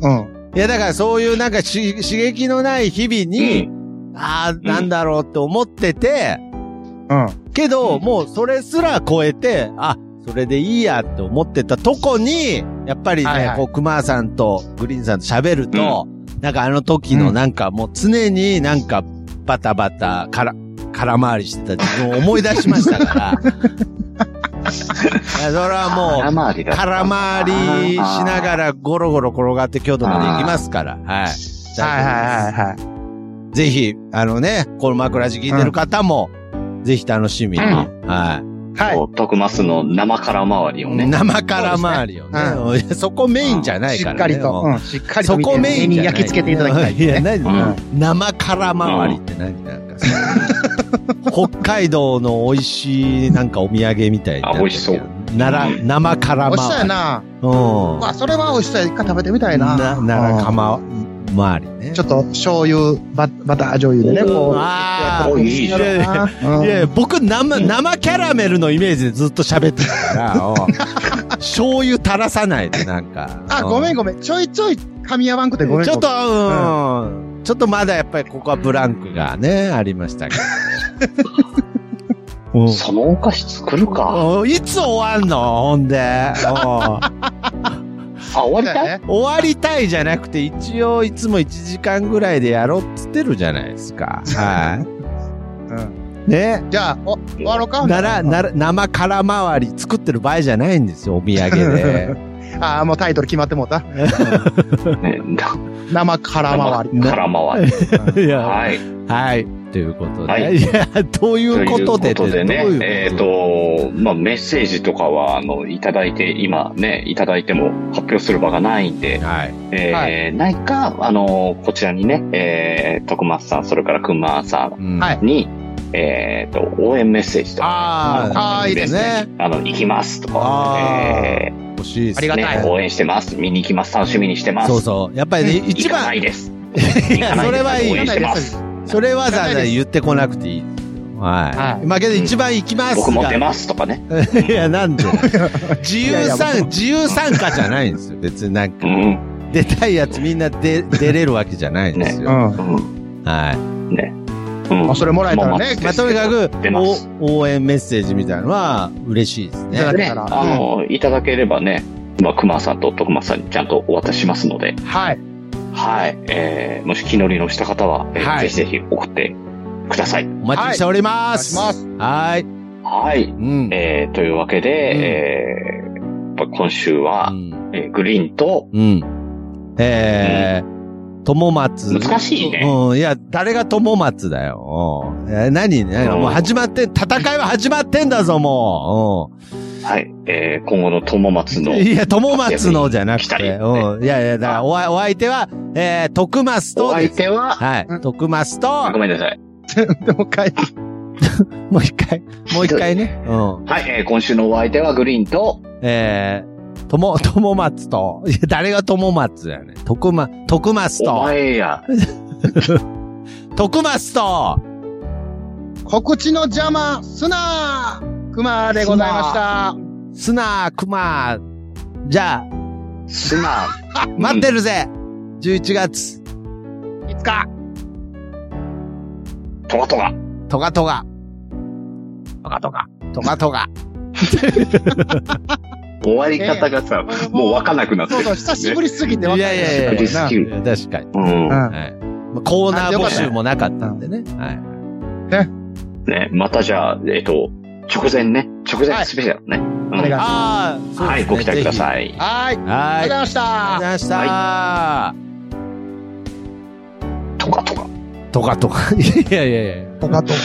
Speaker 3: うん。
Speaker 2: いや、だからそういうなんかし刺激のない日々に、
Speaker 1: う
Speaker 2: ああ、なんだろうって思ってて、
Speaker 3: うん。
Speaker 2: けど、
Speaker 1: うん
Speaker 2: もうそれすら超えて、あ、それでいいやって思ってたとこに、やっぱりね、
Speaker 3: はいはい
Speaker 2: こう、熊さんとグリーンさんと喋ると、なんかあの時のなんかもう常になんかバタバタから、空回りしてた自分を思い出しましたから。いやそれはも
Speaker 1: 空
Speaker 2: う、
Speaker 1: 回りだった。
Speaker 2: 空回りしながらゴロゴロ転がって京都まで行きますから、はい。
Speaker 3: はいはいはいはい。
Speaker 2: ぜひ、あのね、この枕地聞いてる方も、ぜひ楽しみに、
Speaker 3: うん
Speaker 2: はい。
Speaker 3: はい。
Speaker 1: こう徳松の生空回りをね。
Speaker 2: 生から回りをね。
Speaker 3: そ
Speaker 2: うん (laughs) そこメインじゃない
Speaker 3: し
Speaker 2: から、
Speaker 3: っ
Speaker 2: ね。
Speaker 3: かりと、
Speaker 2: う
Speaker 3: うんん、しっかりと
Speaker 2: そ
Speaker 3: 見て、
Speaker 2: こメインじ
Speaker 3: 目に
Speaker 2: ゃない。
Speaker 3: 焼き付けていただきたい
Speaker 2: (laughs) いや、
Speaker 3: ね。
Speaker 2: 何、
Speaker 1: うん
Speaker 2: 生から回りって何なんかさ
Speaker 3: (laughs)
Speaker 2: 北海道の美味しいなんかお土産みたいになっ
Speaker 1: あ
Speaker 2: てるけど。
Speaker 1: 美味しそう
Speaker 2: なら、生から
Speaker 3: 美
Speaker 2: 回
Speaker 3: 味しそうや
Speaker 2: り。
Speaker 3: な。
Speaker 2: うん。
Speaker 3: まあ、それは美味しそうや。一回食べてみたいな。
Speaker 2: な、ならかま、回りね。
Speaker 3: ちょっと、醤油、ババター醤油でね、こう。
Speaker 2: あー
Speaker 1: おいいじゃん
Speaker 3: やろうな。うん
Speaker 2: いやいや、僕生、生キャラメルのイメージでずっと喋ってた
Speaker 3: (laughs)
Speaker 2: から、おう醤油垂らさないで、なんか。
Speaker 3: あ、ごめんごめん。ちょいちょい噛み合わんくてごめん。
Speaker 2: ちょっと、うん、ちょっとまだやっぱりここはブランクがね、ありましたけど。うん
Speaker 1: そのお菓子作るか。
Speaker 2: おいつ終わんのほんで。お
Speaker 1: あ、終わ
Speaker 3: ご
Speaker 1: り
Speaker 3: めん。
Speaker 1: たい
Speaker 2: 終わりたいじゃなくて、一応いつも1時間ぐらいでやろうっつってるじゃないですか。はい。
Speaker 3: うん。
Speaker 2: ね。
Speaker 3: じゃあ、お終わろうか
Speaker 2: なら、なら、生空回り作ってる場合じゃないんですよ、お土産で。
Speaker 3: ああ、もうタイトル決まってもうた。
Speaker 1: ねな
Speaker 3: 生空回り。
Speaker 1: 空回り。
Speaker 3: (laughs)
Speaker 2: いや、は
Speaker 1: はい。
Speaker 2: い。はい。ということで。、
Speaker 1: はいい
Speaker 2: や、ということで
Speaker 1: ということでね
Speaker 2: どういうこ、と
Speaker 1: えっ、と、まあ、メッセージとかは、あの、いただいて、今ね、いただいても発表する場がないんで、
Speaker 2: はい。
Speaker 1: えー
Speaker 3: は
Speaker 1: ないか、あの、こちらにね、えー、徳松さん、それからくまさ
Speaker 2: うん
Speaker 3: はい
Speaker 1: んに、えっ、と、応援メッセージとか、
Speaker 2: ああ、
Speaker 3: あーいいです
Speaker 2: ね。
Speaker 1: あの、行きますとか、
Speaker 2: あー
Speaker 1: えー
Speaker 2: 欲しいです
Speaker 3: ありがたい
Speaker 1: ね、応援してます、見に行きます、楽しみにしてます。
Speaker 2: そうそう。やっぱりね、一
Speaker 1: 行かな
Speaker 2: 番、
Speaker 1: いです。
Speaker 2: いやそれはいい
Speaker 1: 応援してます。
Speaker 2: それわざわ
Speaker 3: 行か
Speaker 2: ざ
Speaker 3: ないです
Speaker 2: 言ってこなくていい。はい。
Speaker 3: はい
Speaker 2: まあけど一番行きますが。
Speaker 1: 僕も出ますとかね。
Speaker 2: いや、なんで自由参、自由参加じゃないんですよ。別になんか
Speaker 1: う、ん。
Speaker 2: 出たいやつみんな出、出れるわけじゃないんです
Speaker 3: う
Speaker 2: よ。
Speaker 3: ん。
Speaker 1: うん。
Speaker 2: はい。
Speaker 1: うん
Speaker 3: あ、それもらえたらね、
Speaker 2: まあ、とにかく
Speaker 1: 出ます、
Speaker 2: お応援メッセージみたいなのは嬉しいですね。
Speaker 3: いただけ
Speaker 1: ね、
Speaker 3: たら
Speaker 1: あの、いただければね、まあ、熊さんと徳松さんにちゃんとお渡ししますので、
Speaker 3: はい。
Speaker 1: はい。えー、もし気乗りのした方は、えー
Speaker 2: はい
Speaker 1: ぜひぜひ送ってください。
Speaker 2: お待ちしており
Speaker 3: お願
Speaker 2: ま
Speaker 3: いし
Speaker 2: す。
Speaker 3: ます。
Speaker 2: はい。
Speaker 1: はい。
Speaker 2: うん。
Speaker 1: えー、というわけで、えー、やっぱ今週
Speaker 2: う
Speaker 1: は、
Speaker 2: ん
Speaker 1: えーグリーンと、
Speaker 2: うん。えー、友松。
Speaker 1: 難しいね
Speaker 2: うん。いや、誰が友松だよ。うんえー何何
Speaker 1: うん
Speaker 2: もう始まって、戦いは始まってんだぞ、も
Speaker 1: はい。えー、今後の友松
Speaker 2: う。う
Speaker 1: の
Speaker 2: ん。、いや、友松のじゃなく
Speaker 1: 来たり
Speaker 2: て。
Speaker 1: ね
Speaker 2: うん。いやいや、だからおあ、お相手は、えー、徳松
Speaker 1: お
Speaker 2: とで
Speaker 1: 相
Speaker 2: す、
Speaker 1: 手は、
Speaker 2: はい。徳松と
Speaker 1: ご、めんなさい。
Speaker 3: でもう一回、
Speaker 2: もう一回、もう一回ね。うん。
Speaker 1: はい。えー、今週のお相手はグリーンと、
Speaker 2: えー、と (laughs) も、ともまつと、いや、誰がともまつだよね。とくま、とくます
Speaker 1: お
Speaker 2: と、
Speaker 1: 前や、
Speaker 2: とくますと、
Speaker 3: 告知の邪魔、すなークマでございました。
Speaker 2: すなくま、じゃあ、
Speaker 1: すな、
Speaker 2: 待ってるぜ、!11 月、
Speaker 3: いつか、
Speaker 1: とがとが。
Speaker 2: トガトガ。トガトガ。トガトガ。
Speaker 1: 終わり方がさ、もうわかんなくなって
Speaker 3: そう
Speaker 1: る。
Speaker 3: そう、久しぶりすぎてわかんない
Speaker 2: やいやいや
Speaker 1: リスキュー
Speaker 2: 確かに。
Speaker 1: うん。
Speaker 3: うん
Speaker 2: はい。まあコーナー募集もなかったんでね。はい。
Speaker 1: ね、またじゃあ、えっと、直前ね、直
Speaker 3: は
Speaker 1: 前
Speaker 3: い
Speaker 1: スペシャルね。うん
Speaker 3: お願いしま
Speaker 2: ああ、
Speaker 1: はい、ご期待くだ
Speaker 2: い。
Speaker 1: さい。
Speaker 3: はい。ありがとう
Speaker 2: は
Speaker 3: ご
Speaker 2: い。
Speaker 3: ざい
Speaker 2: あ
Speaker 3: ました
Speaker 2: りがとう
Speaker 1: と
Speaker 2: ございました。
Speaker 1: かとか。
Speaker 2: トガトガ。いやいやいや。
Speaker 3: とかとか。